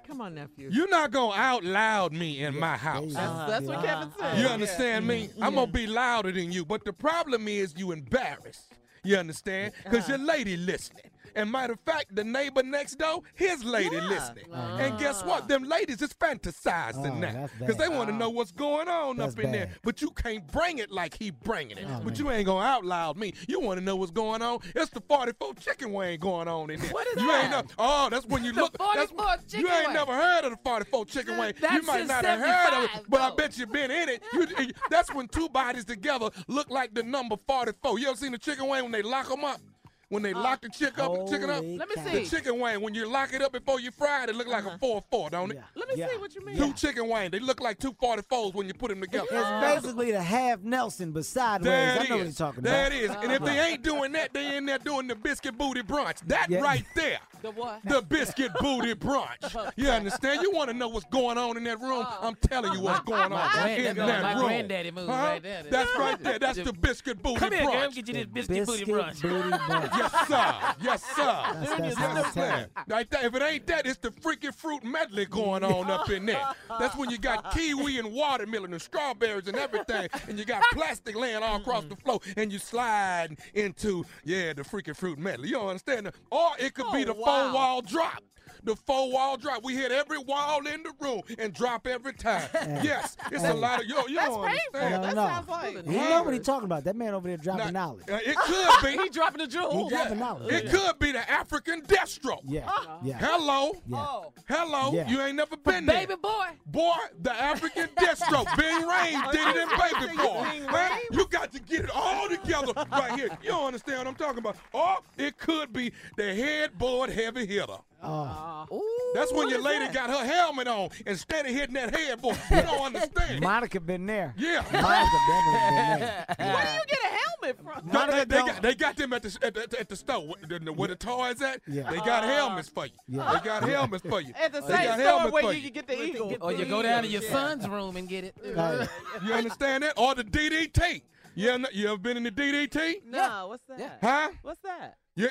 [SPEAKER 5] Come on, nephew.
[SPEAKER 22] You're not gonna out loud me in my house.
[SPEAKER 5] That's- that's what Kevin said.
[SPEAKER 22] You
[SPEAKER 5] Yeah.
[SPEAKER 22] understand me? I'm gonna be louder than you, but the problem is you embarrassed. You understand? Cause your lady listening.
[SPEAKER 3] And matter of fact, the neighbor next door, his lady listening. And guess what? Them ladies is fantasizing
[SPEAKER 7] Uh-huh.
[SPEAKER 11] Oh,
[SPEAKER 3] now
[SPEAKER 11] that's
[SPEAKER 3] because they
[SPEAKER 11] bad.
[SPEAKER 3] want to know what's going on
[SPEAKER 11] That's
[SPEAKER 3] up in there.
[SPEAKER 11] bad.
[SPEAKER 3] But you can't bring it like he bringing it. but you ain't gonna out loud me. You want to know what's going on? It's the 44 chicken wing going on in there. What is you Ain't know, oh, that's when you
[SPEAKER 7] The
[SPEAKER 3] look. that's-
[SPEAKER 7] 44
[SPEAKER 3] you
[SPEAKER 7] chicken
[SPEAKER 3] ain't
[SPEAKER 7] wing.
[SPEAKER 3] never heard of the 44 chicken wing. you
[SPEAKER 7] That's
[SPEAKER 3] might
[SPEAKER 7] just
[SPEAKER 3] not have heard of it,
[SPEAKER 7] 75,
[SPEAKER 3] but I bet you been in it. You, you- that's when two bodies together look like the number 44. You ever seen the chicken wing when they lock them up? When they lock the chick up, chicken up,
[SPEAKER 7] Let me cow.
[SPEAKER 3] the
[SPEAKER 7] see.
[SPEAKER 3] chicken wing. When you lock it up before you fry it, it look like a four four, don't it?
[SPEAKER 5] Let me see what you mean.
[SPEAKER 3] Two chicken wings. They look like two 44s when you put them together.
[SPEAKER 8] It's basically the half Nelson, but sideways.
[SPEAKER 3] There it
[SPEAKER 8] I know what
[SPEAKER 3] is.
[SPEAKER 8] you're talking
[SPEAKER 3] There
[SPEAKER 8] about.
[SPEAKER 3] it is. And if they ain't doing that, they in there doing the biscuit booty brunch. That right there.
[SPEAKER 7] The what?
[SPEAKER 3] The biscuit booty brunch. You understand? You want to know what's going on in that room? I'm telling you what's going on
[SPEAKER 7] Oh. My grand-
[SPEAKER 3] in
[SPEAKER 7] that's all
[SPEAKER 3] that
[SPEAKER 7] my
[SPEAKER 3] room.
[SPEAKER 7] granddaddy moves right there.
[SPEAKER 3] That's right there. That's the biscuit booty
[SPEAKER 7] Come
[SPEAKER 3] brunch.
[SPEAKER 7] here, girl, get you this biscuit booty Biscuit brunch. booty brunch.
[SPEAKER 3] yes, sir. Yes, sir.
[SPEAKER 7] That's- that's
[SPEAKER 3] yes, sir.
[SPEAKER 7] hospitality.
[SPEAKER 3] Like that. If it ain't that, it's the freaking fruit medley going on up in there. That's when you got kiwi and watermelon and strawberries and everything, and you got plastic laying all across the floor, and you slide into yeah the freaking fruit medley. You don't understand? that? Or it could be
[SPEAKER 11] Oh,
[SPEAKER 3] the
[SPEAKER 11] wow.
[SPEAKER 3] four wall drop. The four wall drop. We hit every wall in the room and drop every time.
[SPEAKER 8] Hey.
[SPEAKER 3] yes, it's
[SPEAKER 8] Hey.
[SPEAKER 3] a lot of yo. You
[SPEAKER 8] That's
[SPEAKER 3] don't
[SPEAKER 8] I
[SPEAKER 3] understand?
[SPEAKER 8] don't know. he know what he's talking about. That man over there dropping knowledge.
[SPEAKER 3] Uh, It could be.
[SPEAKER 7] He dropping the jewel.
[SPEAKER 8] He dropping knowledge.
[SPEAKER 3] It
[SPEAKER 8] Yeah.
[SPEAKER 3] could be the African death stroke.
[SPEAKER 8] Yeah. Yeah.
[SPEAKER 3] Hello.
[SPEAKER 8] Oh.
[SPEAKER 3] Hello.
[SPEAKER 8] Yeah.
[SPEAKER 3] You ain't never been there.
[SPEAKER 7] Baby boy.
[SPEAKER 3] Boy, the African death stroke. Bing Rames did it in Baby Boy. Man, you got to get it all together right here. You don't understand what I'm talking about. Or it could be the headboard heavy hitter.
[SPEAKER 8] Oh.
[SPEAKER 7] Uh,
[SPEAKER 3] That's when your lady got her helmet on instead of hitting that headboard. You don't understand.
[SPEAKER 8] Monica been there.
[SPEAKER 3] Yeah.
[SPEAKER 8] Monica definitely been there.
[SPEAKER 3] Where do you
[SPEAKER 5] get a helmet from?
[SPEAKER 3] No, they, they got, they got them at the, at the, at the store where the, where the toys at.
[SPEAKER 8] Yeah.
[SPEAKER 3] They got
[SPEAKER 8] Uh,
[SPEAKER 3] helmets for you.
[SPEAKER 8] yeah.
[SPEAKER 3] They got helmets for you.
[SPEAKER 5] Uh-huh. At the
[SPEAKER 3] They
[SPEAKER 5] same
[SPEAKER 3] got
[SPEAKER 5] store
[SPEAKER 3] helmets
[SPEAKER 5] where
[SPEAKER 3] for
[SPEAKER 5] you can get the eagle.
[SPEAKER 7] Or you go down to your son's room and get it.
[SPEAKER 8] Uh,
[SPEAKER 3] Right. you understand that? Or the DDT. You ever, you ever been in the DDT?
[SPEAKER 5] No, what's that?
[SPEAKER 3] Huh?
[SPEAKER 5] What's that?
[SPEAKER 3] Yeah.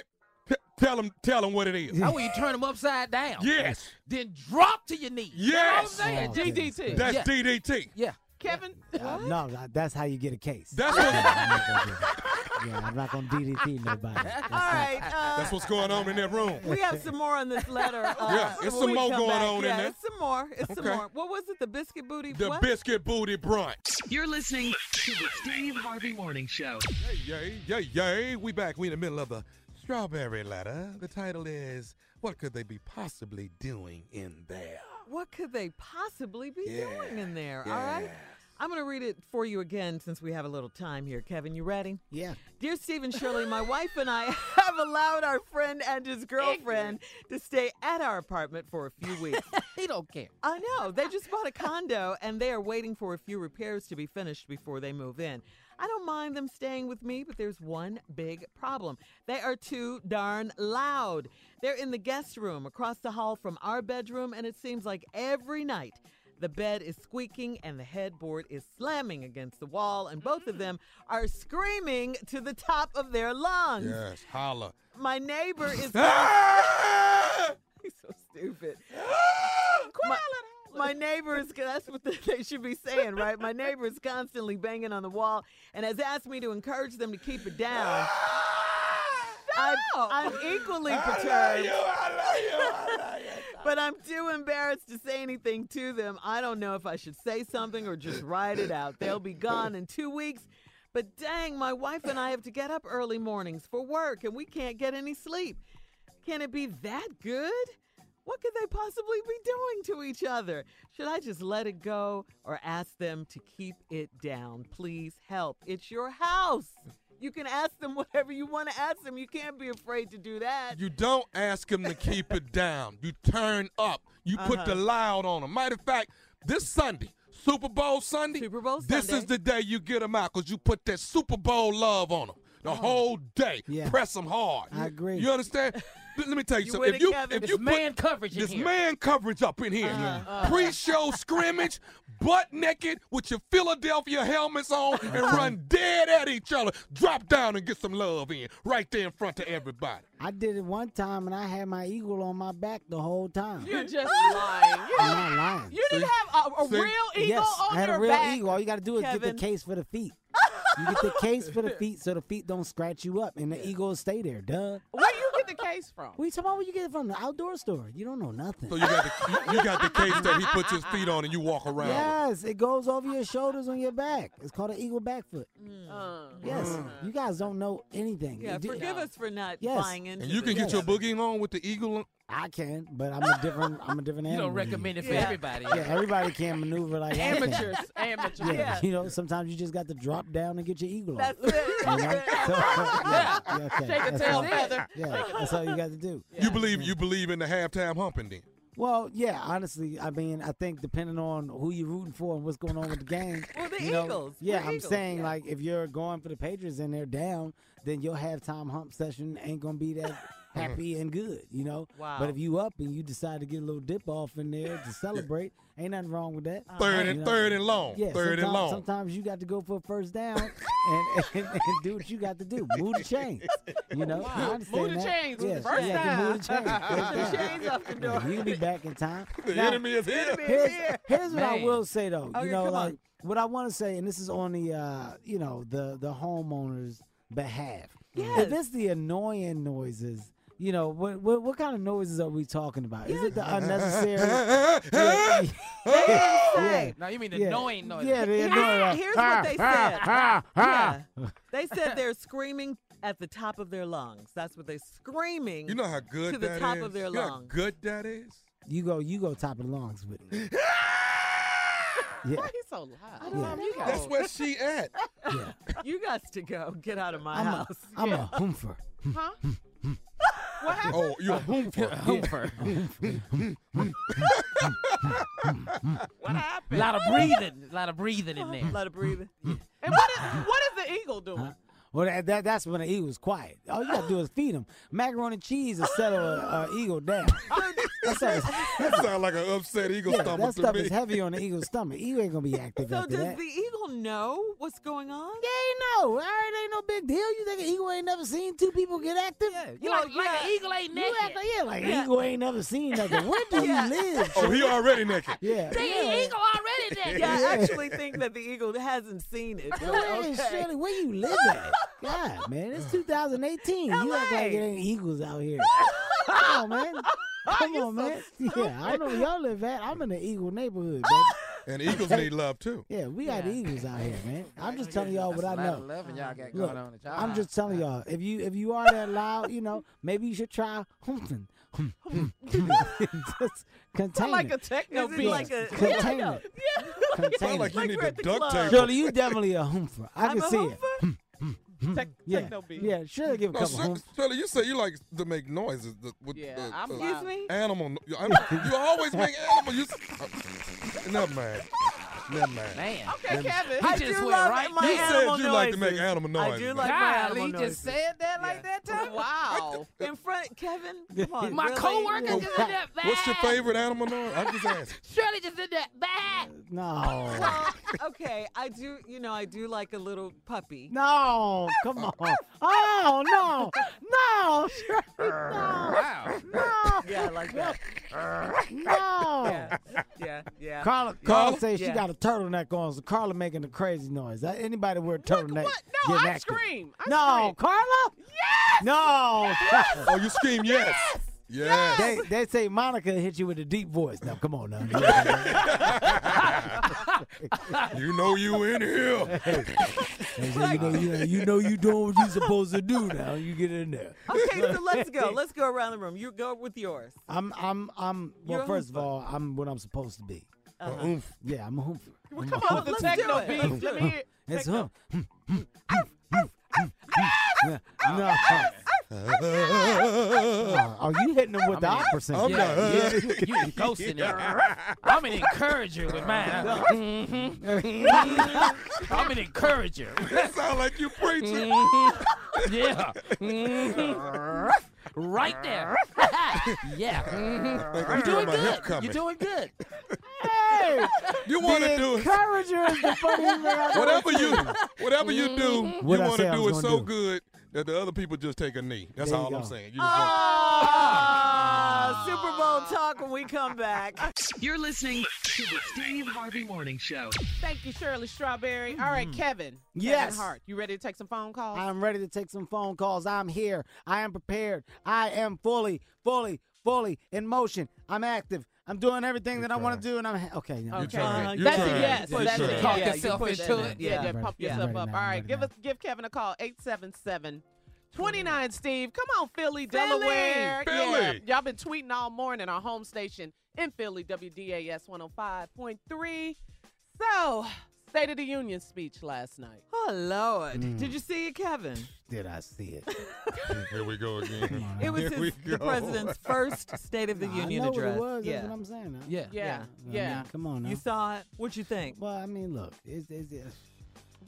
[SPEAKER 3] T- tell them tell them what it is.
[SPEAKER 7] How will you turn them upside down?
[SPEAKER 3] Yes.
[SPEAKER 7] Then drop to your knees.
[SPEAKER 3] Yes.
[SPEAKER 7] You know
[SPEAKER 8] Oh,
[SPEAKER 7] what I'm saying? GDT.
[SPEAKER 3] That's
[SPEAKER 7] Yeah.
[SPEAKER 3] DDT.
[SPEAKER 7] Yeah.
[SPEAKER 5] Kevin.
[SPEAKER 8] Uh, no, that- that's how you get a case.
[SPEAKER 3] That's
[SPEAKER 8] what. yeah, I'm not gonna DDT nobody.
[SPEAKER 5] All right. Uh,
[SPEAKER 3] That's what's going on in that room.
[SPEAKER 5] we have some more on this letter. Uh,
[SPEAKER 3] Yeah, it's
[SPEAKER 5] when
[SPEAKER 3] some
[SPEAKER 5] we
[SPEAKER 3] more
[SPEAKER 5] come
[SPEAKER 3] going
[SPEAKER 5] back.
[SPEAKER 3] on in
[SPEAKER 5] yeah,
[SPEAKER 3] there.
[SPEAKER 5] It's some more. It's some
[SPEAKER 3] Okay.
[SPEAKER 5] more. What was it? The biscuit booty.
[SPEAKER 3] The
[SPEAKER 5] what?
[SPEAKER 3] biscuit booty brunch.
[SPEAKER 2] You're listening to the Steve Harvey Morning Show.
[SPEAKER 3] Yay, yay, yay. We back. We in the middle of the strawberry letter. The title is What Could They Be Possibly Doing in There?
[SPEAKER 5] What could they possibly be doing in there? All right.
[SPEAKER 3] Yes.
[SPEAKER 5] I'm going to read it for you again since we have a little time here. Kevin, you ready?
[SPEAKER 8] Yeah.
[SPEAKER 5] Dear Stephen Shirley, my wife and I have allowed our friend and his girlfriend to stay at our apartment for a few weeks.
[SPEAKER 7] He don't care.
[SPEAKER 5] I know. They just bought a condo and they are waiting for a few repairs to be finished before they move in. I don't mind them staying with me, but there's one big problem. They are too darn loud. They're in the guest room across the hall from our bedroom, and it seems like every night the bed is squeaking and the headboard is slamming against the wall, and both of them are screaming to the top of their lungs.
[SPEAKER 3] Yes, holla.
[SPEAKER 5] My neighbor is. He's so stupid. my, my neighbor is. That's what they should be saying, right? My neighbor is constantly banging on the wall and has asked me to encourage them to keep it down. I'm, I'm equally perturbed. But I'm too embarrassed to say anything to them. I don't know if I should say something or just ride it out. They'll be gone in two weeks. But dang, my wife and I have to get up early mornings for work and we can't get any sleep. Can it be that good? What could they possibly be doing to each other? Should I just let it go or ask them to keep it down? Please help. It's your house. You can ask them whatever you want to ask them. You can't be afraid to do that.
[SPEAKER 3] You don't ask them to keep it down. You turn up. You put
[SPEAKER 5] Uh-huh.
[SPEAKER 3] the loud on them. Matter of fact, this Sunday, Super Bowl Sunday, Super Bowl this is the day you get them out because you put that Super Bowl love on them the
[SPEAKER 7] Oh.
[SPEAKER 3] whole day. Press them hard. I agree. You understand? Let let me tell you,
[SPEAKER 7] You
[SPEAKER 3] something.
[SPEAKER 7] with
[SPEAKER 3] If
[SPEAKER 7] it,
[SPEAKER 3] you,
[SPEAKER 7] Kevin?
[SPEAKER 3] if
[SPEAKER 7] This
[SPEAKER 3] you put
[SPEAKER 7] man coverage in
[SPEAKER 3] this
[SPEAKER 7] here. Uh-huh.
[SPEAKER 3] man coverage up in here, pre-show scrimmage, butt naked with your Philadelphia helmets on, and
[SPEAKER 7] Uh-huh.
[SPEAKER 3] run dead at each other. Drop down and get some love in right there in front of everybody.
[SPEAKER 8] I did it one time, and I had my eagle on my back the whole time.
[SPEAKER 5] You're just lying. You're
[SPEAKER 8] I'm not lying.
[SPEAKER 5] You didn't have a, a
[SPEAKER 8] See?
[SPEAKER 5] real eagle
[SPEAKER 8] yes,
[SPEAKER 5] on
[SPEAKER 8] I had
[SPEAKER 5] your
[SPEAKER 8] a real
[SPEAKER 5] back.
[SPEAKER 8] eagle. All you got to do is get
[SPEAKER 5] Kevin.
[SPEAKER 8] the case for the feet. You get the case for the feet so the feet don't scratch you up, and the eagle will stay there. Duh.
[SPEAKER 5] Where do you get the
[SPEAKER 7] the case from?
[SPEAKER 8] What you talking about? Where you get it from? The outdoor store. You don't know nothing.
[SPEAKER 3] So you got the you, you got the case that he puts his feet on and you walk around. with.
[SPEAKER 8] Yes, it goes over your shoulders on your back. It's called an eagle back foot. Yes,
[SPEAKER 3] Mm.
[SPEAKER 8] you guys don't know anything.
[SPEAKER 5] Yeah,
[SPEAKER 8] You do-
[SPEAKER 5] forgive us for not
[SPEAKER 8] Yes.
[SPEAKER 5] buying
[SPEAKER 8] And
[SPEAKER 5] into
[SPEAKER 3] And you can
[SPEAKER 5] this.
[SPEAKER 3] get your boogie on with the eagle.
[SPEAKER 8] I can, but I'm a different. I'm a different
[SPEAKER 3] You
[SPEAKER 8] animal.
[SPEAKER 3] don't
[SPEAKER 8] than
[SPEAKER 3] recommend it for
[SPEAKER 8] Yeah.
[SPEAKER 3] everybody.
[SPEAKER 8] Yeah, everybody can maneuver like I can.
[SPEAKER 7] Amateurs, amateurs.
[SPEAKER 8] Yeah,
[SPEAKER 7] Yeah.
[SPEAKER 8] you know, sometimes you just got to drop down and get your eagle. on.
[SPEAKER 7] That's it.
[SPEAKER 8] You know? So, yeah,
[SPEAKER 3] Yeah.
[SPEAKER 8] yeah, okay.
[SPEAKER 3] Shake a
[SPEAKER 8] That's
[SPEAKER 3] tail
[SPEAKER 8] all-
[SPEAKER 3] feather.
[SPEAKER 8] Yeah, that's all you got to do.
[SPEAKER 3] You believe you believe in the halftime humping then?
[SPEAKER 8] Well, yeah, honestly, I mean, I think depending on who you're rooting for and what's going on with the game.
[SPEAKER 5] Well, the
[SPEAKER 8] you know,
[SPEAKER 5] Eagles.
[SPEAKER 8] yeah,
[SPEAKER 5] We're
[SPEAKER 8] I'm
[SPEAKER 5] Eagles,
[SPEAKER 8] saying
[SPEAKER 5] yeah.
[SPEAKER 8] like if you're going for the Patriots and they're down, then your halftime hump session ain't gonna be that happy and good, you know.
[SPEAKER 5] Wow.
[SPEAKER 8] But if you up and you decide to get a little dip off in there to celebrate, ain't nothing wrong with that.
[SPEAKER 3] Uh-huh. Third and- third and long.
[SPEAKER 8] Yeah,
[SPEAKER 3] Third and
[SPEAKER 8] sometimes-
[SPEAKER 3] long.
[SPEAKER 8] Sometimes you got to go for a first down and, and, and do what you got to do. Move the chains, you know. I
[SPEAKER 3] Move-
[SPEAKER 8] understand
[SPEAKER 3] move the
[SPEAKER 8] that.
[SPEAKER 3] chains,
[SPEAKER 8] Yeah,
[SPEAKER 3] first
[SPEAKER 8] yeah,
[SPEAKER 3] down.
[SPEAKER 8] Move the chains.
[SPEAKER 3] Get the chains
[SPEAKER 8] off the door. You can be back in time.
[SPEAKER 3] The enemy is here. Enemy is
[SPEAKER 8] Here's,
[SPEAKER 3] here.
[SPEAKER 8] here's what I
[SPEAKER 3] Man.
[SPEAKER 8] will say though.
[SPEAKER 3] Okay,
[SPEAKER 8] you know,
[SPEAKER 3] come
[SPEAKER 8] like
[SPEAKER 3] on.
[SPEAKER 8] what I want to say, and this is on the uh, you know the the homeowners' behalf. If it's the annoying noises. You know what, what? What kind of noises are we talking about? Is it the unnecessary? Yeah. Yeah.
[SPEAKER 7] No, you mean the
[SPEAKER 8] Yeah.
[SPEAKER 7] annoying noise.
[SPEAKER 8] Yeah, the annoying. like,
[SPEAKER 5] Here's what they said.
[SPEAKER 8] ah.
[SPEAKER 5] Yeah. They said they're screaming at the top of their lungs. That's what they're screaming.
[SPEAKER 8] You know how
[SPEAKER 23] good
[SPEAKER 5] to the
[SPEAKER 23] that
[SPEAKER 5] top
[SPEAKER 23] is?
[SPEAKER 5] of their
[SPEAKER 23] You know how
[SPEAKER 5] lungs.
[SPEAKER 3] Good that is.
[SPEAKER 8] You go, you go top of the lungs with it. yeah.
[SPEAKER 5] Why he's so loud?
[SPEAKER 8] Yeah.
[SPEAKER 5] You
[SPEAKER 8] That's
[SPEAKER 5] go.
[SPEAKER 8] where
[SPEAKER 3] she at.
[SPEAKER 5] You got to go. Get out of my
[SPEAKER 8] I'm a,
[SPEAKER 5] house.
[SPEAKER 8] I'm a Hmm, hoomfer.
[SPEAKER 5] Huh? what happened?
[SPEAKER 3] Oh, you're a hoomfer.
[SPEAKER 8] Hmm, hmm,
[SPEAKER 7] What happened? A lot of breathing. A lot of breathing in there. A
[SPEAKER 5] lot of breathing.
[SPEAKER 7] And what is, what is the eagle doing?
[SPEAKER 8] Well, that, that that's when the eagle's quiet. All you gotta do is feed him macaroni and cheese and settle an eagle down. That sounds-
[SPEAKER 3] That sounds like an upset eagle
[SPEAKER 8] yeah,
[SPEAKER 3] stomach
[SPEAKER 8] that
[SPEAKER 3] to
[SPEAKER 8] stuff
[SPEAKER 3] me.
[SPEAKER 8] is heavy on the eagle's stomach. Eagle ain't gonna be active
[SPEAKER 5] So
[SPEAKER 8] after
[SPEAKER 5] does
[SPEAKER 8] that.
[SPEAKER 5] the eagle know what's going on?
[SPEAKER 8] Yeah, he know. All right, ain't no big deal. You think an eagle ain't never seen two people get active? Yeah,
[SPEAKER 7] You like, like an eagle ain't naked.
[SPEAKER 8] You act like, Oh, yeah, like an eagle ain't never seen nothing. Where do you live?
[SPEAKER 3] Oh, he already naked.
[SPEAKER 8] Yeah.
[SPEAKER 7] They
[SPEAKER 8] yeah.
[SPEAKER 7] eagle already naked.
[SPEAKER 5] Yeah, I actually think that the eagle hasn't seen it. but
[SPEAKER 8] Hey,
[SPEAKER 5] okay.
[SPEAKER 8] Shirley, where you live at? God, man, it's 2018. You act like it ain't eagles out here. Come on, man. Come on, man. Yeah, I don't know where y'all live at. I'm in the eagle neighborhood, baby.
[SPEAKER 3] And eagles need love too.
[SPEAKER 8] Yeah, we got eagles out here, man. I'm just telling y'all what I
[SPEAKER 6] That's a lot
[SPEAKER 8] know.
[SPEAKER 6] of love and y'all got going
[SPEAKER 8] Look,
[SPEAKER 6] on at y'all
[SPEAKER 8] I'm
[SPEAKER 6] house.
[SPEAKER 8] just telling y'all. If you if you are that loud, you know, maybe you should try humping. just contain
[SPEAKER 5] like
[SPEAKER 8] it.
[SPEAKER 5] a techno Is it beat. like a-
[SPEAKER 8] contain
[SPEAKER 5] Yeah,
[SPEAKER 8] it.
[SPEAKER 5] Like-
[SPEAKER 8] Contain
[SPEAKER 5] Sound
[SPEAKER 8] it.
[SPEAKER 5] like you Like need we're to at the duct club. tape
[SPEAKER 8] Shirley, you definitely a humpher. I
[SPEAKER 5] I'm
[SPEAKER 8] can
[SPEAKER 5] a
[SPEAKER 8] see it.
[SPEAKER 5] Hmm, Tech-
[SPEAKER 8] yeah,
[SPEAKER 5] techno beat.
[SPEAKER 8] yeah. Shirley, give a
[SPEAKER 3] No,
[SPEAKER 8] couple
[SPEAKER 3] Shir-
[SPEAKER 8] humps.
[SPEAKER 3] Shirley, you say you like to make noises the- with
[SPEAKER 5] Yeah,
[SPEAKER 3] the,
[SPEAKER 5] I'm
[SPEAKER 3] the
[SPEAKER 5] Excuse me?
[SPEAKER 3] animal. no- You, I'm- you always make animal. You,
[SPEAKER 5] Oh,
[SPEAKER 3] uh, never mind. Never mind.
[SPEAKER 7] Man.
[SPEAKER 5] Okay, Kevin.
[SPEAKER 7] He
[SPEAKER 5] I
[SPEAKER 7] just
[SPEAKER 5] do
[SPEAKER 7] went
[SPEAKER 5] love
[SPEAKER 7] right
[SPEAKER 5] my
[SPEAKER 3] You said
[SPEAKER 5] animal
[SPEAKER 3] you like to
[SPEAKER 5] noises.
[SPEAKER 3] make animal
[SPEAKER 5] I do
[SPEAKER 3] noises.
[SPEAKER 5] like my
[SPEAKER 7] Golly,
[SPEAKER 5] animal
[SPEAKER 7] he
[SPEAKER 5] noises.
[SPEAKER 7] just said that like that, Tom?
[SPEAKER 5] Wow. In front, Kevin. Come on,
[SPEAKER 7] My
[SPEAKER 5] really?
[SPEAKER 7] coworker just did that.
[SPEAKER 3] What's your favorite animal noise? I'm just asking.
[SPEAKER 7] Shirley just did that. Bah!
[SPEAKER 8] No.
[SPEAKER 5] So, okay, I do. You know, I do like a little puppy.
[SPEAKER 8] No, come on. Oh, no. No, Shirley, no. No.
[SPEAKER 5] Yeah, I like that.
[SPEAKER 8] No.
[SPEAKER 5] Yeah, yeah, yeah.
[SPEAKER 8] Carla,
[SPEAKER 5] Yeah.
[SPEAKER 8] Carla says she
[SPEAKER 5] Yeah.
[SPEAKER 8] got a turtleneck on, so Carla making the crazy noise. Uh, Anybody wear a turtleneck?
[SPEAKER 7] No,
[SPEAKER 8] getting
[SPEAKER 7] I
[SPEAKER 8] active.
[SPEAKER 7] scream. I
[SPEAKER 8] no,
[SPEAKER 7] scream.
[SPEAKER 8] Carla. Yes. No.
[SPEAKER 3] Oh, you scream yes. Yes.
[SPEAKER 8] They, they say Monica hit you with a deep voice. Now, come on now.
[SPEAKER 3] You know you in here.
[SPEAKER 8] They say, you, know, you, you know you doing what you supposed to do now. You get in there.
[SPEAKER 5] Okay, so let's go. Let's go around the room. You go with yours.
[SPEAKER 8] I'm, I'm, I'm. Well,
[SPEAKER 5] You're a
[SPEAKER 8] first of all, I'm what I'm supposed to be.
[SPEAKER 13] Uh-huh.
[SPEAKER 8] Yeah, I'm a hoomfer. I'm
[SPEAKER 5] come
[SPEAKER 8] a
[SPEAKER 5] on,
[SPEAKER 8] hoomfer.
[SPEAKER 5] let's do it. Let's
[SPEAKER 8] It's
[SPEAKER 5] do it.
[SPEAKER 8] Hmm,
[SPEAKER 5] Techno.
[SPEAKER 8] hum. hmm, Yeah, No. Oh, Are you hitting them with the opera singer?
[SPEAKER 3] I'm not-
[SPEAKER 8] Yeah.
[SPEAKER 3] You-
[SPEAKER 7] you ghosting her. I'm an encourager with mine. Mhm. Mhm. I'm an encourager.
[SPEAKER 3] That sound like you preaching.
[SPEAKER 7] Mhm. yeah. Mhm. right there. yeah.
[SPEAKER 3] I think
[SPEAKER 7] You're
[SPEAKER 3] I'm
[SPEAKER 7] doing
[SPEAKER 3] feeling my hip
[SPEAKER 7] good.
[SPEAKER 3] coming.
[SPEAKER 7] You're doing good.
[SPEAKER 8] Hey,
[SPEAKER 3] You want to do it.
[SPEAKER 8] encourager is the funniest thing I've ever
[SPEAKER 3] Whatever you,
[SPEAKER 8] seen.
[SPEAKER 3] whatever you do,
[SPEAKER 7] Mm-hmm.
[SPEAKER 3] you
[SPEAKER 8] What I
[SPEAKER 3] want
[SPEAKER 8] say
[SPEAKER 3] to
[SPEAKER 8] I
[SPEAKER 3] do
[SPEAKER 8] was
[SPEAKER 3] it
[SPEAKER 8] gonna
[SPEAKER 3] so
[SPEAKER 8] do.
[SPEAKER 3] good that the other people just take a knee. That's
[SPEAKER 7] Oh.
[SPEAKER 8] There you go.
[SPEAKER 3] all I'm
[SPEAKER 8] Ah!
[SPEAKER 3] saying. You just want-
[SPEAKER 5] uh, Super Bowl talk when we come back.
[SPEAKER 2] You're listening to the Steve Harvey Morning Show.
[SPEAKER 13] Thank you, Shirley Strawberry. All right,
[SPEAKER 8] Mm.
[SPEAKER 13] Kevin.
[SPEAKER 8] Yes.
[SPEAKER 13] Kevin Hart, you ready to take some phone calls?
[SPEAKER 8] I'm ready to take some phone calls. I'm here. I am prepared. I am fully, fully, fully in motion. I'm active. I'm doing everything that I want to do, and I'm okay. no,
[SPEAKER 13] Okay.
[SPEAKER 8] I'm
[SPEAKER 13] Uh-huh.
[SPEAKER 8] trying.
[SPEAKER 13] That's a yes.
[SPEAKER 8] You're
[SPEAKER 13] That's a
[SPEAKER 8] trying.
[SPEAKER 13] yes. Yeah, you push that. Yeah, yeah, pump yourself up. All right, give us give Kevin a call 877 29 Steve. Come on, Philly, Delaware.
[SPEAKER 22] Philly.
[SPEAKER 13] Yeah. Y'all been tweeting all morning our home station in Philly, WDAS 105.3. So, State of the Union speech last night.
[SPEAKER 5] Oh Lord.
[SPEAKER 8] Mm.
[SPEAKER 5] Did you see it, Kevin?
[SPEAKER 8] Did I see it?
[SPEAKER 22] Here we go again.
[SPEAKER 5] It was
[SPEAKER 22] Here
[SPEAKER 5] his,
[SPEAKER 22] we
[SPEAKER 5] the
[SPEAKER 22] go.
[SPEAKER 5] president's first State of the
[SPEAKER 8] I
[SPEAKER 5] Union
[SPEAKER 8] know what it
[SPEAKER 5] address.
[SPEAKER 8] was. That's
[SPEAKER 5] Yeah.
[SPEAKER 8] what I'm saying.
[SPEAKER 5] Yeah.
[SPEAKER 13] Yeah.
[SPEAKER 8] I
[SPEAKER 13] Yeah.
[SPEAKER 8] mean, come on. Now.
[SPEAKER 5] You saw it. What'd you think?
[SPEAKER 8] Well, I mean, look, it's, it's, it's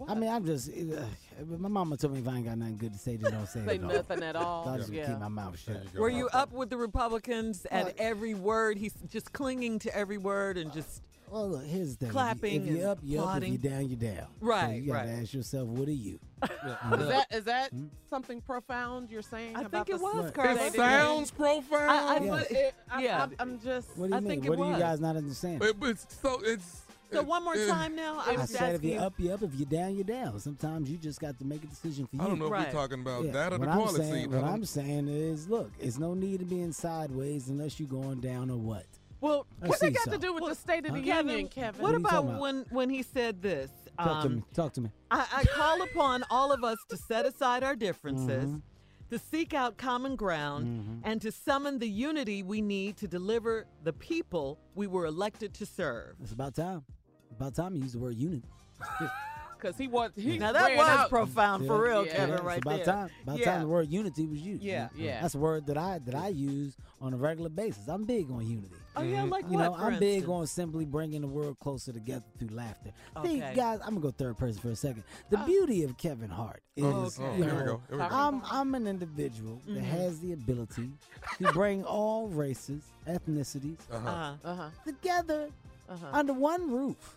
[SPEAKER 8] I mean, I'm just. It, uh, my mama told me if I ain't got nothing good to say, just don't say,
[SPEAKER 13] Say
[SPEAKER 8] it all.
[SPEAKER 13] nothing at all.
[SPEAKER 8] So I just
[SPEAKER 13] Yeah.
[SPEAKER 8] keep my mouth shut.
[SPEAKER 5] Were you up with the Republicans
[SPEAKER 8] Well-
[SPEAKER 5] at every word? He's just clinging to every word and just.
[SPEAKER 8] Well, Oh, look, here's the thing. If you-
[SPEAKER 5] Clapping
[SPEAKER 8] If you're
[SPEAKER 5] and
[SPEAKER 8] up, you're up. If
[SPEAKER 5] applauding.
[SPEAKER 8] you're down, you're down. So
[SPEAKER 5] Right,
[SPEAKER 8] you gotta
[SPEAKER 5] right.
[SPEAKER 8] ask yourself, what are you?
[SPEAKER 13] Is that is that something profound you're saying? Hmm? I
[SPEAKER 5] think it was, Carl.
[SPEAKER 13] Carl.
[SPEAKER 5] It sounds
[SPEAKER 22] profound.
[SPEAKER 13] I, I,
[SPEAKER 8] Yes.
[SPEAKER 13] but it, I,
[SPEAKER 5] Yeah.
[SPEAKER 13] I'm, I'm just.
[SPEAKER 8] What do you
[SPEAKER 13] I
[SPEAKER 8] mean?
[SPEAKER 13] think
[SPEAKER 8] what
[SPEAKER 13] it
[SPEAKER 8] do you
[SPEAKER 13] was.
[SPEAKER 8] guys not understand?
[SPEAKER 22] But, but so it's.
[SPEAKER 5] So one more
[SPEAKER 22] it-
[SPEAKER 5] time now. I
[SPEAKER 8] I
[SPEAKER 5] was
[SPEAKER 8] said if
[SPEAKER 5] asking
[SPEAKER 8] you're
[SPEAKER 5] you.
[SPEAKER 8] up, you're up. If you're down, you're down. Sometimes you just got to make a decision for you.
[SPEAKER 22] I don't know if we're Right. talking about that or the
[SPEAKER 8] what I'm
[SPEAKER 22] policy.
[SPEAKER 8] saying-
[SPEAKER 22] I
[SPEAKER 8] what
[SPEAKER 22] don't-
[SPEAKER 8] I'm saying is, look, it's no need of being sideways unless you're going down or what.
[SPEAKER 13] Well,
[SPEAKER 8] I
[SPEAKER 13] what's it
[SPEAKER 8] see
[SPEAKER 13] got
[SPEAKER 8] so.
[SPEAKER 13] to do with the State of the Union, Kevin?
[SPEAKER 8] What are
[SPEAKER 5] What
[SPEAKER 8] you
[SPEAKER 5] about
[SPEAKER 8] talking about?
[SPEAKER 5] when when he said this?
[SPEAKER 8] Talk to
[SPEAKER 5] Um,
[SPEAKER 8] me. Talk to me.
[SPEAKER 5] I, I call upon all of us to set aside our differences,
[SPEAKER 8] Mhm.
[SPEAKER 5] to seek out common ground,
[SPEAKER 8] Mm-hmm.
[SPEAKER 5] and to summon the unity we need to deliver the people we were elected to serve.
[SPEAKER 8] It's about time. About time you use the word unit.
[SPEAKER 13] Because he was. He
[SPEAKER 5] Now, that
[SPEAKER 13] ran
[SPEAKER 5] was
[SPEAKER 13] out.
[SPEAKER 5] profound for
[SPEAKER 8] Yeah,
[SPEAKER 5] real,
[SPEAKER 8] yeah,
[SPEAKER 5] Kevin,
[SPEAKER 8] it's
[SPEAKER 5] right
[SPEAKER 8] about
[SPEAKER 5] there.
[SPEAKER 8] time. About
[SPEAKER 5] Yeah.
[SPEAKER 8] time the word unity was used.
[SPEAKER 5] Yeah, yeah.
[SPEAKER 8] That's a word that I that I use on a regular basis. I'm big on unity.
[SPEAKER 5] Oh, yeah, like
[SPEAKER 8] you
[SPEAKER 5] what,
[SPEAKER 8] know,
[SPEAKER 5] for
[SPEAKER 8] I'm big
[SPEAKER 5] instance?
[SPEAKER 8] on simply bringing the world closer together through laughter. Think,
[SPEAKER 5] Okay. Oh.
[SPEAKER 8] guys, I'm gonna go third person for a second. The beauty of Kevin Hart is,
[SPEAKER 22] Oh, okay.
[SPEAKER 8] you
[SPEAKER 22] Here we
[SPEAKER 8] know,
[SPEAKER 22] go, here we go.
[SPEAKER 8] I'm I'm an individual that
[SPEAKER 5] Mm-hmm.
[SPEAKER 22] Mhm.
[SPEAKER 8] has the ability to bring all races, ethnicities
[SPEAKER 13] Uh-huh.
[SPEAKER 8] together
[SPEAKER 13] Uh-huh.
[SPEAKER 8] under one roof.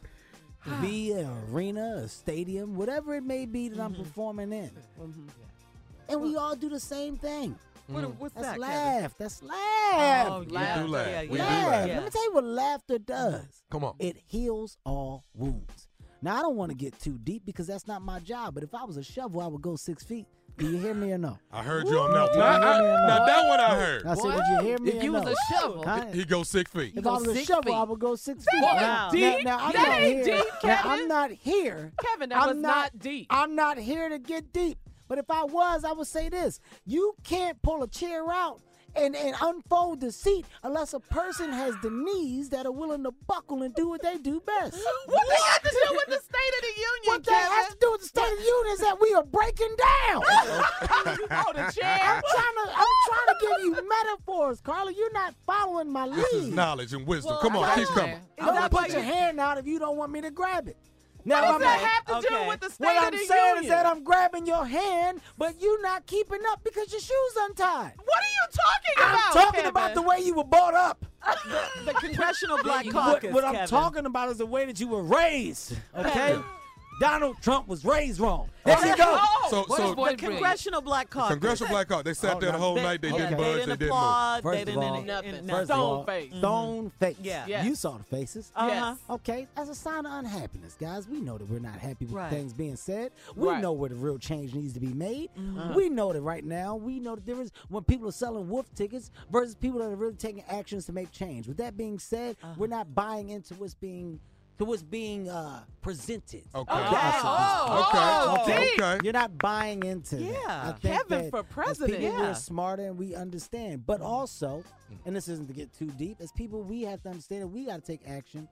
[SPEAKER 8] To be an arena, a stadium, whatever it may be that I'm
[SPEAKER 5] Mm-hmm.
[SPEAKER 8] performing in. And we all do the same thing.
[SPEAKER 5] What-
[SPEAKER 22] Mm.
[SPEAKER 5] Mhm. what's
[SPEAKER 8] That's
[SPEAKER 5] that, Kevin?
[SPEAKER 8] laugh. That's laugh.
[SPEAKER 5] Oh, We laugh. do laugh. Yeah, yeah. We do
[SPEAKER 8] Laugh.
[SPEAKER 5] laugh.
[SPEAKER 8] Let me tell you what laughter does.
[SPEAKER 22] Come on.
[SPEAKER 8] It heals all wounds. Now I don't want to get too deep because that's not my job. But if I was a shovel, I would go six feet. Do you hear me or no?
[SPEAKER 22] I heard you on
[SPEAKER 8] Woo!
[SPEAKER 22] that
[SPEAKER 8] Did
[SPEAKER 22] one.
[SPEAKER 8] you hear me or no?
[SPEAKER 22] Now that one I heard.
[SPEAKER 8] I said, did you hear me?
[SPEAKER 22] If
[SPEAKER 8] or
[SPEAKER 22] you
[SPEAKER 8] no?
[SPEAKER 22] was a
[SPEAKER 8] shovel,
[SPEAKER 22] He goes six feet.
[SPEAKER 8] if I was a shovel, I would go six feet.
[SPEAKER 22] Wow.
[SPEAKER 8] Now,
[SPEAKER 22] Deep?
[SPEAKER 8] now- now I'm
[SPEAKER 22] That
[SPEAKER 8] not
[SPEAKER 22] ain't
[SPEAKER 8] here.
[SPEAKER 22] deep,
[SPEAKER 8] now,
[SPEAKER 22] Kevin.
[SPEAKER 8] I'm not here.
[SPEAKER 13] Kevin, that
[SPEAKER 8] I'm
[SPEAKER 13] was not deep.
[SPEAKER 8] I'm not here to get deep. But if I was, I would say this: you can't pull a chair out. And, and unfold the seat unless a person has the knees that are willing to buckle and do what they do best.
[SPEAKER 13] What they got to do with the State of the Union,
[SPEAKER 8] What that
[SPEAKER 13] Kevin?
[SPEAKER 8] has to do with the State of the Union is that we are breaking down.
[SPEAKER 13] Oh, the
[SPEAKER 8] I'm trying
[SPEAKER 13] chair.
[SPEAKER 8] to I'm trying to give you metaphors, Carla. You're not following my lead.
[SPEAKER 22] This is knowledge and wisdom. Come
[SPEAKER 8] I
[SPEAKER 22] on, keep
[SPEAKER 8] don't-
[SPEAKER 22] coming.
[SPEAKER 8] I'm gonna put your hand out if you don't want me to grab it. Now,
[SPEAKER 13] does
[SPEAKER 8] I'm
[SPEAKER 13] that
[SPEAKER 8] not-
[SPEAKER 13] have to do Okay. with the
[SPEAKER 8] What
[SPEAKER 13] State of
[SPEAKER 8] I'm
[SPEAKER 13] the
[SPEAKER 8] saying is
[SPEAKER 13] Union?
[SPEAKER 8] that I'm grabbing your hand, but you not keeping up because your shoes untied.
[SPEAKER 13] What are you talking
[SPEAKER 8] I'm
[SPEAKER 13] about?
[SPEAKER 8] talking
[SPEAKER 13] Kevin?
[SPEAKER 8] about the way you were brought up.
[SPEAKER 5] The Congressional Black
[SPEAKER 8] What-
[SPEAKER 5] Caucus.
[SPEAKER 8] What, I'm
[SPEAKER 5] Kevin.
[SPEAKER 8] talking about is the way that you were raised. Okay. Donald Trump was raised wrong. There you go.
[SPEAKER 5] Oh,
[SPEAKER 22] So- Oh, so-
[SPEAKER 5] the Congressional Black Caucus.
[SPEAKER 22] Congressional Black Caucus. They
[SPEAKER 8] Oh,
[SPEAKER 22] sat there the whole night. They
[SPEAKER 5] yeah,
[SPEAKER 22] didn't
[SPEAKER 5] they
[SPEAKER 22] budge.
[SPEAKER 5] didn't
[SPEAKER 22] They didn't
[SPEAKER 5] applaud,
[SPEAKER 22] move.
[SPEAKER 5] they First of didn't all- Mm-hmm.
[SPEAKER 13] Nothing.
[SPEAKER 8] First of all,
[SPEAKER 13] Stone face.
[SPEAKER 8] Stone face.
[SPEAKER 5] Yeah.
[SPEAKER 13] Yes.
[SPEAKER 8] You saw the faces.
[SPEAKER 5] Uh-huh.
[SPEAKER 8] Okay. That's a sign of unhappiness, guys. We know that we're not happy with
[SPEAKER 5] Right.
[SPEAKER 8] things being said. We
[SPEAKER 5] Right.
[SPEAKER 8] know where the real change needs to be made.
[SPEAKER 5] Mhm.
[SPEAKER 8] We know that right now. We know the difference when people are selling wolf tickets versus people that are really taking actions to make change. With that being said, we're not buying into what's being to what's being uh, presented.
[SPEAKER 22] Okay.
[SPEAKER 8] That's
[SPEAKER 22] Okay.
[SPEAKER 8] all.
[SPEAKER 22] Oh, Okay. deep. Okay.
[SPEAKER 8] You're not buying into that.
[SPEAKER 5] Yeah.
[SPEAKER 8] I think
[SPEAKER 13] Heaven
[SPEAKER 8] that
[SPEAKER 13] for
[SPEAKER 8] as
[SPEAKER 13] president.
[SPEAKER 8] people, we're
[SPEAKER 13] Yeah.
[SPEAKER 8] smarter and we understand. But
[SPEAKER 22] Mm-hmm.
[SPEAKER 8] also,
[SPEAKER 22] Mm.
[SPEAKER 8] and this isn't to get too deep, as people, we have to understand that we got to take action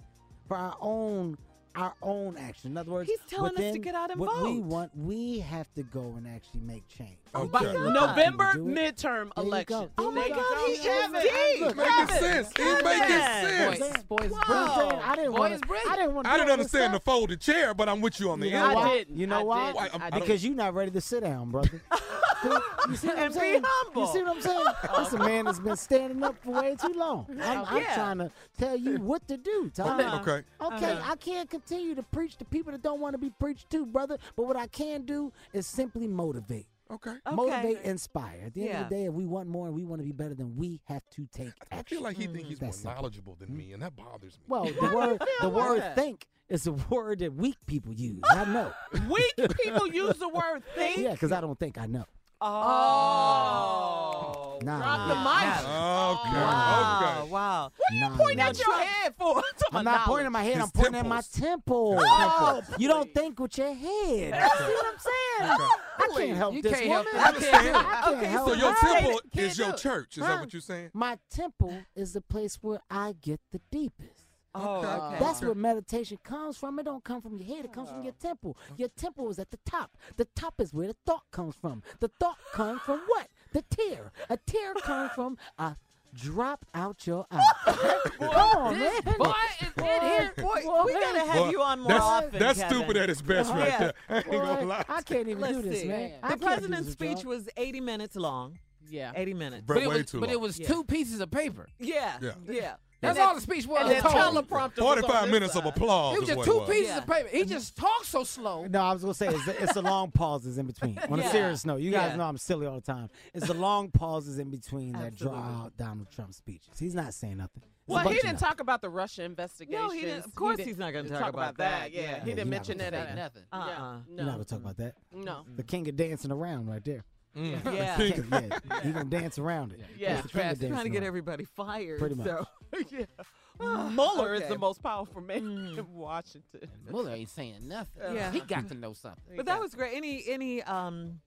[SPEAKER 8] for our own our own action. In other words,
[SPEAKER 5] He's telling us to
[SPEAKER 8] within
[SPEAKER 5] get out and
[SPEAKER 8] what we
[SPEAKER 5] vote.
[SPEAKER 8] want, we have to go and actually make change. We
[SPEAKER 22] Okay.
[SPEAKER 8] can't let
[SPEAKER 13] November
[SPEAKER 8] people do it.
[SPEAKER 13] midterm
[SPEAKER 8] There you go.
[SPEAKER 13] election.
[SPEAKER 8] There you
[SPEAKER 13] my
[SPEAKER 8] go.
[SPEAKER 13] God,
[SPEAKER 8] There
[SPEAKER 13] he
[SPEAKER 8] you go.
[SPEAKER 13] Kevin.
[SPEAKER 8] Kevin.
[SPEAKER 13] Look,
[SPEAKER 8] Look,
[SPEAKER 13] Kevin.
[SPEAKER 8] Kevin.
[SPEAKER 22] sense. He's making sense.
[SPEAKER 8] Boys, boys, brilliant. I didn't want to. I didn't want to.
[SPEAKER 22] I didn't understand the folded chair, but I'm with you on the um,
[SPEAKER 8] You
[SPEAKER 22] end.
[SPEAKER 8] know why?
[SPEAKER 13] didn't.
[SPEAKER 8] You know
[SPEAKER 13] I
[SPEAKER 8] why?
[SPEAKER 13] didn't. I didn't.
[SPEAKER 8] because you're not ready to sit down, brother. See? you see what I'm
[SPEAKER 5] And be
[SPEAKER 8] saying?
[SPEAKER 5] humble.
[SPEAKER 8] You see what I'm saying? This a man that's been standing up for way too long. I'm, I'm
[SPEAKER 5] Yeah.
[SPEAKER 8] trying to tell you what to do, Tom.
[SPEAKER 22] Okay, okay.
[SPEAKER 8] Okay,
[SPEAKER 5] Uh-huh.
[SPEAKER 8] I can't continue to preach to people that don't want to be preached to, brother. But what I can do is simply motivate.
[SPEAKER 3] Okay.
[SPEAKER 8] Motivate, inspire. At the end
[SPEAKER 3] Yeah.
[SPEAKER 8] of the day, if we want more and we want to be better, then we have to take action.
[SPEAKER 3] I feel like he think he's more
[SPEAKER 8] That's simple.
[SPEAKER 3] knowledgeable than me, and that bothers me.
[SPEAKER 8] Well, the word the word
[SPEAKER 3] that.
[SPEAKER 8] think is a word that weak people use. I know.
[SPEAKER 13] Weak people use the word think.
[SPEAKER 8] Yeah, because I don't think I know.
[SPEAKER 13] Oh.
[SPEAKER 8] Nah,
[SPEAKER 13] Drop the
[SPEAKER 8] yeah.
[SPEAKER 13] mic.
[SPEAKER 8] Wow,
[SPEAKER 13] Wow. Wow. What are you
[SPEAKER 22] Oh.
[SPEAKER 8] Nah,
[SPEAKER 13] pointing
[SPEAKER 8] nah.
[SPEAKER 13] at your head for?
[SPEAKER 8] I'm not pointing at my head. I'm pointing at my temple.
[SPEAKER 13] Oh,
[SPEAKER 8] you don't think with your head.
[SPEAKER 13] That's
[SPEAKER 8] what I'm saying. I can't help
[SPEAKER 3] You
[SPEAKER 8] this
[SPEAKER 3] can't help
[SPEAKER 8] woman.
[SPEAKER 3] that. I understand.
[SPEAKER 8] I can't
[SPEAKER 3] Okay,
[SPEAKER 8] help
[SPEAKER 3] so your
[SPEAKER 8] her.
[SPEAKER 3] temple Can't is do your it. church. Is that
[SPEAKER 8] Huh?
[SPEAKER 3] what you're saying?
[SPEAKER 8] My temple is the place where I get the deepest.
[SPEAKER 13] Oh, okay.
[SPEAKER 8] That's
[SPEAKER 13] okay.
[SPEAKER 8] where meditation comes from. It don't come from your head. It comes from your temple. Your temple is at the top. The top is where the thought comes from. The thought comes from what? The tear. A tear comes from a drop out your eye. Come on, man.
[SPEAKER 5] This boy is in here. Boy, we gotta have
[SPEAKER 3] Boy,
[SPEAKER 5] you on more
[SPEAKER 3] that's-
[SPEAKER 5] often.
[SPEAKER 3] that's
[SPEAKER 5] Kevin.
[SPEAKER 3] stupid at its best right
[SPEAKER 5] Yeah.
[SPEAKER 3] there. I ain't gonna Boy, lie. I
[SPEAKER 8] can't even
[SPEAKER 5] Let's
[SPEAKER 8] do this,
[SPEAKER 5] see.
[SPEAKER 8] man. I
[SPEAKER 5] The
[SPEAKER 8] can't do
[SPEAKER 5] president's
[SPEAKER 8] this
[SPEAKER 5] speech
[SPEAKER 8] job.
[SPEAKER 5] was 80 minutes long. Yeah, 80 minutes.
[SPEAKER 6] But, it was, but it was
[SPEAKER 5] Yeah.
[SPEAKER 6] two pieces of paper.
[SPEAKER 5] Yeah,
[SPEAKER 6] Yeah.
[SPEAKER 5] yeah.
[SPEAKER 6] That's all the speech was.
[SPEAKER 5] And that
[SPEAKER 6] That's all.
[SPEAKER 5] teleprompter. was on
[SPEAKER 3] 45
[SPEAKER 5] this
[SPEAKER 3] minutes of
[SPEAKER 5] side.
[SPEAKER 3] applause.
[SPEAKER 6] It was
[SPEAKER 3] is
[SPEAKER 6] just
[SPEAKER 3] what
[SPEAKER 6] two
[SPEAKER 3] was.
[SPEAKER 6] pieces of paper. He just talked so slow.
[SPEAKER 8] No, I was gonna say it's, it's the long pauses in between. On
[SPEAKER 6] Yeah.
[SPEAKER 8] a serious note, you guys
[SPEAKER 6] Yeah.
[SPEAKER 8] know I'm silly all the time. It's the long pauses in between that draw out Donald Trump's speeches. He's not saying nothing. It's a
[SPEAKER 13] Well,
[SPEAKER 8] bunch
[SPEAKER 13] he
[SPEAKER 8] of
[SPEAKER 13] didn't
[SPEAKER 8] nothing.
[SPEAKER 13] talk about the Russia investigation.
[SPEAKER 5] didn't. Of course he's not gonna talk about that.
[SPEAKER 13] Yeah,
[SPEAKER 5] Yeah.
[SPEAKER 13] he
[SPEAKER 5] Yeah,
[SPEAKER 13] didn't
[SPEAKER 5] he
[SPEAKER 13] mention that.
[SPEAKER 5] not gonna
[SPEAKER 13] at
[SPEAKER 5] say
[SPEAKER 13] nothing.
[SPEAKER 5] nothing.
[SPEAKER 13] Yeah.
[SPEAKER 5] Uh-uh.
[SPEAKER 8] You're not gonna talk about that.
[SPEAKER 13] No.
[SPEAKER 8] The king of dancing around right there.
[SPEAKER 13] Mm.
[SPEAKER 8] The
[SPEAKER 13] Yeah.
[SPEAKER 8] king of- yeah, He gonna dance around it.
[SPEAKER 5] Yeah,
[SPEAKER 8] That's the king of
[SPEAKER 5] trying to
[SPEAKER 8] dancing
[SPEAKER 5] get
[SPEAKER 8] around.
[SPEAKER 5] everybody fired.
[SPEAKER 8] Pretty much.
[SPEAKER 5] So, yeah.
[SPEAKER 13] Mueller is
[SPEAKER 5] Okay.
[SPEAKER 13] the most powerful man in Washington.
[SPEAKER 6] Mueller ain't saying nothing.
[SPEAKER 5] Yeah.
[SPEAKER 6] He got to know something.
[SPEAKER 5] But that was great. Any any um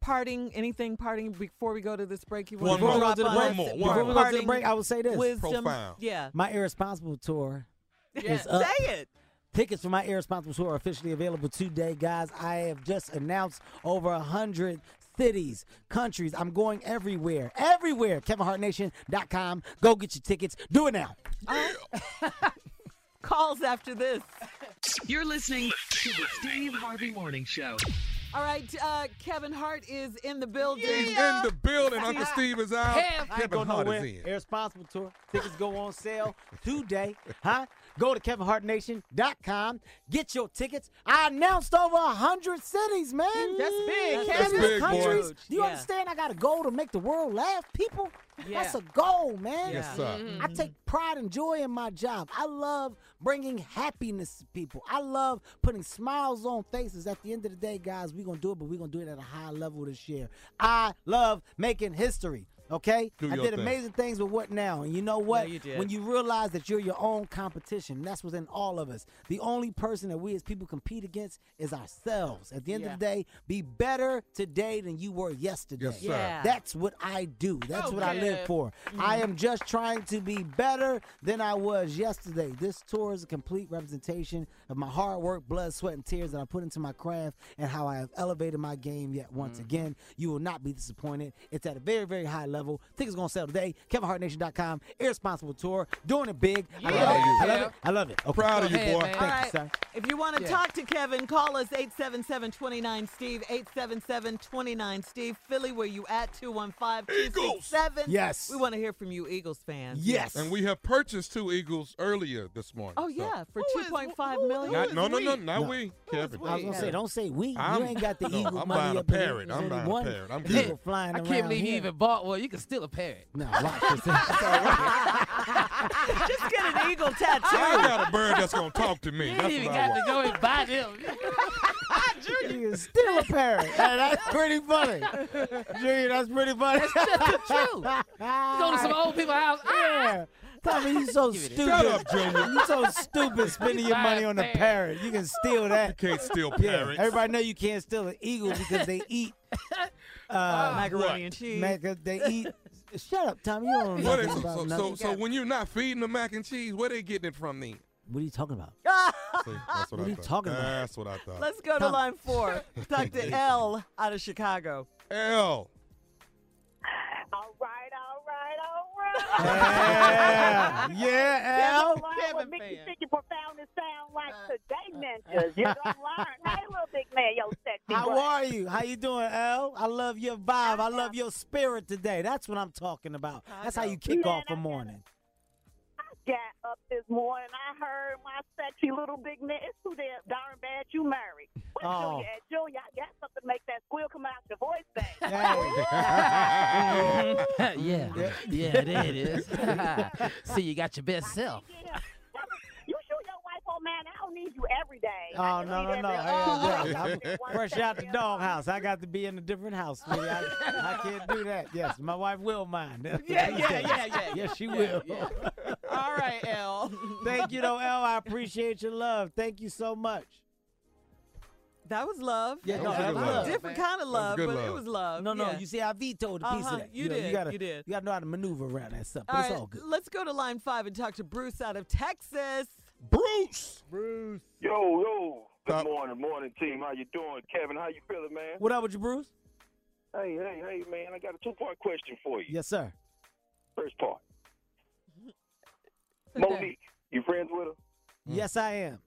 [SPEAKER 5] parting anything parting before we go to this break? You
[SPEAKER 8] One
[SPEAKER 5] wanna
[SPEAKER 8] more.
[SPEAKER 5] drop
[SPEAKER 8] One
[SPEAKER 5] on
[SPEAKER 8] more.
[SPEAKER 5] us?
[SPEAKER 8] One more. Before we go to the
[SPEAKER 5] Parting
[SPEAKER 8] break, I will say this.
[SPEAKER 5] Wisdom.
[SPEAKER 8] Profound.
[SPEAKER 5] Yeah.
[SPEAKER 8] My irresponsible tour
[SPEAKER 5] Yeah,
[SPEAKER 8] is up.
[SPEAKER 5] say it.
[SPEAKER 8] Tickets for my irresponsible tour are officially available today, guys. I have just announced over a hundred cities, countries. I'm going everywhere, everywhere. KevinHartNation.com. Go get your tickets. Do it now.
[SPEAKER 5] Calls after this.
[SPEAKER 2] You're listening to the Steve Harvey Morning Show.
[SPEAKER 5] All right, uh, Kevin Hart is in the building.
[SPEAKER 3] He's in the building. Uncle Steve is out.
[SPEAKER 8] I ain't
[SPEAKER 3] Kevin
[SPEAKER 8] going
[SPEAKER 3] Hart
[SPEAKER 8] nowhere.
[SPEAKER 3] is in.
[SPEAKER 8] Irresponsible tour. Tickets go on sale today. Huh? Go to KevinHartNation.com. Get your tickets. I announced over a hundred cities, man.
[SPEAKER 5] That's big,
[SPEAKER 8] Cities,
[SPEAKER 5] Kevin. That's big, boy.
[SPEAKER 8] countries. Do you
[SPEAKER 5] Yeah.
[SPEAKER 8] understand? I got a goal to make the world laugh, people.
[SPEAKER 5] Yeah.
[SPEAKER 8] That's a goal, man.
[SPEAKER 5] Yes, sir. Mhm.
[SPEAKER 8] I take pride and joy in my job. I love bringing happiness to people. I love putting smiles on faces. At the end of the day, guys, we're going to do it, but we're going to do it at a high level this year. I love making history, okay?
[SPEAKER 3] Do
[SPEAKER 8] I
[SPEAKER 3] your
[SPEAKER 8] did
[SPEAKER 3] thing.
[SPEAKER 8] amazing things with what now? And you know what?
[SPEAKER 5] you did.
[SPEAKER 8] When you realize that you're your own competition, that's within all of us. The only person that we as people compete against is ourselves. At the end
[SPEAKER 5] Yeah.
[SPEAKER 8] of the day, be better today than you were yesterday.
[SPEAKER 5] Yes, sir. Yeah. Oh, Mm-hmm.
[SPEAKER 8] That's what I do. That's what I live
[SPEAKER 5] Okay.
[SPEAKER 8] for. I am just trying to be better than I was yesterday. This tour is a complete representation of my hard work, blood, sweat, and tears that I put into my craft and how I have elevated my game yet once
[SPEAKER 3] Mm-hmm.
[SPEAKER 8] again. You will not be disappointed. It's at a very, very high level. Tickets going to sell today. KevinHartNation.com. Irresponsible tour. Doing it big. I
[SPEAKER 3] Yeah.
[SPEAKER 8] love it. I love
[SPEAKER 3] Yeah.
[SPEAKER 8] it. I love it. Okay.
[SPEAKER 3] Proud of you, boy.
[SPEAKER 8] Thank
[SPEAKER 5] All
[SPEAKER 8] you,
[SPEAKER 5] right.
[SPEAKER 8] sir.
[SPEAKER 5] If you want to
[SPEAKER 8] Yeah.
[SPEAKER 5] talk to Kevin, call us 877-29-STEVE, 877-29-STEVE. E Philly, where you at? 215-267.
[SPEAKER 3] Yes.
[SPEAKER 5] We want to hear from you Eagles fans.
[SPEAKER 3] And we have purchased two Eagles earlier this morning.
[SPEAKER 5] Oh,
[SPEAKER 3] so-
[SPEAKER 5] yeah, for $2.5 million.
[SPEAKER 3] Not, no, no, no, not we, Kevin.
[SPEAKER 8] I was gonna say, don't say we.
[SPEAKER 3] I'm-
[SPEAKER 8] you ain't got the
[SPEAKER 3] no,
[SPEAKER 8] eagle
[SPEAKER 3] I'm
[SPEAKER 8] money
[SPEAKER 3] buying a
[SPEAKER 8] up in here.
[SPEAKER 3] parrot.
[SPEAKER 8] There's
[SPEAKER 3] I'm
[SPEAKER 8] only
[SPEAKER 3] buying a
[SPEAKER 8] one
[SPEAKER 3] parrot. I'm
[SPEAKER 8] eagle
[SPEAKER 3] good.
[SPEAKER 8] flying
[SPEAKER 6] I
[SPEAKER 8] around
[SPEAKER 6] can't believe
[SPEAKER 8] here.
[SPEAKER 6] you even bought one. You can still a parrot.
[SPEAKER 8] No, watch this.
[SPEAKER 5] Just get an eagle tattoo.
[SPEAKER 3] I got a bird that's gonna talk to me.
[SPEAKER 6] You
[SPEAKER 3] That's
[SPEAKER 6] ain't even
[SPEAKER 3] what I
[SPEAKER 6] got to
[SPEAKER 3] want.
[SPEAKER 6] go and buy them.
[SPEAKER 8] Junior is still a parrot. Hey, that's pretty funny. Junior, that's pretty funny. That's
[SPEAKER 6] just the truth. You go to some old people's house.
[SPEAKER 8] Yeah. Tommy, you so stupid.
[SPEAKER 3] Shut up, Junior.
[SPEAKER 8] You so stupid spending your money on a parrot. You can steal that.
[SPEAKER 3] You can't steal
[SPEAKER 8] Yeah,
[SPEAKER 3] parrots.
[SPEAKER 8] Everybody know you can't steal an eagle because they eat uh,
[SPEAKER 5] Macaroni and cheese.
[SPEAKER 6] uh,
[SPEAKER 8] Mac- they eat. Shut up, Tommy. You don't know
[SPEAKER 3] What is,
[SPEAKER 8] nothing
[SPEAKER 3] so,
[SPEAKER 8] about
[SPEAKER 3] so,
[SPEAKER 8] nothing.
[SPEAKER 3] so, so when you're not feeding the mac and cheese, where they getting it from then? Ah!
[SPEAKER 8] What are you talking about?
[SPEAKER 3] See, that's what,
[SPEAKER 8] What
[SPEAKER 3] I
[SPEAKER 8] are you
[SPEAKER 3] thought.
[SPEAKER 8] talking about?
[SPEAKER 3] That's what I thought.
[SPEAKER 5] Let's go to
[SPEAKER 3] Tom-
[SPEAKER 5] line four. Talk to L out of Chicago.
[SPEAKER 3] L.
[SPEAKER 12] All right, all right, all right.
[SPEAKER 8] Yeah, yeah,
[SPEAKER 12] Y'all
[SPEAKER 8] Al. Uh,
[SPEAKER 12] don't learn what Mickey Chicken profound and sound like today, ninjas. You don't learn. Hey, little big man, yo, sexy.
[SPEAKER 8] How
[SPEAKER 12] boy.
[SPEAKER 8] are you? How you doing, L? I love your vibe. I love your spirit today. That's what I'm talking about. That's how you kick off a morning.
[SPEAKER 12] I got up this morning. I heard my sexy little big nigga. It's too damn darn bad you married. What
[SPEAKER 4] Oh.
[SPEAKER 12] Julia? Julia, I got something to make that squeal come out your voice back.
[SPEAKER 18] yeah,
[SPEAKER 6] Mm-hmm.
[SPEAKER 18] yeah, there it is. See, you got your best self.
[SPEAKER 12] you sure your wife on man? I don't need you every day.
[SPEAKER 8] Oh no no no! Hell yeah. I'm fresh out the doghouse. I got to be in a different house. sweetie. I, I can't do that. Yes, my wife will mind. That's what
[SPEAKER 5] Yeah,
[SPEAKER 8] she
[SPEAKER 5] yeah,
[SPEAKER 8] said.
[SPEAKER 5] yeah, yeah.
[SPEAKER 8] Yes, she
[SPEAKER 5] Yeah,
[SPEAKER 8] will.
[SPEAKER 5] yeah. All right, L.
[SPEAKER 8] Thank you, though, L. I appreciate your love. Thank you so much.
[SPEAKER 5] That was love.
[SPEAKER 8] Yeah, no, that was love.
[SPEAKER 5] Different kind of love, but it was love.
[SPEAKER 8] No, no.
[SPEAKER 5] yeah.
[SPEAKER 8] You see, I vetoed a piece
[SPEAKER 5] Uh-huh,
[SPEAKER 8] of that.
[SPEAKER 5] You,
[SPEAKER 8] know,
[SPEAKER 5] did. You,
[SPEAKER 8] gotta,
[SPEAKER 5] did.
[SPEAKER 8] You got to know how to maneuver around that stuff. But
[SPEAKER 5] All
[SPEAKER 8] it's
[SPEAKER 5] right,
[SPEAKER 8] all good.
[SPEAKER 5] let's go to line five and talk to Bruce out of Texas.
[SPEAKER 3] Bruce.
[SPEAKER 5] Bruce.
[SPEAKER 11] Yo, yo. Good morning, morning team. How you doing, Kevin? How you feeling, man?
[SPEAKER 8] What up with you, Bruce?
[SPEAKER 11] Hey, hey, hey, man. I got a two-part question for you.
[SPEAKER 8] Yes, sir.
[SPEAKER 11] First part. Monique, you friends with her?
[SPEAKER 8] Yes, I am.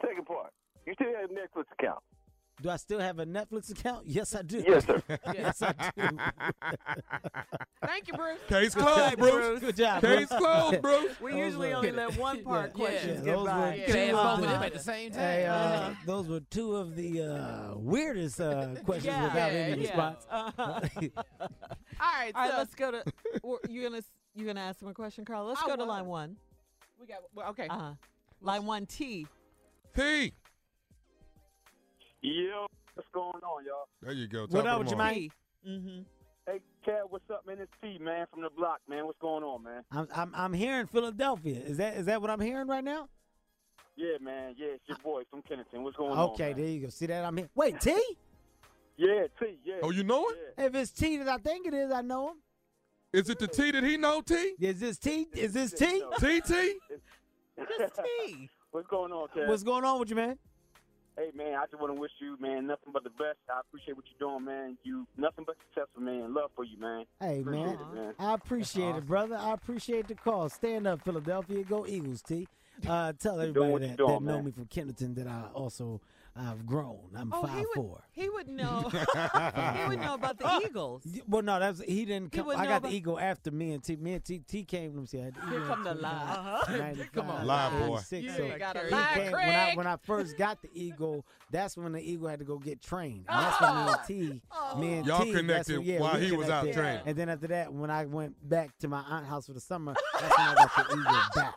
[SPEAKER 11] Second part. You still have a Netflix account?
[SPEAKER 8] Do I still have a Netflix account? Yes, I do.
[SPEAKER 11] Yes, sir.
[SPEAKER 8] yes, I do.
[SPEAKER 5] Thank you, Bruce.
[SPEAKER 3] Case closed, Bruce.
[SPEAKER 8] Good job.
[SPEAKER 3] Case
[SPEAKER 8] Bruce.
[SPEAKER 3] closed, Bruce.
[SPEAKER 5] We usually only let one part
[SPEAKER 8] Yeah,
[SPEAKER 5] questions
[SPEAKER 8] those
[SPEAKER 5] get by.
[SPEAKER 8] were
[SPEAKER 5] Yeah.
[SPEAKER 8] two
[SPEAKER 5] Jazz
[SPEAKER 8] of
[SPEAKER 5] both
[SPEAKER 8] the-
[SPEAKER 5] of them at the same
[SPEAKER 8] Hey,
[SPEAKER 5] time.
[SPEAKER 8] uh,
[SPEAKER 5] Uh-huh.
[SPEAKER 8] those were two of the uh, weirdest uh, questions
[SPEAKER 5] Yeah,
[SPEAKER 8] without
[SPEAKER 5] yeah,
[SPEAKER 8] any
[SPEAKER 5] yeah.
[SPEAKER 8] response.
[SPEAKER 5] Uh-huh. All right,
[SPEAKER 13] All right,
[SPEAKER 5] so
[SPEAKER 13] let's
[SPEAKER 5] let's go to. You gonna you gonna ask him a question, Carl? Let's
[SPEAKER 13] I
[SPEAKER 5] go to
[SPEAKER 13] was.
[SPEAKER 5] line one.
[SPEAKER 13] We got well, okay.
[SPEAKER 5] Uh-huh. Line one T.
[SPEAKER 3] T.
[SPEAKER 11] Yo, what's going on, y'all?
[SPEAKER 3] There you go.
[SPEAKER 11] What
[SPEAKER 3] Top
[SPEAKER 11] up
[SPEAKER 3] of
[SPEAKER 11] with
[SPEAKER 3] the
[SPEAKER 11] you,
[SPEAKER 3] morning.
[SPEAKER 11] Mike?
[SPEAKER 5] Mm-hmm.
[SPEAKER 11] Hey, Cat, what's up, man? It's T, man, from the block, man. What's going on, man?
[SPEAKER 8] I'm, I'm I'm here in Philadelphia. Is that is that what I'm hearing right now?
[SPEAKER 11] Yeah, man. Yeah, it's your boy from Kennington. What's going on?
[SPEAKER 8] okay, there you go. See that I'm here. Wait, T?
[SPEAKER 11] Yeah, T. Yeah.
[SPEAKER 3] Oh, you know it?
[SPEAKER 8] If it's T that I think it is, I know him.
[SPEAKER 3] Is it the T that he know, T?
[SPEAKER 8] Is this T? Is this T?
[SPEAKER 3] T, T?
[SPEAKER 5] Just T.
[SPEAKER 11] What's going on, Cat?
[SPEAKER 8] What's going on with you, man?
[SPEAKER 11] Hey, man, I just want to wish you, man, nothing but the best. I appreciate what you're doing, man. You nothing but successful, man. Love for you, man.
[SPEAKER 8] Hey,
[SPEAKER 11] Appreciate
[SPEAKER 8] man.
[SPEAKER 11] it, man.
[SPEAKER 8] I appreciate it, brother. I appreciate the call. Stand up, Philadelphia. Go Eagles, T. Uh, tell
[SPEAKER 11] You doing
[SPEAKER 8] everybody
[SPEAKER 11] what
[SPEAKER 8] that,
[SPEAKER 11] you doing,
[SPEAKER 8] that know
[SPEAKER 11] man.
[SPEAKER 8] me from Kennington that I also I've grown. I'm
[SPEAKER 5] Oh,
[SPEAKER 8] five
[SPEAKER 5] he would.
[SPEAKER 8] four.
[SPEAKER 5] He would know. he would know about the Eagles.
[SPEAKER 8] Oh, Y- Well, no, that's he didn't
[SPEAKER 5] He
[SPEAKER 8] come.
[SPEAKER 5] would
[SPEAKER 8] I
[SPEAKER 5] know
[SPEAKER 8] got the
[SPEAKER 5] about-
[SPEAKER 8] eagle after me and T. Me and T. T came. Let me see. I had the
[SPEAKER 5] Here
[SPEAKER 8] Eagle
[SPEAKER 5] come the
[SPEAKER 8] in
[SPEAKER 5] lie.
[SPEAKER 8] 25,
[SPEAKER 5] Uh-huh. Come
[SPEAKER 8] 95,
[SPEAKER 5] on. Lie, boy.
[SPEAKER 8] 96,
[SPEAKER 5] You
[SPEAKER 8] so
[SPEAKER 5] ain't gotta
[SPEAKER 8] he
[SPEAKER 5] lie,
[SPEAKER 8] came- when I
[SPEAKER 5] Craig.
[SPEAKER 8] when I first got the eagle, that's when the eagle had to go get trained. And that's when me and T.
[SPEAKER 5] Oh.
[SPEAKER 8] Me and
[SPEAKER 3] Y'all
[SPEAKER 8] T, that's
[SPEAKER 3] connected
[SPEAKER 8] when- yeah,
[SPEAKER 3] while
[SPEAKER 8] we
[SPEAKER 3] he was out
[SPEAKER 8] connected.
[SPEAKER 3] training.
[SPEAKER 8] And then after that, when I went back to my aunt's house for the summer, that's when I got the eagle back.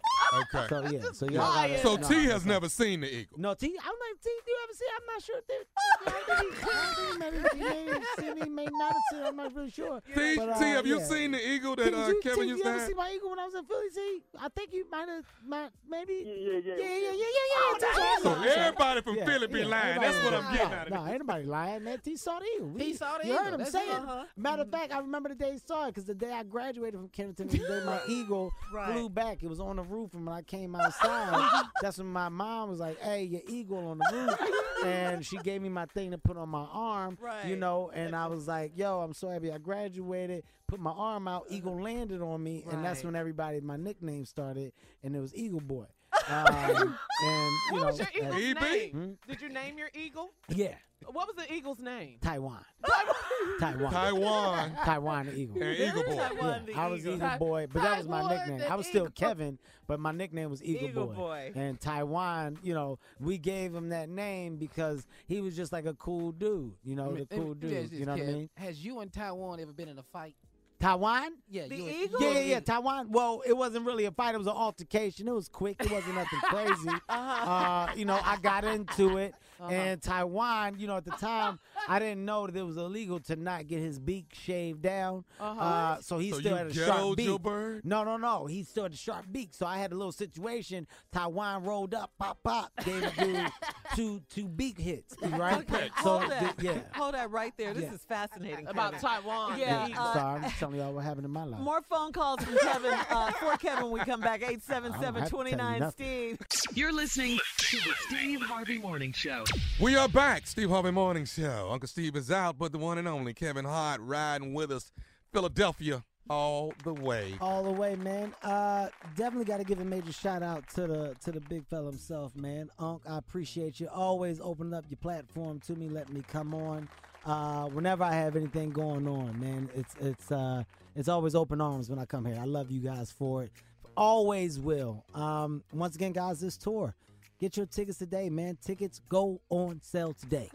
[SPEAKER 3] Okay.
[SPEAKER 8] So yeah, so y'all. gotta- no,
[SPEAKER 3] So T
[SPEAKER 8] that's
[SPEAKER 3] has
[SPEAKER 8] not-
[SPEAKER 3] never seen the Eagle.
[SPEAKER 8] No, T. I'm like T. Do you ever see? I'm not sure. If they, I don't think he, I don't think he may have seen. He may not have seen. I'm not really sure.
[SPEAKER 3] T,
[SPEAKER 8] But, uh,
[SPEAKER 3] T, have you
[SPEAKER 8] yeah.
[SPEAKER 3] seen the Eagle
[SPEAKER 8] T,
[SPEAKER 3] that
[SPEAKER 8] did
[SPEAKER 3] uh,
[SPEAKER 8] you,
[SPEAKER 3] Kevin
[SPEAKER 8] T,
[SPEAKER 3] used to
[SPEAKER 8] you ever
[SPEAKER 3] have?
[SPEAKER 8] see my eagle when I was in Philly? See, I think you might have, might maybe.
[SPEAKER 11] Yeah, Oh, yeah, yeah,
[SPEAKER 8] yeah, yeah, yeah, yeah. T saw
[SPEAKER 3] So
[SPEAKER 8] the eagle.
[SPEAKER 3] everybody from Philly be lying. That's what I'm getting out of
[SPEAKER 8] No, ain't nobody lying, man. T saw the eagle.
[SPEAKER 5] He
[SPEAKER 8] You-
[SPEAKER 5] saw the
[SPEAKER 8] You
[SPEAKER 5] eagle.
[SPEAKER 8] heard him
[SPEAKER 5] That's
[SPEAKER 8] say
[SPEAKER 5] it.
[SPEAKER 8] it.
[SPEAKER 5] Uh-huh.
[SPEAKER 8] Matter of fact, I remember the day he saw it because the day I graduated from Kennington, the day my eagle
[SPEAKER 5] Right.
[SPEAKER 8] flew back, it was on the roof, and when I came outside, that's when my mom was like, "Hey, your eagle on the roof," and she gave me my thing to put on my arm. You
[SPEAKER 5] Right.
[SPEAKER 8] know, and I was like, "Yo, I'm so happy I graduated." Put my arm out, eagle landed on me, and that's
[SPEAKER 5] Right.
[SPEAKER 8] when everybody my nickname started, and it was Eagle Boy. Um, and you
[SPEAKER 5] What
[SPEAKER 8] know,
[SPEAKER 5] was your
[SPEAKER 8] uh,
[SPEAKER 5] eagle's
[SPEAKER 3] E
[SPEAKER 5] name?
[SPEAKER 8] Hmm?
[SPEAKER 5] Did you name your eagle?
[SPEAKER 8] Yeah,
[SPEAKER 5] What was the eagle's name?
[SPEAKER 8] Taiwan. Taiwan.
[SPEAKER 3] Taiwan.
[SPEAKER 8] Taiwan the Eagle.
[SPEAKER 3] And Eagle Boy.
[SPEAKER 8] Yeah,
[SPEAKER 5] Taiwan the
[SPEAKER 8] I was
[SPEAKER 5] Eagle.
[SPEAKER 8] Eagle
[SPEAKER 5] Ta-
[SPEAKER 8] Boy, but that was my
[SPEAKER 5] Taiwan
[SPEAKER 8] nickname.
[SPEAKER 5] the
[SPEAKER 8] I was still
[SPEAKER 5] Eagle.
[SPEAKER 8] Kevin, but my nickname was Eagle,
[SPEAKER 5] Eagle
[SPEAKER 8] Boy.
[SPEAKER 5] Boy.
[SPEAKER 8] And Taiwan, you know, we gave him that name because he was just like a cool dude, you know, Oh, the
[SPEAKER 6] Let me-
[SPEAKER 8] cool
[SPEAKER 6] let me ask
[SPEAKER 8] dude.
[SPEAKER 6] this,
[SPEAKER 8] You know what I
[SPEAKER 6] Kev.
[SPEAKER 8] mean?
[SPEAKER 6] Has you and Taiwan ever been in a fight?
[SPEAKER 8] Taiwan?
[SPEAKER 6] Yeah,
[SPEAKER 8] The
[SPEAKER 6] you and-
[SPEAKER 8] Yeah, yeah, yeah. Taiwan. Well, it wasn't really a fight. It was an altercation. It was quick. It wasn't nothing crazy.
[SPEAKER 5] Uh-huh.
[SPEAKER 8] uh, you know, I got into it, and Taiwan. You know, at the time, I didn't know that it was illegal to not get his beak shaved down.
[SPEAKER 5] Uh-huh.
[SPEAKER 8] Uh, so he
[SPEAKER 3] So
[SPEAKER 8] still
[SPEAKER 3] you
[SPEAKER 8] had a
[SPEAKER 3] ghettoed
[SPEAKER 8] sharp beak.
[SPEAKER 3] your bird?
[SPEAKER 8] No, no, no. He still had a sharp beak. So I had a little situation. Taiwan rolled up, pop, pop, gave the dude two two beak hits. Right. so
[SPEAKER 5] Hold that.
[SPEAKER 8] th- yeah.
[SPEAKER 5] Hold that right there. This
[SPEAKER 8] Yeah.
[SPEAKER 5] is fascinating.
[SPEAKER 13] About
[SPEAKER 5] Kevin.
[SPEAKER 13] Taiwan,
[SPEAKER 5] Yeah.
[SPEAKER 13] the
[SPEAKER 5] uh,
[SPEAKER 8] Sorry, I'm just telling y'all what happened in my life.
[SPEAKER 5] more phone calls from Kevin. Uh, for Kevin, we come back.
[SPEAKER 8] I don't have to tell you
[SPEAKER 5] 877-29 Steve.
[SPEAKER 2] You're listening to the Steve Harvey Morning Show.
[SPEAKER 3] We are back, Steve Harvey Morning Show. Uncle Steve is out, but the one and only Kevin Hart riding with us, Philadelphia, all the way.
[SPEAKER 8] All the way, man. Uh, definitely got to give a major shout out to the to the big fella himself, man. Unc, I appreciate you always opening up your platform to me, letting me come on. Uh, whenever I have anything going on, man, it's it's uh it's always open arms when I come here. I love you guys for it. always will. Um, once again, guys, this tour. Get your tickets today, man. Tickets go on sale today.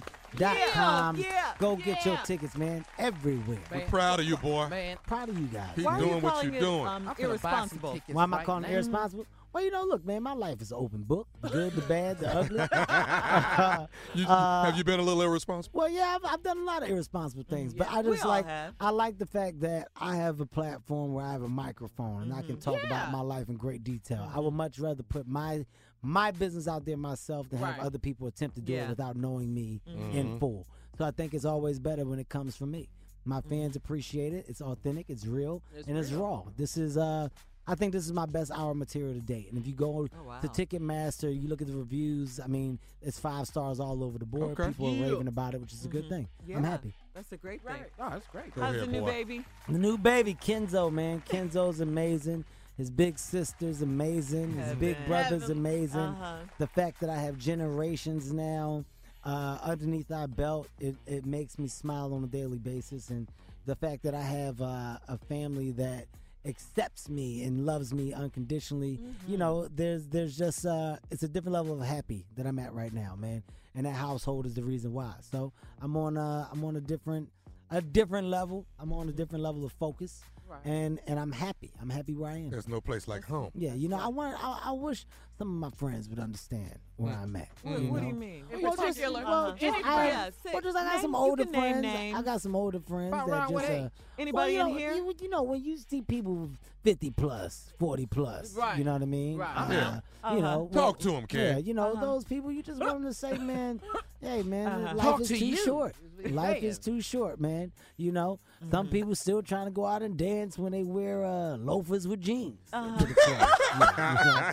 [SPEAKER 8] KevinHartNation.com.
[SPEAKER 7] Yeah, yeah,
[SPEAKER 8] go get your
[SPEAKER 7] yeah.
[SPEAKER 8] tickets, man. Everywhere.
[SPEAKER 7] We're proud of you, boy.
[SPEAKER 8] Man. Proud of you guys.
[SPEAKER 7] Keep Why are you doing what calling you're it, doing. um, I'm finna buy some irresponsible? tickets
[SPEAKER 8] Why am I
[SPEAKER 7] right
[SPEAKER 8] calling it
[SPEAKER 7] now.
[SPEAKER 8] irresponsible? Well, you know, look, man, my life is an open book. The good, the bad, the ugly.
[SPEAKER 3] You-
[SPEAKER 8] Uh,
[SPEAKER 3] have you been a little irresponsible?
[SPEAKER 8] Well, yeah, I've, I've done a lot of irresponsible
[SPEAKER 5] Mm-hmm.
[SPEAKER 8] things, but I
[SPEAKER 3] we
[SPEAKER 8] just
[SPEAKER 3] all
[SPEAKER 8] like
[SPEAKER 3] have.
[SPEAKER 8] I like the fact that I have a platform where I have a microphone and I
[SPEAKER 5] Mm-hmm.
[SPEAKER 8] can talk about my life in great detail. I would much rather put my my business out there myself than
[SPEAKER 5] Right.
[SPEAKER 8] have other people attempt to do
[SPEAKER 5] Yeah.
[SPEAKER 8] it without knowing me in
[SPEAKER 5] Mhm.
[SPEAKER 8] full. So I think it's always better when it comes from me. My fans appreciate it. It's authentic. It's real,
[SPEAKER 5] Mm-hmm. It's
[SPEAKER 8] and it's
[SPEAKER 5] real.
[SPEAKER 8] raw. This is uh. I think this is my best hour material to date. And if you go
[SPEAKER 5] Oh, wow.
[SPEAKER 8] to Ticketmaster, you look at the reviews, I mean, it's five stars all over the board board.
[SPEAKER 5] Okay.
[SPEAKER 8] People
[SPEAKER 5] Yeah.
[SPEAKER 8] are raving about it, which is a
[SPEAKER 7] Mm-hmm.
[SPEAKER 8] good thing.
[SPEAKER 5] Mm-hmm. Yeah.
[SPEAKER 8] I'm happy.
[SPEAKER 5] That's a great thing.
[SPEAKER 3] Oh, that's great.
[SPEAKER 5] How's the new baby?
[SPEAKER 8] The new baby, Kenzo, man. Kenzo's amazing. His big sister's amazing. His big
[SPEAKER 5] Heaven.
[SPEAKER 8] brother's
[SPEAKER 5] Heaven.
[SPEAKER 8] amazing.
[SPEAKER 5] Uh-huh.
[SPEAKER 8] The fact that I have generations now uh, underneath our belt, it, it makes me smile on a daily basis. And the fact that I have uh, a family that accepts me and loves me unconditionally,
[SPEAKER 5] Mm-hmm.
[SPEAKER 8] you know, there's there's just uh, it's a different level of happy that I'm at right now, man. And that household is the reason why. So I'm on uh, I'm on a different a different level. I'm on a different level of focus,
[SPEAKER 3] Right.
[SPEAKER 8] and and I'm happy. I'm happy where I am.
[SPEAKER 3] There's no place like home.
[SPEAKER 8] Yeah, you know, I want. I, I wish some of my friends would understand where
[SPEAKER 5] Mm.
[SPEAKER 8] I'm at.
[SPEAKER 3] What-
[SPEAKER 8] you
[SPEAKER 3] what
[SPEAKER 8] know?
[SPEAKER 3] do you
[SPEAKER 5] mean? In
[SPEAKER 8] Well, just,
[SPEAKER 5] particular?
[SPEAKER 8] well,
[SPEAKER 5] Uh-huh.
[SPEAKER 8] just,
[SPEAKER 5] Any
[SPEAKER 8] I,
[SPEAKER 5] friends?
[SPEAKER 8] well, just I got
[SPEAKER 5] Name-
[SPEAKER 8] some
[SPEAKER 5] you
[SPEAKER 8] older
[SPEAKER 5] can name
[SPEAKER 8] friends. I
[SPEAKER 5] names.
[SPEAKER 8] got some older friends
[SPEAKER 5] Right,
[SPEAKER 8] that
[SPEAKER 5] right,
[SPEAKER 8] just.
[SPEAKER 5] what- hey,
[SPEAKER 8] uh,
[SPEAKER 5] anybody
[SPEAKER 8] well,
[SPEAKER 5] in
[SPEAKER 8] you know,
[SPEAKER 5] here?
[SPEAKER 8] You, you know, when you see people fifty plus, forty plus,
[SPEAKER 5] Right.
[SPEAKER 8] you know what I mean?
[SPEAKER 5] Right.
[SPEAKER 8] Uh,
[SPEAKER 5] Yeah.
[SPEAKER 8] You
[SPEAKER 5] Uh-huh.
[SPEAKER 8] know,
[SPEAKER 5] Talk
[SPEAKER 8] well,
[SPEAKER 5] to 'em, kid.
[SPEAKER 8] Yeah, you know
[SPEAKER 5] Uh-huh.
[SPEAKER 8] those people. You just want them to say, man, hey, man,
[SPEAKER 5] Uh-huh.
[SPEAKER 8] life
[SPEAKER 5] Talk
[SPEAKER 8] is
[SPEAKER 5] to
[SPEAKER 8] too
[SPEAKER 5] you,
[SPEAKER 8] short.
[SPEAKER 5] is what you're
[SPEAKER 8] Life
[SPEAKER 5] saying. Mm-hmm.
[SPEAKER 8] is too short, man. You know, some people still trying to go out and dance when they wear uh, loafers with jeans. to the club. you know,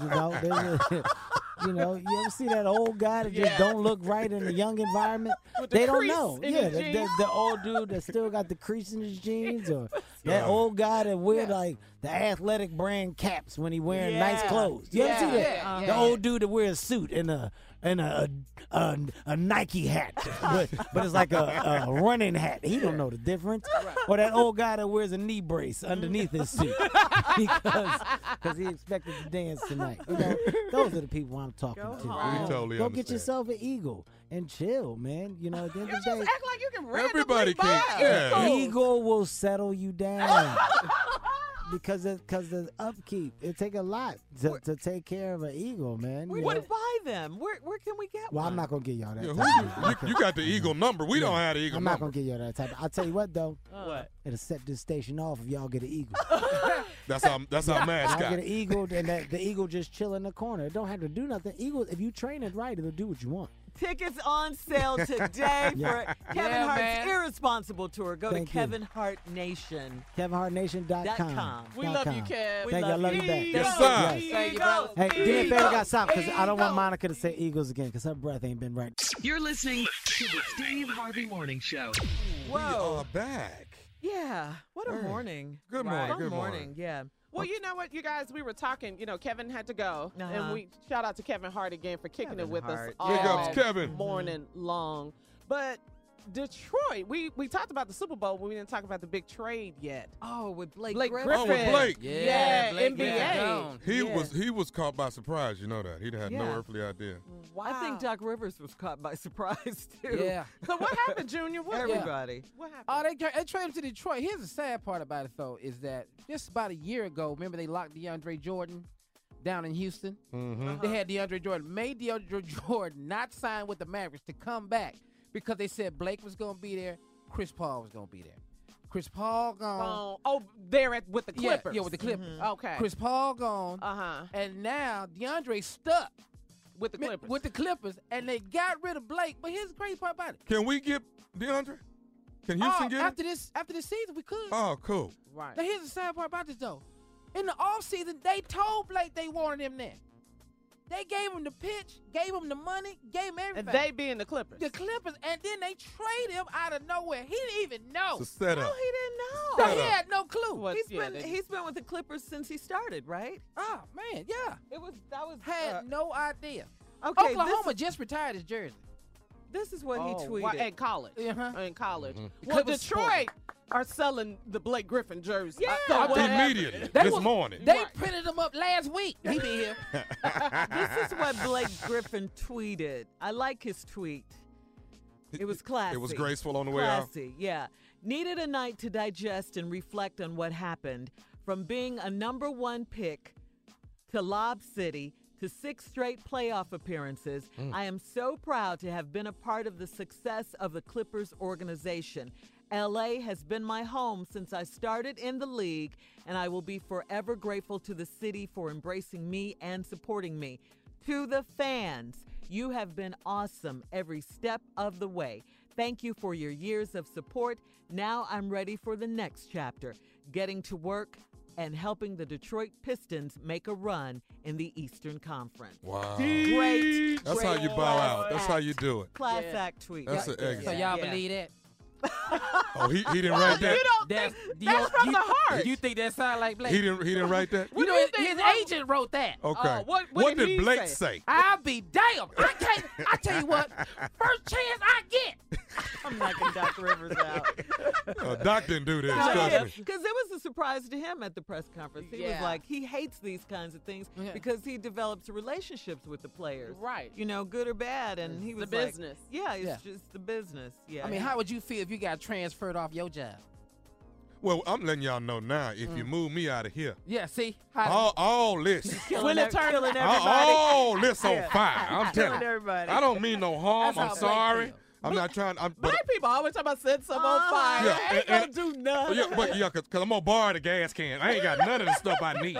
[SPEAKER 8] you know, there's a- you know, you ever see that old guy that just
[SPEAKER 5] Yeah.
[SPEAKER 8] don't look right in a young environment?
[SPEAKER 5] With the
[SPEAKER 8] they don't
[SPEAKER 5] crease
[SPEAKER 8] know.
[SPEAKER 5] in
[SPEAKER 8] yeah,
[SPEAKER 5] his
[SPEAKER 8] the, the,
[SPEAKER 5] jeans.
[SPEAKER 8] the old dude that still got the crease in his jeans, or that old guy that wear like the athletic brand caps when he wearing nice
[SPEAKER 5] Yeah.
[SPEAKER 8] clothes. You ever
[SPEAKER 5] Yeah.
[SPEAKER 8] see that?
[SPEAKER 5] Yeah.
[SPEAKER 8] The
[SPEAKER 5] Yeah.
[SPEAKER 8] old dude that wears a suit and a and a a, a, a Nike hat, but, but it's like a, a running hat. He don't know the difference. Or that old guy that wears a knee brace underneath his suit because because he expected to dance tonight. You know, those are the people I'm talking
[SPEAKER 5] Go
[SPEAKER 8] to.
[SPEAKER 5] home.
[SPEAKER 8] you
[SPEAKER 5] We
[SPEAKER 8] know?
[SPEAKER 5] totally
[SPEAKER 8] Go
[SPEAKER 5] understand.
[SPEAKER 8] get yourself an eagle and chill, man. You know, at the end
[SPEAKER 5] You
[SPEAKER 8] of
[SPEAKER 5] just
[SPEAKER 8] the day,
[SPEAKER 5] act like you can randomly
[SPEAKER 3] Everybody
[SPEAKER 5] buy.
[SPEAKER 3] can- yeah.
[SPEAKER 8] an eagle will settle you down. Because of, cause the upkeep, it take a lot to, to take care of an eagle, man.
[SPEAKER 5] Where
[SPEAKER 8] you
[SPEAKER 5] do
[SPEAKER 8] know?
[SPEAKER 5] you buy them? Where where can we get
[SPEAKER 8] Well,
[SPEAKER 5] one?
[SPEAKER 8] I'm not gonna get y'all that.
[SPEAKER 5] Yeah,
[SPEAKER 8] type
[SPEAKER 5] who
[SPEAKER 8] of
[SPEAKER 5] you-
[SPEAKER 8] shit.
[SPEAKER 5] you-
[SPEAKER 8] Okay.
[SPEAKER 3] you got the eagle number. We don't have the eagle
[SPEAKER 8] I'm not gonna get y'all that type. I'll tell you what though.
[SPEAKER 5] What?
[SPEAKER 8] It'll set this station off if y'all get an eagle.
[SPEAKER 3] That's our that's our
[SPEAKER 8] Y'all
[SPEAKER 3] mascot.
[SPEAKER 8] get an eagle, and that, the eagle just chill in the corner. It don't have to do nothing. Eagle, if you train it right, it'll do what you want.
[SPEAKER 5] Tickets on sale today for
[SPEAKER 8] Yeah.
[SPEAKER 5] Kevin
[SPEAKER 8] Yeah,
[SPEAKER 5] Hart's
[SPEAKER 8] man.
[SPEAKER 5] Irresponsible Tour. Go
[SPEAKER 8] Thank
[SPEAKER 5] to
[SPEAKER 8] you.
[SPEAKER 5] Kevin Hart Nation. Dot com.
[SPEAKER 8] KevinHartNation.com.
[SPEAKER 5] We love you,
[SPEAKER 8] Dot com.
[SPEAKER 5] Kev.
[SPEAKER 8] Thank
[SPEAKER 5] We
[SPEAKER 8] you. I
[SPEAKER 5] love
[SPEAKER 8] love you
[SPEAKER 5] you.
[SPEAKER 8] back.
[SPEAKER 5] Yes, sir. Thank you, brother.
[SPEAKER 8] Hey, do me a favor,
[SPEAKER 2] Eagle.
[SPEAKER 8] guys, stop, because I don't want Monica to say eagles again, because her breath ain't been right.
[SPEAKER 2] You're listening to the Steve Harvey Morning Show.
[SPEAKER 5] Whoa.
[SPEAKER 3] We are back.
[SPEAKER 5] Yeah. What a
[SPEAKER 3] Hey.
[SPEAKER 5] morning.
[SPEAKER 3] Good morning,
[SPEAKER 5] What a
[SPEAKER 3] good morning.
[SPEAKER 5] Yeah.
[SPEAKER 13] Well, you know what, you guys, we were talking. You know, Kevin had to go,
[SPEAKER 5] Uh-huh.
[SPEAKER 13] and we shout out to Kevin Hart again for kicking it with us
[SPEAKER 5] Hart.
[SPEAKER 13] all
[SPEAKER 5] Big ups,
[SPEAKER 3] Kevin.
[SPEAKER 13] morning long. But Detroit, we we talked about the Super Bowl, but we didn't talk about the big trade yet.
[SPEAKER 5] Oh, with Blake,
[SPEAKER 13] Blake
[SPEAKER 5] Griffin.
[SPEAKER 13] Griffin.
[SPEAKER 3] Oh, with Blake.
[SPEAKER 13] Yeah, Yeah, Blake NBA.
[SPEAKER 5] Griffin.
[SPEAKER 3] He
[SPEAKER 5] Yeah.
[SPEAKER 3] was he was caught by surprise. You know that he had no
[SPEAKER 5] Yeah.
[SPEAKER 3] earthly idea.
[SPEAKER 5] I think Doc Rivers was caught by surprise too.
[SPEAKER 6] Yeah.
[SPEAKER 13] So what happened, Junior? What
[SPEAKER 5] Everybody.
[SPEAKER 13] What happened?
[SPEAKER 6] Oh, they, tra- they traded him to Detroit. Here's the sad part about it, though, is that just about a year ago, remember they locked DeAndre Jordan down in Houston?
[SPEAKER 3] Mm-hmm.
[SPEAKER 13] Uh-huh.
[SPEAKER 6] They had DeAndre Jordan, made DeAndre Jordan not sign with the Mavericks to come back because they said Blake was going to be there, Chris Paul was going to be there. Chris Paul gone.
[SPEAKER 13] Um, oh, there at with the
[SPEAKER 6] Yeah,
[SPEAKER 13] Clippers.
[SPEAKER 6] yeah, with the Clippers.
[SPEAKER 13] Mhm. Okay.
[SPEAKER 6] Chris Paul gone. Uh
[SPEAKER 13] huh.
[SPEAKER 6] And now DeAndre stuck
[SPEAKER 13] with the
[SPEAKER 6] Clippers. With the Clippers, and they got rid of Blake. But here's the crazy part about it.
[SPEAKER 3] Can we get DeAndre? Can Houston
[SPEAKER 6] Oh,
[SPEAKER 3] get him?
[SPEAKER 6] after this after this season we could.
[SPEAKER 3] Oh, cool.
[SPEAKER 6] Now here's the sad part about this though. In the offseason, they told Blake they wanted him there. They gave him the pitch, gave him the money, gave him everything.
[SPEAKER 13] And they being the Clippers.
[SPEAKER 6] the Clippers, and then they trade him out of nowhere. He didn't even know.
[SPEAKER 3] It's a setup.
[SPEAKER 5] No, he didn't know.
[SPEAKER 6] So he had no clue.
[SPEAKER 5] He's been he's been with the Clippers since he started, right?
[SPEAKER 6] Oh man, yeah.
[SPEAKER 5] It was that was
[SPEAKER 6] had no idea.
[SPEAKER 5] Okay, this
[SPEAKER 6] Oklahoma just retired his jersey.
[SPEAKER 5] This is what he
[SPEAKER 13] Oh, why-
[SPEAKER 5] tweeted.
[SPEAKER 13] at college. In college.
[SPEAKER 6] The
[SPEAKER 3] Mm-hmm.
[SPEAKER 13] Well,
[SPEAKER 6] Clippers
[SPEAKER 13] Detroit, are selling the Blake Griffin jersey. Yeah.
[SPEAKER 3] I did immediately, this morning.
[SPEAKER 9] They printed them up last week. He been here.
[SPEAKER 5] this is what Blake Griffin tweeted. I like his tweet. It was classy.
[SPEAKER 3] It was graceful on the way out.
[SPEAKER 5] Classy, yeah. Needed a night to digest and reflect on what happened from being a number one pick to Lob City to six straight playoff appearances.
[SPEAKER 24] Mm.
[SPEAKER 5] I am so proud to have been a part of the success of the Clippers organization. LA has been my home since I started in the league, and I will be forever grateful to the city for embracing me and supporting me. To the fans, you have been awesome every step of the way. Thank you for your years of support. Now I'm ready for the next chapter getting to work and helping the Detroit Pistons make a run in the Eastern Conference.
[SPEAKER 3] Wow.
[SPEAKER 5] Great.
[SPEAKER 3] That's
[SPEAKER 5] great
[SPEAKER 3] how you bow
[SPEAKER 5] class
[SPEAKER 3] out. That's how you do it.
[SPEAKER 5] Class act tweet.
[SPEAKER 3] That's an exit.
[SPEAKER 9] So y'all believe that?
[SPEAKER 3] Oh, he, he didn't write that.
[SPEAKER 9] That's,
[SPEAKER 13] that's
[SPEAKER 9] from the heart. You think that sound like Blake?
[SPEAKER 3] He didn't. He didn't write that.
[SPEAKER 9] You know, his, his agent wrote that.
[SPEAKER 3] Okay. Uh, what- what What did did he Blake say? say?
[SPEAKER 9] I'll be damned. I can't. I tell you what. First chance I get.
[SPEAKER 5] I'm knocking Doc Rivers out.
[SPEAKER 3] Uh, Doc didn't do this. Trust me.
[SPEAKER 5] Because it was a surprise to him at the press conference. He was
[SPEAKER 13] Yeah.
[SPEAKER 5] like, he hates these kinds of things because he develops relationships with the players.
[SPEAKER 9] Right.
[SPEAKER 5] You know, good or bad. And he
[SPEAKER 9] The
[SPEAKER 5] was like,
[SPEAKER 9] business.
[SPEAKER 5] yeah, it's
[SPEAKER 9] Yeah.
[SPEAKER 5] just the business. Yeah.
[SPEAKER 9] I mean, how would you feel if you got transferred off your job?
[SPEAKER 3] Well, I'm letting y'all know now. If you
[SPEAKER 9] Mm.
[SPEAKER 3] move me out of here,
[SPEAKER 9] Yeah. See.
[SPEAKER 3] all, all this,
[SPEAKER 9] Killing Will it ev- turn- killing
[SPEAKER 3] All-
[SPEAKER 9] everybody.
[SPEAKER 3] All this on
[SPEAKER 9] Yeah.
[SPEAKER 3] fire.
[SPEAKER 9] Killing
[SPEAKER 3] I'm telling you.
[SPEAKER 9] everybody.
[SPEAKER 3] I don't mean no harm.
[SPEAKER 9] That's
[SPEAKER 3] I'm
[SPEAKER 9] how Blake
[SPEAKER 3] sorry. I'm not trying. I'm, but,
[SPEAKER 13] Black people always talk about setting something on fire.
[SPEAKER 3] Yeah,
[SPEAKER 13] They ain't
[SPEAKER 3] and-
[SPEAKER 13] gonna do nothing.
[SPEAKER 3] yeah, but yeah, cause, 'cause I'm gonna borrow the gas can. I ain't got none of the stuff I need.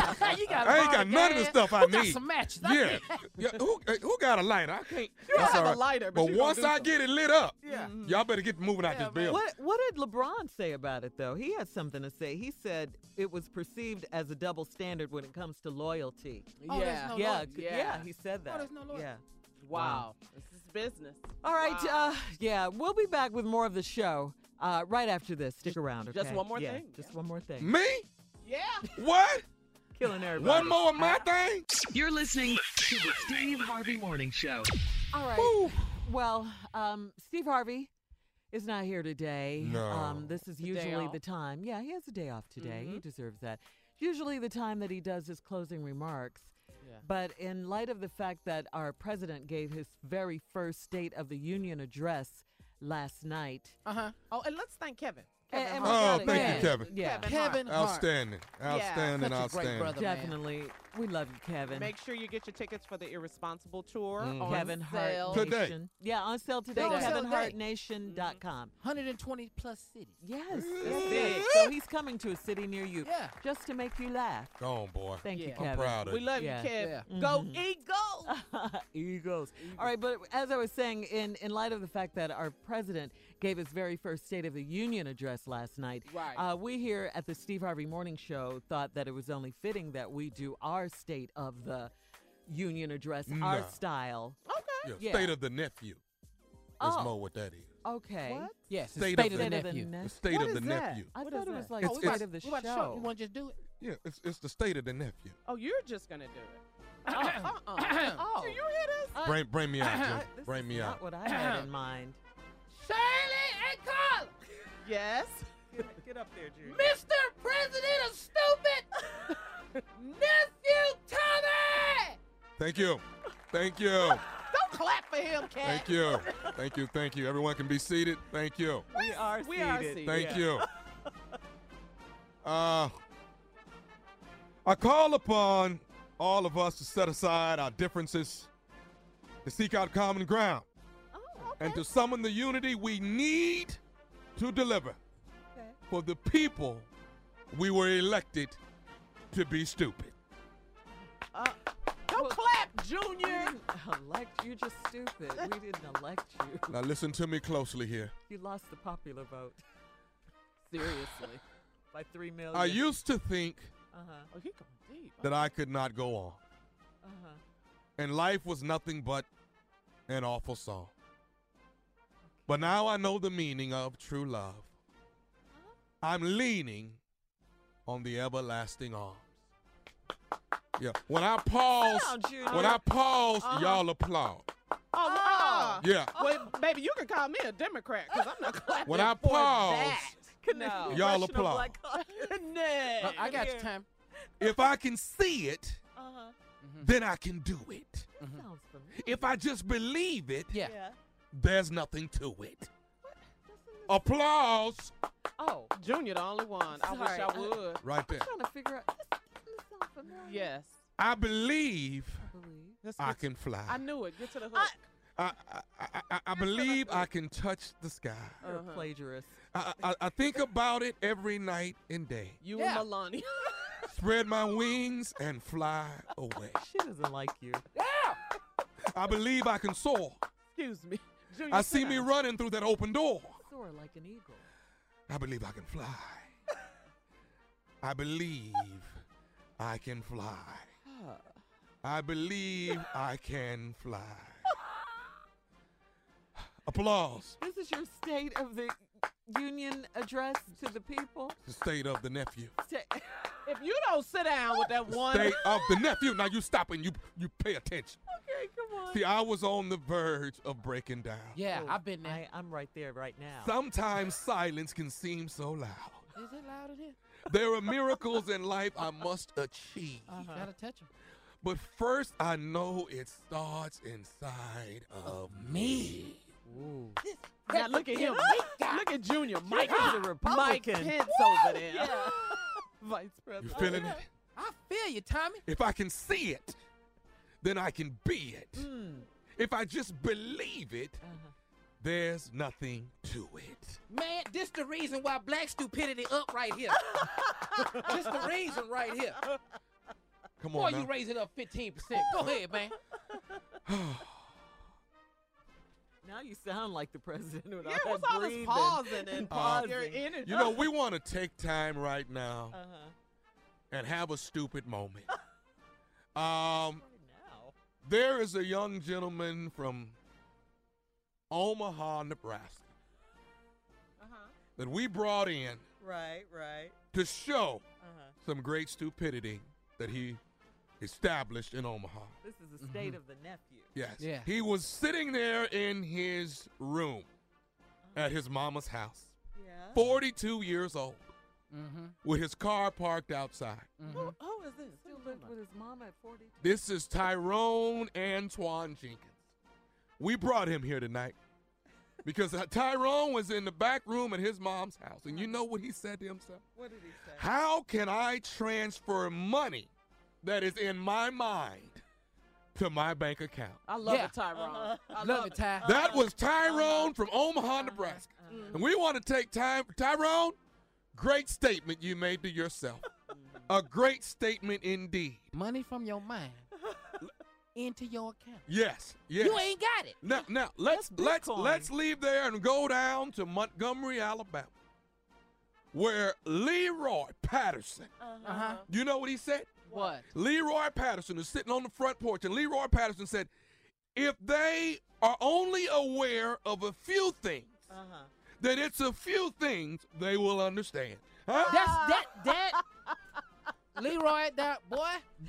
[SPEAKER 3] I ain't got none of the stuff I
[SPEAKER 9] Who got
[SPEAKER 3] need.
[SPEAKER 9] some matches? I
[SPEAKER 3] Yeah. yeah. Who uh, who got a lighter? I can't.
[SPEAKER 5] You don't
[SPEAKER 3] That's
[SPEAKER 5] have a
[SPEAKER 3] all right.
[SPEAKER 5] lighter, but
[SPEAKER 3] But,
[SPEAKER 5] you gonna
[SPEAKER 3] once
[SPEAKER 5] do
[SPEAKER 3] I
[SPEAKER 5] something.
[SPEAKER 3] get it lit up,
[SPEAKER 5] Yeah. Mm-hmm.
[SPEAKER 13] Mm.
[SPEAKER 3] y'all better get moving out this building.
[SPEAKER 5] What What did LeBron say about it though? He had something to say. He said it was perceived as a double standard when it comes to loyalty.
[SPEAKER 13] Oh, there's no
[SPEAKER 5] yeah,
[SPEAKER 13] loyalty.
[SPEAKER 5] c- yeah,
[SPEAKER 13] Yeah.
[SPEAKER 5] He said that.
[SPEAKER 13] Oh, there's no loyalty.
[SPEAKER 5] Yeah.
[SPEAKER 13] Wow. This is business.
[SPEAKER 5] All right.
[SPEAKER 13] Wow.
[SPEAKER 5] Uh, yeah, we'll be back with more of the show uh, right after this. Stick around. Okay?
[SPEAKER 13] Just one more
[SPEAKER 5] Yeah,
[SPEAKER 13] thing?
[SPEAKER 5] Just one more thing.
[SPEAKER 3] Me?
[SPEAKER 13] Yeah.
[SPEAKER 3] What?
[SPEAKER 5] Killing everybody.
[SPEAKER 2] One more
[SPEAKER 5] of my
[SPEAKER 3] thing?
[SPEAKER 2] You're listening to the Steve Harvey Morning Show.
[SPEAKER 5] All right. Well, um, Steve Harvey is not here today.
[SPEAKER 2] No.
[SPEAKER 5] Um, this
[SPEAKER 2] It's
[SPEAKER 5] is
[SPEAKER 2] a day
[SPEAKER 5] usually the
[SPEAKER 2] off.
[SPEAKER 5] time. Yeah, he has a day off today. He deserves that. Usually the time that he does his closing remarks. But in light of the fact that our president gave his very first State of the Union address last night,
[SPEAKER 13] Uh huh. Oh, and let's thank Kevin.
[SPEAKER 5] And-
[SPEAKER 13] Kevin
[SPEAKER 5] and we
[SPEAKER 13] Hart.
[SPEAKER 3] Oh, thank you, Kevin.
[SPEAKER 5] Yeah.
[SPEAKER 13] Kevin Hart.
[SPEAKER 3] Outstanding. Outstanding. outstanding.
[SPEAKER 5] Definitely. We love you, Kevin. Mm-hmm.
[SPEAKER 13] Make sure you get your tickets for the Irresponsible Tour.
[SPEAKER 3] Mhm.
[SPEAKER 13] On
[SPEAKER 5] Kevin Hart
[SPEAKER 13] sale.
[SPEAKER 5] Nation. Yeah, on sale today.
[SPEAKER 9] They're on sale
[SPEAKER 5] KevinHartNation.com.
[SPEAKER 9] 120 plus cities.
[SPEAKER 5] Yes.
[SPEAKER 9] That's
[SPEAKER 5] yes,
[SPEAKER 9] big.
[SPEAKER 5] yes. So he's coming to a city near you.
[SPEAKER 9] Yeah.
[SPEAKER 5] Just to make you laugh.
[SPEAKER 3] Go on, boy.
[SPEAKER 5] Thank you,
[SPEAKER 3] I'm
[SPEAKER 5] Kevin.
[SPEAKER 3] proud of
[SPEAKER 5] We
[SPEAKER 3] you.
[SPEAKER 5] love you,
[SPEAKER 3] Yeah.
[SPEAKER 5] Kev.
[SPEAKER 3] Yeah.
[SPEAKER 5] Go
[SPEAKER 13] Eagles.
[SPEAKER 5] Eagles. All right, but as I was saying, in, in light of the fact that our president gave his very first State of the Union address last night,
[SPEAKER 13] Right.
[SPEAKER 5] uh, we here at the Steve Harvey Morning Show thought that it was only fitting that we do our State of the Union address, our
[SPEAKER 3] Nah.
[SPEAKER 5] style.
[SPEAKER 3] Yeah,
[SPEAKER 5] Yeah.
[SPEAKER 3] State of the nephew. That's
[SPEAKER 5] Oh.
[SPEAKER 3] more what that is.
[SPEAKER 5] Okay.
[SPEAKER 9] What? Yes,
[SPEAKER 3] State, of, the, nephew. The state of
[SPEAKER 5] What
[SPEAKER 3] the
[SPEAKER 5] is that?
[SPEAKER 3] nephew.
[SPEAKER 5] I
[SPEAKER 13] What
[SPEAKER 5] thought
[SPEAKER 13] is
[SPEAKER 5] it was
[SPEAKER 13] that?
[SPEAKER 5] like
[SPEAKER 3] It's-
[SPEAKER 5] State
[SPEAKER 3] it's-
[SPEAKER 5] of the
[SPEAKER 9] What about
[SPEAKER 5] Show.
[SPEAKER 9] show? You want to just do it?
[SPEAKER 3] Yeah, it's it's the state of the nephew.
[SPEAKER 13] Oh, you're just gonna do it. Uh, uh,
[SPEAKER 5] Uh-uh.
[SPEAKER 13] uh. oh, do you hear this?
[SPEAKER 3] Bring bring me out,
[SPEAKER 5] Uh,
[SPEAKER 3] Jim. Bring me
[SPEAKER 5] Not
[SPEAKER 3] out.
[SPEAKER 5] what I had in mind.
[SPEAKER 9] Shirley and Carla,
[SPEAKER 13] Yes. Get up there, Junior.
[SPEAKER 9] Mr. President of Stupid, nephew Tommy.
[SPEAKER 3] Thank you. Thank you.
[SPEAKER 13] Don't clap for him, Cat.
[SPEAKER 3] Thank you. Thank you. Thank you. Everyone can be seated. Thank you.
[SPEAKER 5] We are
[SPEAKER 13] We are
[SPEAKER 5] seated.
[SPEAKER 13] seated.
[SPEAKER 3] Thank you. Uh, I call upon all of us to set aside our differences, to seek out common ground, and to summon the unity we need to deliver for the people we were elected to be stupid.
[SPEAKER 13] Uh, Don't clap, Junior.
[SPEAKER 5] elect you, just stupid. We didn't elect you.
[SPEAKER 3] Now, listen to me closely here.
[SPEAKER 5] You lost the popular vote. Seriously, by three million.
[SPEAKER 3] I used to think
[SPEAKER 5] Uh-huh.
[SPEAKER 13] Oh, he going deep.
[SPEAKER 3] that I could not go on.
[SPEAKER 5] Uh-huh.
[SPEAKER 3] and life was nothing but an awful song. But now I know the meaning of true love. I'm leaning on the everlasting arms. Yeah. When I pause,
[SPEAKER 13] Sit down, Junior.
[SPEAKER 3] when I pause,
[SPEAKER 13] Uh-huh.
[SPEAKER 3] y'all applaud.
[SPEAKER 13] Oh, wow.
[SPEAKER 3] Yeah.
[SPEAKER 13] Well, baby, you can call me a Democrat because I'm not clapping
[SPEAKER 3] When I
[SPEAKER 13] for
[SPEAKER 3] pause,
[SPEAKER 13] that.
[SPEAKER 7] No.
[SPEAKER 3] Y'all applaud.
[SPEAKER 7] Nay.
[SPEAKER 9] I got your
[SPEAKER 7] Here.
[SPEAKER 9] time.
[SPEAKER 3] If I can see it,
[SPEAKER 7] Uh-huh.
[SPEAKER 3] then I can do it.
[SPEAKER 7] Sounds familiar.
[SPEAKER 3] If I just believe it,
[SPEAKER 7] Mm-hmm. yeah.
[SPEAKER 3] there's nothing to it. Applause
[SPEAKER 13] Oh, Junior, the only one. I wish I
[SPEAKER 7] Sorry.
[SPEAKER 13] would.
[SPEAKER 3] right there.
[SPEAKER 7] trying to figure out. This, this sounds familiar.
[SPEAKER 13] Yes.
[SPEAKER 3] I believe I can fly.
[SPEAKER 13] I knew it. Get to the hook.
[SPEAKER 3] I, I, I, I- I believe I can touch the sky.
[SPEAKER 5] You're a
[SPEAKER 13] Uh-huh.
[SPEAKER 5] plagiarist.
[SPEAKER 3] I, I, I think about it every night and day.
[SPEAKER 13] you and Milani.
[SPEAKER 3] Spread my wings and fly away.
[SPEAKER 5] She doesn't like you.
[SPEAKER 3] I believe I can soar.
[SPEAKER 13] Excuse me. Junior,
[SPEAKER 3] I see
[SPEAKER 13] sit
[SPEAKER 3] me
[SPEAKER 13] down.
[SPEAKER 3] running through that open door.
[SPEAKER 5] Soar like an eagle.
[SPEAKER 3] I believe I can fly. I believe I can fly. I believe I can fly. Applause.
[SPEAKER 7] This is your State of the Union address to the people.
[SPEAKER 3] The state of the nephew.
[SPEAKER 13] If you don't sit down with that one,
[SPEAKER 3] State of the nephew. Now you stop and you you pay attention.
[SPEAKER 7] Okay, come on.
[SPEAKER 3] See, I was on the verge of breaking down.
[SPEAKER 9] Yeah, I've been
[SPEAKER 5] there. I, I'm right there right now.
[SPEAKER 3] Sometimes silence can seem so loud.
[SPEAKER 9] Is it loud in here?
[SPEAKER 3] There are miracles in life I must achieve.
[SPEAKER 9] Gotta touch him.
[SPEAKER 3] But first, I know it starts inside of me.
[SPEAKER 13] now look at him. look at Junior. Mike
[SPEAKER 5] He's a
[SPEAKER 13] Mike
[SPEAKER 5] Republican.
[SPEAKER 13] Pence over there.
[SPEAKER 7] Vice
[SPEAKER 3] You
[SPEAKER 7] President.
[SPEAKER 3] feeling it?
[SPEAKER 9] I feel you, Tommy.
[SPEAKER 3] If I can see it, then I can be it. If I just believe it, there's nothing to it.
[SPEAKER 9] Man, this the reason why black stupidity up right here. this the reason right here.
[SPEAKER 3] Come
[SPEAKER 9] Boy,
[SPEAKER 3] on
[SPEAKER 9] you
[SPEAKER 3] now.
[SPEAKER 9] raise it up 15%. Go ahead, man.
[SPEAKER 5] Now you sound like the president. With
[SPEAKER 13] Yeah,
[SPEAKER 5] all
[SPEAKER 13] what's
[SPEAKER 5] that
[SPEAKER 13] all this
[SPEAKER 5] breathing.
[SPEAKER 13] pausing and
[SPEAKER 3] Uh,
[SPEAKER 13] pausing? Your energy.
[SPEAKER 3] you know, we want to take time right now
[SPEAKER 5] Uh-huh.
[SPEAKER 3] and have a stupid moment. Um, there is a young gentleman from Omaha, Nebraska, that we brought in
[SPEAKER 5] Right, right.
[SPEAKER 3] to show
[SPEAKER 5] Uh-huh.
[SPEAKER 3] some great stupidity that he established in Omaha.
[SPEAKER 5] This is the state of the nephew.
[SPEAKER 3] Yes. He was sitting there in his room at his mama's house,
[SPEAKER 5] Yeah.
[SPEAKER 3] 42 years old, with his car parked outside.
[SPEAKER 5] Mm-hmm.
[SPEAKER 7] Who,
[SPEAKER 5] who is this?
[SPEAKER 7] Still lived with
[SPEAKER 5] his mom at 40.
[SPEAKER 3] This is Tyrone Antoine Jenkins. We brought him here tonight because uh, Tyrone was in the back room at his mom's house. And you know what he said to himself?
[SPEAKER 5] Uh-huh. What did he say?
[SPEAKER 3] How can I transfer money that is in my mind to my bank account?
[SPEAKER 13] I love
[SPEAKER 9] Yeah.
[SPEAKER 13] it, Tyrone. I love, it,
[SPEAKER 9] Ty.
[SPEAKER 3] That was
[SPEAKER 9] Uh-huh.
[SPEAKER 3] Tyrone from Omaha, Nebraska.
[SPEAKER 9] Mm-hmm.
[SPEAKER 3] And we want to take time. Tyrone, great statement you made to yourself.
[SPEAKER 9] Mm-hmm.
[SPEAKER 3] A great statement indeed.
[SPEAKER 9] Money from your mind into your account.
[SPEAKER 3] Yes. Yes.
[SPEAKER 9] You ain't got it.
[SPEAKER 3] Now, now let's let's let's leave there and go down to Montgomery, Alabama, where Leroy Patterson.
[SPEAKER 9] Uh-huh.
[SPEAKER 3] You know what he said?
[SPEAKER 9] What?
[SPEAKER 3] Leroy Patterson is sitting on the front porch, and Leroy Patterson said, "If they are only aware of a few things, then it's a few things they will understand." Huh?
[SPEAKER 9] That's that that Leroy that boy.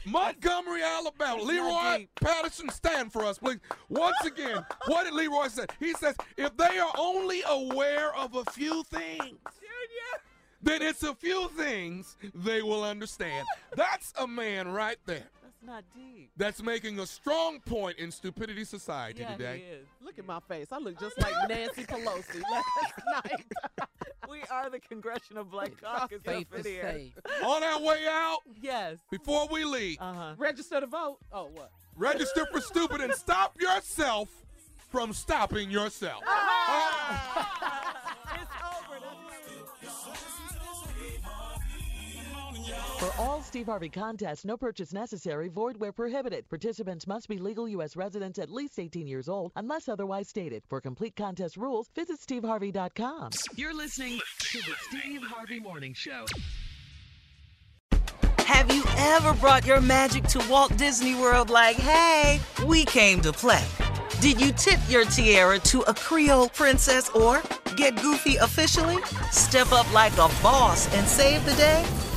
[SPEAKER 3] Montgomery, Alabama. Leroy Patterson, stand for us, please. Once again, what did Leroy say? He says, if they are only aware of a few things, then it's a few things they will understand. That's a man right there
[SPEAKER 5] That's not deep.
[SPEAKER 3] that's making a strong point in stupidity society
[SPEAKER 13] Yeah, he
[SPEAKER 3] today.
[SPEAKER 5] is.
[SPEAKER 13] Look at my face. I look just like Nancy Pelosi last night.
[SPEAKER 5] We are the Congressional Black Caucus up in here.
[SPEAKER 3] On our way out,
[SPEAKER 5] Yes.
[SPEAKER 3] before we leave,
[SPEAKER 13] Uh-huh. Register to vote. Oh, what?
[SPEAKER 3] register for stupid and stop yourself from stopping yourself.
[SPEAKER 5] For all Steve Harvey contests, no purchase necessary, void where prohibited. Participants must be legal U.S. residents at least 18 years old, unless otherwise stated. For complete contest rules, visit steveharvey.com.
[SPEAKER 2] You're listening to the Steve Harvey Morning Show.
[SPEAKER 24] Have you ever brought your magic to Walt Disney World like, hey, we came to play? Did you tip your tiara to a Creole princess or get goofy officially? Step up like a boss and save the day?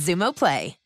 [SPEAKER 25] Zumo Play.